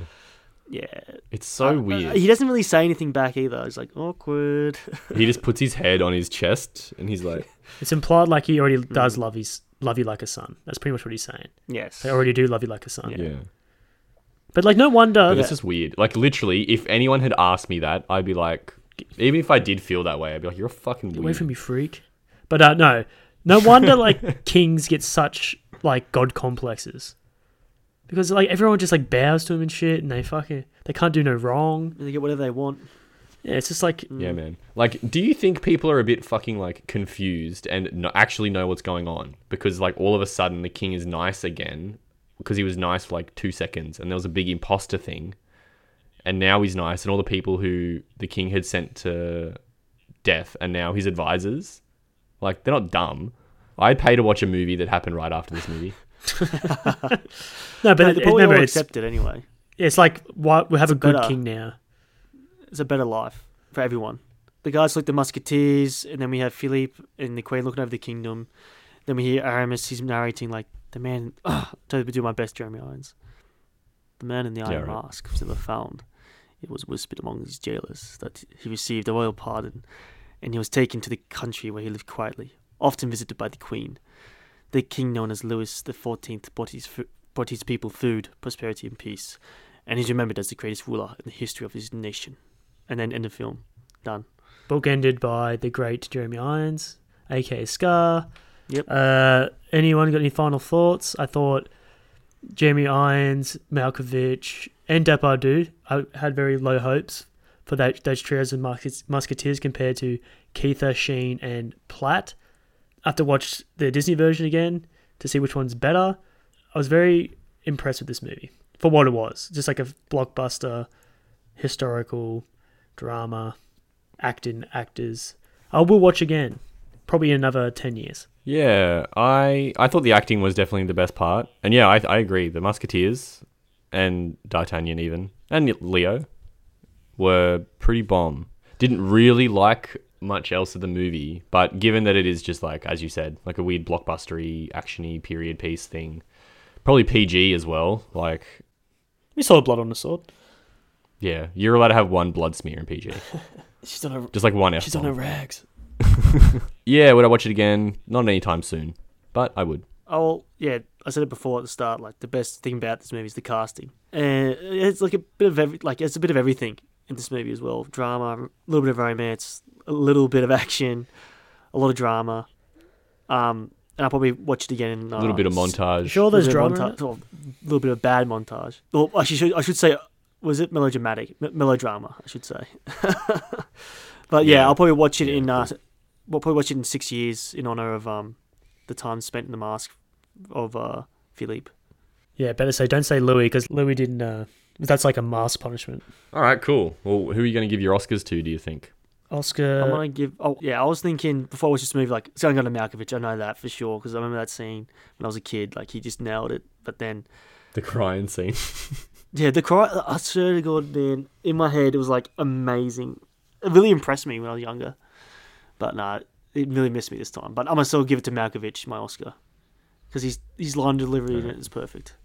[SPEAKER 4] Yeah,
[SPEAKER 1] It's so
[SPEAKER 4] Uh,
[SPEAKER 1] weird.
[SPEAKER 4] He doesn't really say anything back either. He's like awkward. <laughs>
[SPEAKER 1] he just puts his head on his chest and he's like,
[SPEAKER 3] It's implied like he
[SPEAKER 1] Mm.
[SPEAKER 3] already does love his love you like a son. That's pretty much what he's saying.
[SPEAKER 4] yes.
[SPEAKER 3] They already do love you like a son.
[SPEAKER 1] yeah.
[SPEAKER 3] But like, no wonder.
[SPEAKER 1] But it's just weird. Like, literally, if anyone had asked me that, I'd be like, even if I did feel that way, I'd be like, you're a fucking
[SPEAKER 3] away
[SPEAKER 1] weird.
[SPEAKER 3] from you, freak. But uh, no, no wonder like <laughs> kings get such like god complexes, because like everyone just like bows to him and shit, and they fucking they can't do no wrong.
[SPEAKER 4] And they get whatever they want.
[SPEAKER 3] Yeah, it's just like
[SPEAKER 1] Yeah, man. Like, do you think people are a bit fucking like confused and no- actually know what's going on? Because like all of a sudden the king is nice again because he was nice for like two seconds and there was a big imposter thing, and now he's nice and all the people who the king had sent to death are now his advisors. Like they're not dumb. I'd pay to watch a movie that happened right after this movie.
[SPEAKER 3] no, but
[SPEAKER 4] But
[SPEAKER 3] it-
[SPEAKER 4] they probably
[SPEAKER 3] remember
[SPEAKER 4] all
[SPEAKER 3] it's,
[SPEAKER 4] accept it anyway.
[SPEAKER 3] it's like why we have a good
[SPEAKER 4] better.
[SPEAKER 3] king now.
[SPEAKER 4] It's a better life for everyone. The guys like the musketeers, and then we have Philippe and the queen looking over the kingdom. Then we hear Aramis. He's narrating like the man. <sighs> Oh, to do my best, Jeremy Irons. The man in the iron
[SPEAKER 1] right.
[SPEAKER 4] mask was never found. It was whispered among his jailers that he received a royal pardon, and he was taken to the country where he lived quietly, often visited by the queen. The king, known as Louis the Fourteenth, brought his fu- brought his people food, prosperity, and peace, and he's remembered as the greatest ruler in the history of his nation. And then end the film, done.
[SPEAKER 3] Book ended by the great Jeremy Irons, aka Scar.
[SPEAKER 4] Yep.
[SPEAKER 3] Uh, anyone got any final thoughts? I thought Jeremy Irons, Malkovich, and Depardieu. I had very low hopes for that those trios of musket- musketeers compared to Keitha, Sheen, and Platt. I have to watch the Disney version again to see which one's better. I was very impressed with this movie for what it was, just like a blockbuster historical drama, acting actors. I will watch again, probably in another ten years.
[SPEAKER 1] Yeah, I I thought the acting was definitely the best part, and yeah, I I agree. The Musketeers and D'Artagnan even and Leo were pretty bomb. Didn't really like much else of the movie, but given that it is just like as you said, like a weird blockbustery actiony period piece thing, probably PG as well. Like
[SPEAKER 3] We saw blood on the sword.
[SPEAKER 1] yeah, you're allowed to have one blood smear in
[SPEAKER 4] <laughs>
[SPEAKER 1] PG,
[SPEAKER 4] She's on her.
[SPEAKER 1] just like one.
[SPEAKER 4] She's on
[SPEAKER 1] F-bomb.
[SPEAKER 4] her rags.
[SPEAKER 1] Yeah, would I watch it again? Not anytime soon, but I would.
[SPEAKER 4] Oh yeah, I said it before at the start. Like the best thing about this movie is the casting. And it's like a bit of every, like it's a bit of everything in this movie as well. Drama, a little bit of romance, a little bit of action, a lot of drama. Um, and I'll probably watch it again. In, uh,
[SPEAKER 1] A little bit of montage.
[SPEAKER 3] Sure, there's drama. in it?
[SPEAKER 4] A little bit of bad montage. Well, I should I should say, was it melodramatic? M- melodrama, I should say. <laughs> but yeah,
[SPEAKER 1] Yeah.
[SPEAKER 4] I'll probably watch it
[SPEAKER 1] Yeah,
[SPEAKER 4] in. Uh, we'll probably watch it in six years in honor of um, the time spent in the mask of uh, Philippe.
[SPEAKER 3] Yeah, better say don't say Louis because Louis didn't. Uh, that's like a mass punishment.
[SPEAKER 1] All right, cool. Well, who are you going to give your Oscars to? Do you think?
[SPEAKER 4] I'm
[SPEAKER 3] Oscar.
[SPEAKER 4] gonna give. Oh yeah, I was thinking before I watched this movie, like it's going to go to Malkovich. I know that for sure because I remember that scene when I was a kid. Like he just nailed it. But then
[SPEAKER 1] The crying scene.
[SPEAKER 4] Yeah, the cry. I swear to God, man, in my head it was like amazing. It really impressed me when I was younger, but nah, it really missed me this time. But I'm gonna still give it to Malkovich, my Oscar, because he's his line delivery in it is perfect.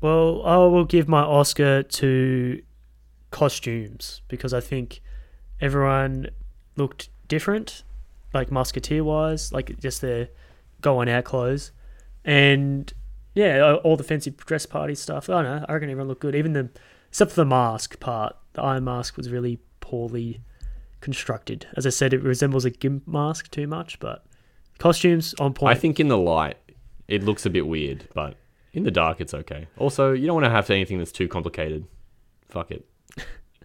[SPEAKER 3] Well, I will give my Oscar to costumes because I think everyone looked different, like musketeer wise, like just their going out clothes, and yeah, all the fancy dress party stuff. I don't know. I reckon everyone looked good, even the except for the mask part. The iron mask was really poorly constructed. As I said, it resembles a gimp mask too much, but costumes on
[SPEAKER 1] I
[SPEAKER 3] point.
[SPEAKER 1] think in the light, it looks a bit weird, but in the dark, it's okay. Also, you don't want to have anything that's too complicated. Fuck it.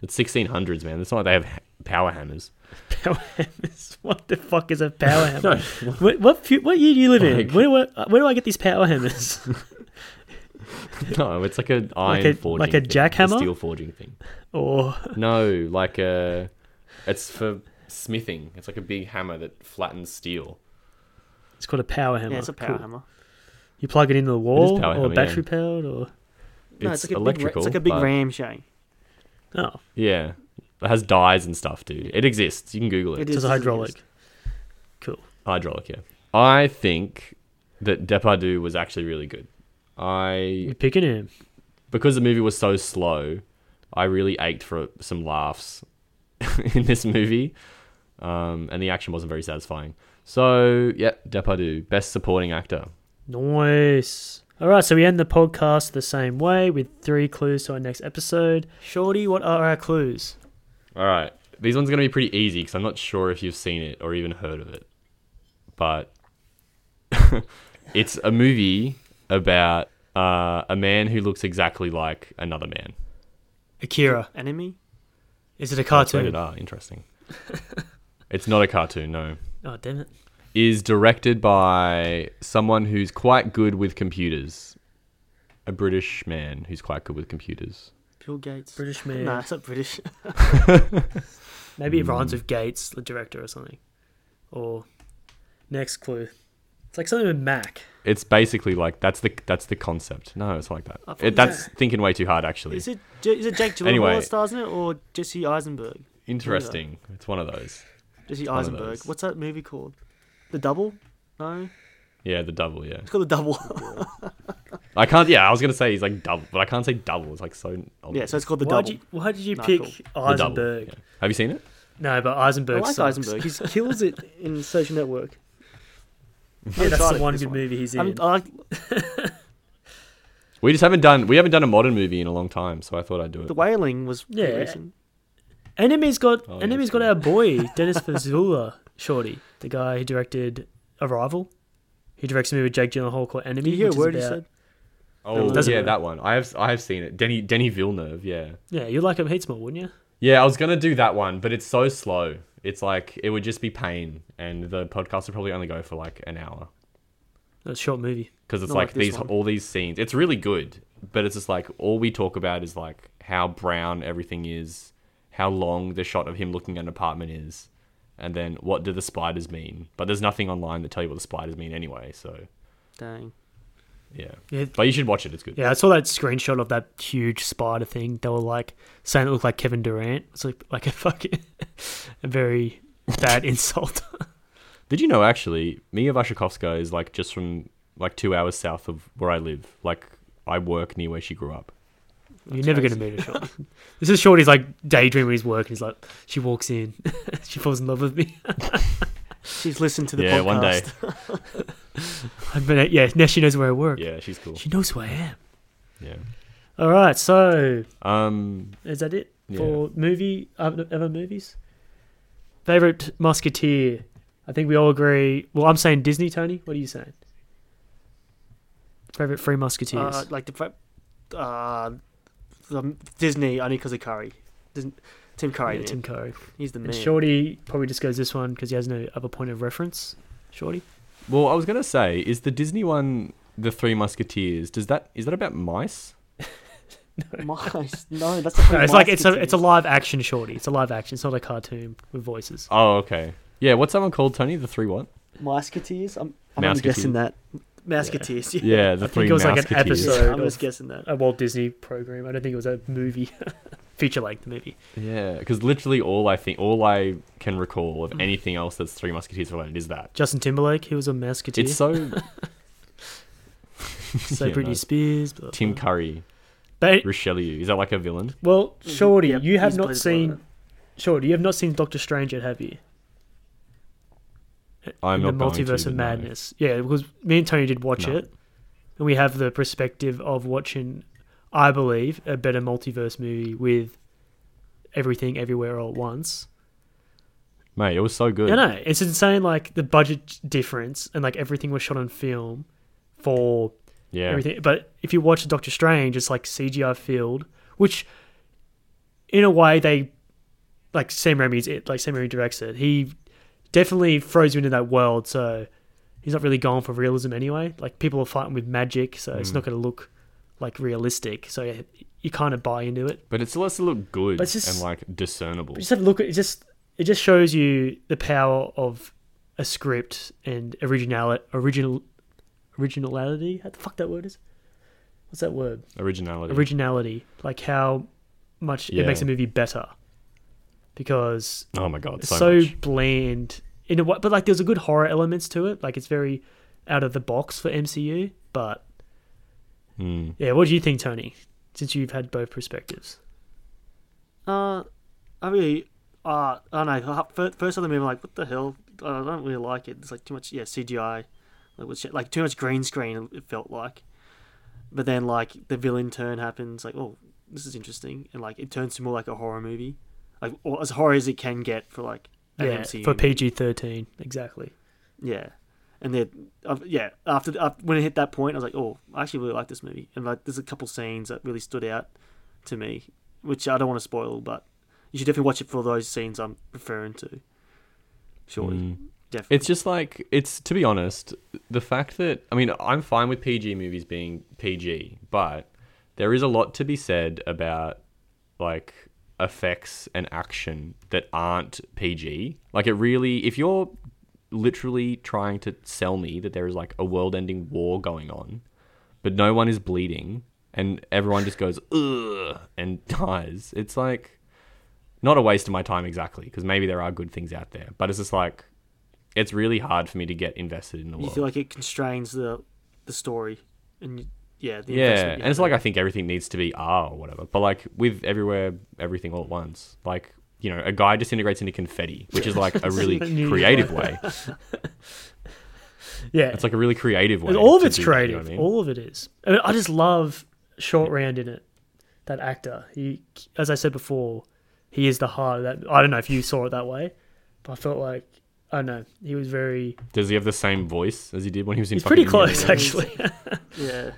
[SPEAKER 1] It's 1600s, man. It's not like they have ha- power hammers.
[SPEAKER 3] <laughs> power hammers. <laughs> What the fuck is a
[SPEAKER 1] <laughs>
[SPEAKER 3] power hammer? what, what fu- what year do you live in?
[SPEAKER 1] Like-
[SPEAKER 3] Where do, I, where do I get these power hammers?
[SPEAKER 1] <laughs>
[SPEAKER 3] <laughs>
[SPEAKER 1] No, it's like an
[SPEAKER 3] Like
[SPEAKER 1] iron
[SPEAKER 3] a-
[SPEAKER 1] forging,
[SPEAKER 3] like a
[SPEAKER 1] thing,
[SPEAKER 3] jackhammer?
[SPEAKER 1] steel forging thing.
[SPEAKER 3] or
[SPEAKER 1] No, like a, it's for smithing. It's like a big hammer that flattens steel.
[SPEAKER 3] it's called a power hammer.
[SPEAKER 4] Yeah, it's a power
[SPEAKER 3] Cool.
[SPEAKER 4] hammer.
[SPEAKER 3] You plug it into the wall,
[SPEAKER 1] power
[SPEAKER 3] or
[SPEAKER 1] hammer, yeah.
[SPEAKER 3] battery powered, or oh,
[SPEAKER 4] No,
[SPEAKER 1] it's,
[SPEAKER 4] it's, like a big, ra-
[SPEAKER 1] electrical.
[SPEAKER 4] it's like a big
[SPEAKER 1] but-
[SPEAKER 4] ram shang.
[SPEAKER 3] Oh,
[SPEAKER 1] Yeah. It has dyes and stuff, dude. It exists. You can Google it.
[SPEAKER 3] it's
[SPEAKER 4] is
[SPEAKER 3] a hydraulic.
[SPEAKER 4] diseased.
[SPEAKER 3] Cool.
[SPEAKER 1] Hydraulic, yeah. I think that Depardieu was actually really good. I
[SPEAKER 3] You're picking him.
[SPEAKER 1] because the movie was so slow, I really ached for some laughs <laughs> in this movie, um, and the action wasn't very satisfying. So, yeah, Depardieu, best supporting actor.
[SPEAKER 3] Nice. All right, so we end the podcast the same way with three clues to our next episode. Shorty, what are our clues?
[SPEAKER 1] All right, these ones are gonna be pretty easy because I'm not sure if you've seen it or even heard of it, but <laughs> it's a movie about uh, a man who looks exactly like another man.
[SPEAKER 4] Akira. Enemy? Is it a
[SPEAKER 1] Rated
[SPEAKER 4] cartoon?
[SPEAKER 1] R, interesting. <laughs> it's not a cartoon, no.
[SPEAKER 3] Oh, damn it.
[SPEAKER 1] Is directed by someone who's quite good with computers. A British man who's quite good with computers.
[SPEAKER 4] Bill Gates.
[SPEAKER 3] British man.
[SPEAKER 4] Nah, it's not British.
[SPEAKER 3] Maybe it
[SPEAKER 1] Hmm.
[SPEAKER 3] rhymes with Gates, the director, or something. Or next clue. It's like something with Mac.
[SPEAKER 1] It's basically like that's the that's the concept. No, it's like that.
[SPEAKER 4] I thought-
[SPEAKER 1] It, that's thinking way too hard, actually.
[SPEAKER 4] Is it J- is it Jake Gyllenhaal
[SPEAKER 1] Anyway.
[SPEAKER 4] that stars in it or Jesse Eisenberg?
[SPEAKER 1] Interesting. It's one of those.
[SPEAKER 4] Jesse
[SPEAKER 1] one of
[SPEAKER 4] Eisenberg.
[SPEAKER 1] those.
[SPEAKER 4] What's that movie called? The Double? No,
[SPEAKER 1] Yeah, the double. Yeah,
[SPEAKER 4] it's called The Double.
[SPEAKER 1] I can't. Yeah, I was gonna say he's like double, but I can't say double. It's like so.
[SPEAKER 4] <laughs> yeah, so it's called The
[SPEAKER 3] why,
[SPEAKER 4] Double.
[SPEAKER 3] did you, why did you
[SPEAKER 4] Nah,
[SPEAKER 3] pick
[SPEAKER 4] cool.
[SPEAKER 1] The Double,
[SPEAKER 3] Eisenberg?
[SPEAKER 1] yeah. Have you seen it?
[SPEAKER 3] No, but
[SPEAKER 4] I
[SPEAKER 3] Eisenberg
[SPEAKER 4] like
[SPEAKER 3] sucks. <laughs>
[SPEAKER 4] Eisenberg. He kills it in Social <laughs> Network.
[SPEAKER 3] Yeah, that's
[SPEAKER 4] tried
[SPEAKER 3] the
[SPEAKER 4] it,
[SPEAKER 3] one
[SPEAKER 4] this
[SPEAKER 3] good
[SPEAKER 4] one.
[SPEAKER 3] movie he's
[SPEAKER 4] I,
[SPEAKER 3] in.
[SPEAKER 4] mean, I like
[SPEAKER 1] We just haven't done. We haven't done a modern movie in a long time, so I thought I'd do it.
[SPEAKER 4] The Wailing was
[SPEAKER 3] Yeah.
[SPEAKER 4] pretty recent.
[SPEAKER 3] Enemy's got
[SPEAKER 1] Oh, yeah, that's
[SPEAKER 3] Enemy's got
[SPEAKER 1] good.
[SPEAKER 3] our boy
[SPEAKER 4] <laughs>
[SPEAKER 3] Dennis Fazula, Shorty, the guy who directed Arrival. He directs a movie with Jake Gyllenhaal called Enemy.
[SPEAKER 4] Did you hear a
[SPEAKER 3] which is
[SPEAKER 4] word he
[SPEAKER 3] about-
[SPEAKER 4] said?
[SPEAKER 1] oh,
[SPEAKER 3] doesn't
[SPEAKER 1] yeah,
[SPEAKER 3] matter.
[SPEAKER 1] that one. I have. I have seen it. Denny Denny Villeneuve. Yeah.
[SPEAKER 3] Yeah, you like him heaps more, wouldn't you?
[SPEAKER 1] Yeah, I was gonna do that one, but it's so slow. It's like it would just be pain, and the podcast would probably only go for like an hour
[SPEAKER 3] That's a short movie.
[SPEAKER 1] because it's
[SPEAKER 4] Not
[SPEAKER 1] like,
[SPEAKER 4] like this
[SPEAKER 1] these
[SPEAKER 4] one.
[SPEAKER 1] all these scenes. It's really good, but it's just like all we talk about is like how brown everything is, how long the shot of him looking at an apartment is, and then what do the spiders mean. But there's nothing online that tell you what the spiders mean anyway. So
[SPEAKER 4] Dang.
[SPEAKER 1] yeah,
[SPEAKER 3] Yeah.
[SPEAKER 1] but you should watch it. It's good.
[SPEAKER 3] Yeah, I saw that screenshot of that huge spider thing. They were like saying it looked like Kevin Durant. It's like like a fucking <laughs> a very bad <laughs> insult.
[SPEAKER 1] Did you know actually, Mia Vashikovska is like just from like two hours south of where I live. Like I work near where she grew up.
[SPEAKER 3] You're never gonna meet her, Shorty. this is Shorty's like daydreaming his work. He's like, she walks in, <laughs> she falls in love with me.
[SPEAKER 4] <laughs>
[SPEAKER 3] <laughs>
[SPEAKER 4] She's listened to the
[SPEAKER 1] yeah,
[SPEAKER 4] podcast.
[SPEAKER 1] one day.
[SPEAKER 3] But uh, yeah, now she knows where I work.
[SPEAKER 1] Yeah, she's cool.
[SPEAKER 3] She knows who I am.
[SPEAKER 1] Yeah.
[SPEAKER 3] All right, so
[SPEAKER 1] Um.
[SPEAKER 3] is that it
[SPEAKER 1] Yeah.
[SPEAKER 3] for movie other other movies? Favorite Musketeer? I think we all agree. Well, I'm saying Disney. Tony, what are you saying? Favorite Three Musketeers?
[SPEAKER 4] Uh, like the prep, uh, the Disney only because of Curry. Disney, Tim Curry.
[SPEAKER 3] Yeah,
[SPEAKER 4] man.
[SPEAKER 3] Tim Curry.
[SPEAKER 4] He's the man.
[SPEAKER 3] And
[SPEAKER 4] <laughs>
[SPEAKER 3] Shorty probably just goes this one because he has no other point of reference. Shorty,
[SPEAKER 1] Well, I was gonna say, is the Disney one the Three Musketeers? Does that is that about mice?
[SPEAKER 4] Mice.
[SPEAKER 3] <laughs>
[SPEAKER 4] No, that's the
[SPEAKER 3] no,
[SPEAKER 4] thing,
[SPEAKER 3] it's like
[SPEAKER 4] mice
[SPEAKER 3] it's a
[SPEAKER 4] get
[SPEAKER 3] it's a
[SPEAKER 4] teased.
[SPEAKER 3] live action Shorty. It's a live action. It's not a cartoon with voices.
[SPEAKER 1] Oh, okay. Yeah. What's someone called Tony? The Three what?
[SPEAKER 4] Mouseketeers? I'm, I'm only
[SPEAKER 1] Mouseketeers.
[SPEAKER 4] guessing that. Mouseketeers. Yeah. <laughs>
[SPEAKER 1] Yeah, the
[SPEAKER 3] I
[SPEAKER 1] Three
[SPEAKER 3] think it was like an
[SPEAKER 1] Mouseketeers.
[SPEAKER 3] episode.
[SPEAKER 4] I'm just guessing that.
[SPEAKER 3] A Walt Disney program. I don't think it was a movie, <laughs> feature length movie.
[SPEAKER 1] Yeah, because literally all I think, all I can recall of anything else that's Three Musketeers related is that.
[SPEAKER 3] Justin Timberlake, he was a musketeer.
[SPEAKER 1] It's so.
[SPEAKER 3] <laughs>
[SPEAKER 1] <laughs>
[SPEAKER 3] so
[SPEAKER 1] Yeah,
[SPEAKER 3] Britney
[SPEAKER 1] no.
[SPEAKER 3] Spears. Blah,
[SPEAKER 1] Tim
[SPEAKER 3] blah.
[SPEAKER 1] Curry,
[SPEAKER 3] But
[SPEAKER 1] Richelieu. Is that like a villain?
[SPEAKER 3] well, Shorty,
[SPEAKER 4] Yep,
[SPEAKER 3] you have
[SPEAKER 4] he's
[SPEAKER 3] not
[SPEAKER 4] played
[SPEAKER 3] seen.
[SPEAKER 4] Spider-Man.
[SPEAKER 3] Shorty, you have not seen Doctor Strange yet, have you?
[SPEAKER 1] I'm
[SPEAKER 3] the
[SPEAKER 1] not going to,
[SPEAKER 3] Multiverse
[SPEAKER 1] but
[SPEAKER 3] of
[SPEAKER 1] no.
[SPEAKER 3] Madness. Yeah, because me and Tony did watch
[SPEAKER 1] No.
[SPEAKER 3] it, and we have the perspective of watching, I believe, a better multiverse movie with everything everywhere all at once.
[SPEAKER 1] Mate, it was so good.
[SPEAKER 3] No, no, it's insane. Like the budget difference, and like everything was shot on film for
[SPEAKER 1] Yeah.
[SPEAKER 3] everything. But if you watch Doctor Strange, it's like CGI filled, which in a way they like Sam Raimi's it like Sam Raimi directs it. He definitely throws you into that world, so he's not really going for realism anyway. Like people are fighting with magic, so it's not going to look like realistic. So yeah, you kind of buy into it.
[SPEAKER 1] But it still has to look good
[SPEAKER 3] But it's just-
[SPEAKER 1] and like discernible.
[SPEAKER 3] But just have a look at it just it just shows you the power of a script and originality original originality how the fuck that word is what's that word
[SPEAKER 1] Originality.
[SPEAKER 3] originality like how much
[SPEAKER 1] Yeah.
[SPEAKER 3] it makes a movie better because
[SPEAKER 1] Oh my god,
[SPEAKER 3] it's
[SPEAKER 1] so,
[SPEAKER 3] so,
[SPEAKER 1] much.
[SPEAKER 3] bland in a way, but like there's a good horror elements to it. Like it's very out of the box for MCU. But
[SPEAKER 1] Mm.
[SPEAKER 3] yeah, what do you think, Tony? Since you've had both perspectives,
[SPEAKER 4] Uh, I really, uh, I don't know. First, first of the movie, I'm like, what the hell? I don't really like it. It's like too much, yeah, CGI, like, what's- like too much green screen. It felt like, but then like the villain turn happens. Like, oh, this is interesting, and like it turns to more like a horror movie, like or as horror as it can get for like an
[SPEAKER 3] yeah,
[SPEAKER 4] MCU
[SPEAKER 3] for
[SPEAKER 4] movie.
[SPEAKER 3] PG thirteen, exactly.
[SPEAKER 4] Yeah, and then uh, yeah, after uh, when it hit that point, I was like, oh, I actually really like this movie, and like there's a couple scenes that really stood out to me, which I don't want to spoil, but you should definitely watch it for those scenes I'm referring to. Surely,
[SPEAKER 1] Mm.
[SPEAKER 4] definitely.
[SPEAKER 1] It's just like it's to be honest, the fact that I mean, I'm fine with PG movies being PG, but there is a lot to be said about like effects and action that aren't PG. Like it really if you're literally trying to sell me that there is like a world-ending war going on, but no one is bleeding and everyone just goes ugh and <laughs> dies. It's like not a waste of my time exactly because maybe there are good things out there, but it's just like it's really hard for me to get invested in the
[SPEAKER 4] you
[SPEAKER 1] world.
[SPEAKER 4] feel like it constrains the the story, and you, yeah, the
[SPEAKER 1] yeah,
[SPEAKER 4] investment you
[SPEAKER 1] and it's
[SPEAKER 4] have.
[SPEAKER 1] like I think everything needs to be R or whatever, but like with everywhere, everything all at once, like you know, a guy disintegrates into confetti, which is
[SPEAKER 3] <laughs>
[SPEAKER 1] like a really
[SPEAKER 3] I knew you
[SPEAKER 1] creative way.
[SPEAKER 3] Yeah,
[SPEAKER 1] It's like a really creative way.
[SPEAKER 3] And all of
[SPEAKER 1] to
[SPEAKER 3] it's
[SPEAKER 1] do that, you
[SPEAKER 3] creative.
[SPEAKER 1] know what I mean?
[SPEAKER 3] All of it is. I, mean, I just love Short Round in it. That actor. He, as I said before, he is the heart of that. I don't know if you saw it that way, but I felt like I don't know. He was very.
[SPEAKER 1] Does he have the same voice as he did when he was in?
[SPEAKER 3] He's pretty
[SPEAKER 1] fucking-
[SPEAKER 3] close actually,
[SPEAKER 4] yeah,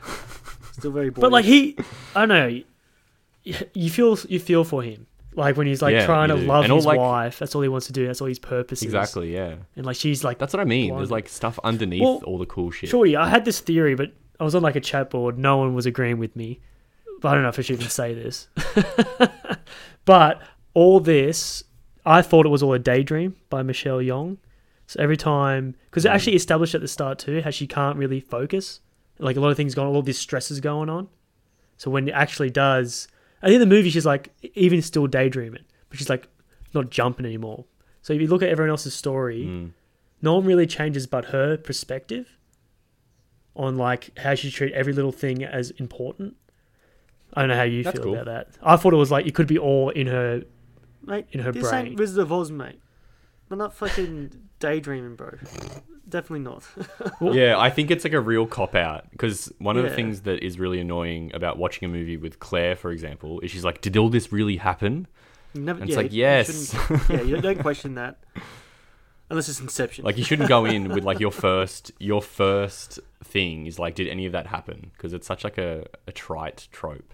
[SPEAKER 4] still very boring.
[SPEAKER 3] but like he, I don't know. y- You feel you feel for him, like when he's like
[SPEAKER 1] Yeah,
[SPEAKER 3] trying to
[SPEAKER 1] you do.
[SPEAKER 3] love
[SPEAKER 1] And all,
[SPEAKER 3] his
[SPEAKER 1] like-
[SPEAKER 3] wife. That's all he wants to do. That's all his purpose is.
[SPEAKER 1] Exactly. Yeah.
[SPEAKER 3] And like she's like
[SPEAKER 1] That's what I mean.
[SPEAKER 3] Blonde.
[SPEAKER 1] There's like stuff underneath
[SPEAKER 3] Well,
[SPEAKER 1] all the cool shit.
[SPEAKER 3] Shorty, I had this theory, but I was on like a chat board. No one was agreeing with me. But I don't know if I should even say this. <laughs> but all this, I thought it was all a daydream by Michelle Yeoh. So every time, because it actually established at the start too, how she can't really focus. Like a lot of things going, all this stress is going on. So when it actually does, I think the movie she's like even still daydreaming, but she's like not jumping anymore. So if you look at everyone else's story,
[SPEAKER 1] Hmm.
[SPEAKER 3] no one really changes but her perspective on like how she treat every little thing as important. I don't know how you
[SPEAKER 1] That's
[SPEAKER 3] feel
[SPEAKER 1] cool.
[SPEAKER 3] about that. I thought it was like it could be all in her.
[SPEAKER 4] mate,
[SPEAKER 3] in her
[SPEAKER 4] this
[SPEAKER 3] brain.
[SPEAKER 4] ain't Wizard of Oz, mate. We're not fucking daydreaming, bro. Definitely not.
[SPEAKER 1] Yeah, I think it's like a real cop out because one of the
[SPEAKER 4] Yeah.
[SPEAKER 1] things that is really annoying about watching a movie with Claire, for example, is she's like, "Did all this really happen?"
[SPEAKER 4] You never,
[SPEAKER 1] And it's
[SPEAKER 4] yeah,
[SPEAKER 1] like,
[SPEAKER 4] you
[SPEAKER 1] yes.
[SPEAKER 4] shouldn't- <laughs> yeah,
[SPEAKER 1] <laughs>
[SPEAKER 4] you don't question that. Unless it's Inception.
[SPEAKER 1] Like you shouldn't go in with like your first your first thing is like, "Did any of that happen?" Because it's such like a, a trite trope.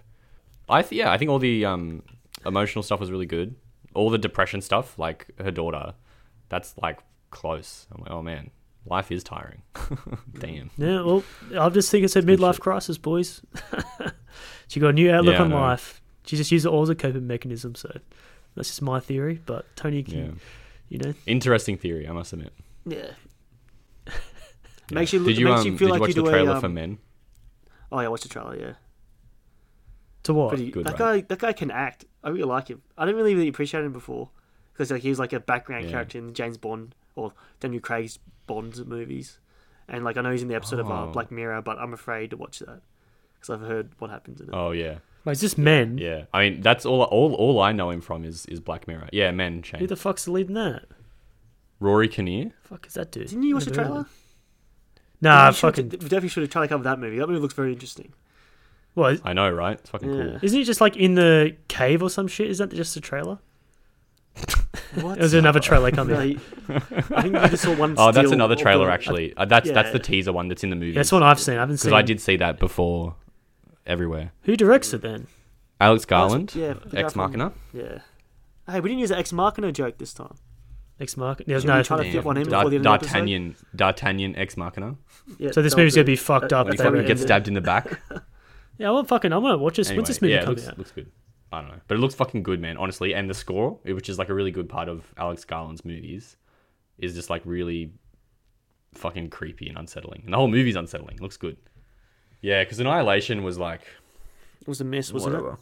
[SPEAKER 1] I th- yeah, I think all the um, emotional stuff was really good. All the depression stuff, like her daughter, that's like close. I'm like, oh man, life is tiring. <laughs> Damn.
[SPEAKER 3] Yeah, well, I just think it's a midlife
[SPEAKER 1] shit.
[SPEAKER 3] crisis, boys. <laughs> she got a new outlook
[SPEAKER 1] Yeah, I
[SPEAKER 3] on
[SPEAKER 1] know.
[SPEAKER 3] life. She just used it all as a coping mechanism. So that's just my theory. But Tony, can,
[SPEAKER 1] Yeah.
[SPEAKER 3] you know,
[SPEAKER 1] Interesting theory, I must admit. <laughs>
[SPEAKER 4] yeah. Makes you look,
[SPEAKER 1] Did you,
[SPEAKER 4] makes
[SPEAKER 1] um,
[SPEAKER 4] you feel
[SPEAKER 1] did
[SPEAKER 4] like
[SPEAKER 1] you watch
[SPEAKER 4] you
[SPEAKER 1] the
[SPEAKER 4] do
[SPEAKER 1] trailer
[SPEAKER 4] a, um,
[SPEAKER 1] for Men?
[SPEAKER 4] Oh yeah, watch the trailer. Yeah,
[SPEAKER 3] to what?
[SPEAKER 4] pretty.
[SPEAKER 1] Oh, good, right?
[SPEAKER 4] that guy, that guy can act. I really like him. I didn't really, really appreciate him before because like he was like a background
[SPEAKER 1] Yeah.
[SPEAKER 4] character in the James Bond or Daniel Craig's Bond movies, and like I know he's in the episode of uh,
[SPEAKER 1] Oh.
[SPEAKER 4] Black Mirror, but I'm afraid to watch that because I've heard what happens in it.
[SPEAKER 1] Oh yeah,
[SPEAKER 3] Like, is this men?
[SPEAKER 1] yeah. I mean, that's all. All all I know him from is is Black Mirror. Yeah, Men.
[SPEAKER 3] Who
[SPEAKER 1] Shane.
[SPEAKER 3] the fuck's the lead in that?
[SPEAKER 1] Rory Kinnear.
[SPEAKER 3] Fuck is that dude?
[SPEAKER 4] Didn't you watch the
[SPEAKER 3] Never heard of
[SPEAKER 4] trailer?
[SPEAKER 3] him. Nah,
[SPEAKER 4] We should-
[SPEAKER 3] fucking.
[SPEAKER 4] We definitely should have tried to cover that movie. That movie looks very interesting.
[SPEAKER 3] Well,
[SPEAKER 1] I know, right? It's fucking
[SPEAKER 4] Yeah.
[SPEAKER 1] cool.
[SPEAKER 3] isn't he just like in the cave or some shit? Is that just a trailer?
[SPEAKER 4] What?
[SPEAKER 3] It
[SPEAKER 1] <laughs>
[SPEAKER 3] was another
[SPEAKER 4] <laughs>
[SPEAKER 3] trailer
[SPEAKER 4] No,
[SPEAKER 3] coming. <laughs>
[SPEAKER 4] he- I think we just saw one.
[SPEAKER 1] Oh, that's
[SPEAKER 4] still
[SPEAKER 1] another
[SPEAKER 4] of the-
[SPEAKER 1] trailer actually. Uh, that's that's
[SPEAKER 4] yeah.
[SPEAKER 1] the teaser one that's in the movie.
[SPEAKER 3] Yeah, it's one I've seen. I haven't
[SPEAKER 1] because
[SPEAKER 3] seen.
[SPEAKER 1] I did see that before. Everywhere.
[SPEAKER 3] Who directs it then?
[SPEAKER 1] Alex Garland.
[SPEAKER 4] yeah, the guy
[SPEAKER 1] Ex
[SPEAKER 4] from-
[SPEAKER 1] Machina.
[SPEAKER 4] Yeah. Hey, we didn't use an ex machina joke this time.
[SPEAKER 3] Next market. There's
[SPEAKER 4] Should
[SPEAKER 3] no.
[SPEAKER 4] we try to
[SPEAKER 1] Damn.
[SPEAKER 4] fit one in
[SPEAKER 1] Dar-
[SPEAKER 4] before the end of the episode?
[SPEAKER 1] D'Artagnan. D'Artagnan. Ex Machina.
[SPEAKER 4] Yeah,
[SPEAKER 3] So this
[SPEAKER 4] that was
[SPEAKER 3] movie's gonna
[SPEAKER 4] it.
[SPEAKER 3] be fucked
[SPEAKER 4] That-
[SPEAKER 3] up
[SPEAKER 1] When he
[SPEAKER 3] if they
[SPEAKER 1] fucking
[SPEAKER 3] really
[SPEAKER 1] gets
[SPEAKER 3] did.
[SPEAKER 1] stabbed in the back.
[SPEAKER 3] Yeah, I want fucking. I want to watch this.
[SPEAKER 1] Anyway,
[SPEAKER 3] When's this movie
[SPEAKER 1] yeah, it
[SPEAKER 3] coming
[SPEAKER 1] looks,
[SPEAKER 3] out?
[SPEAKER 1] looks good. I don't know, but it looks fucking good, man. Honestly, and the score, it- which is like a really good part of Alex Garland's movies, is just like really fucking creepy and unsettling. And the whole movie's unsettling. Looks good. Yeah, because Annihilation was like
[SPEAKER 4] It was a mess, wasn't it?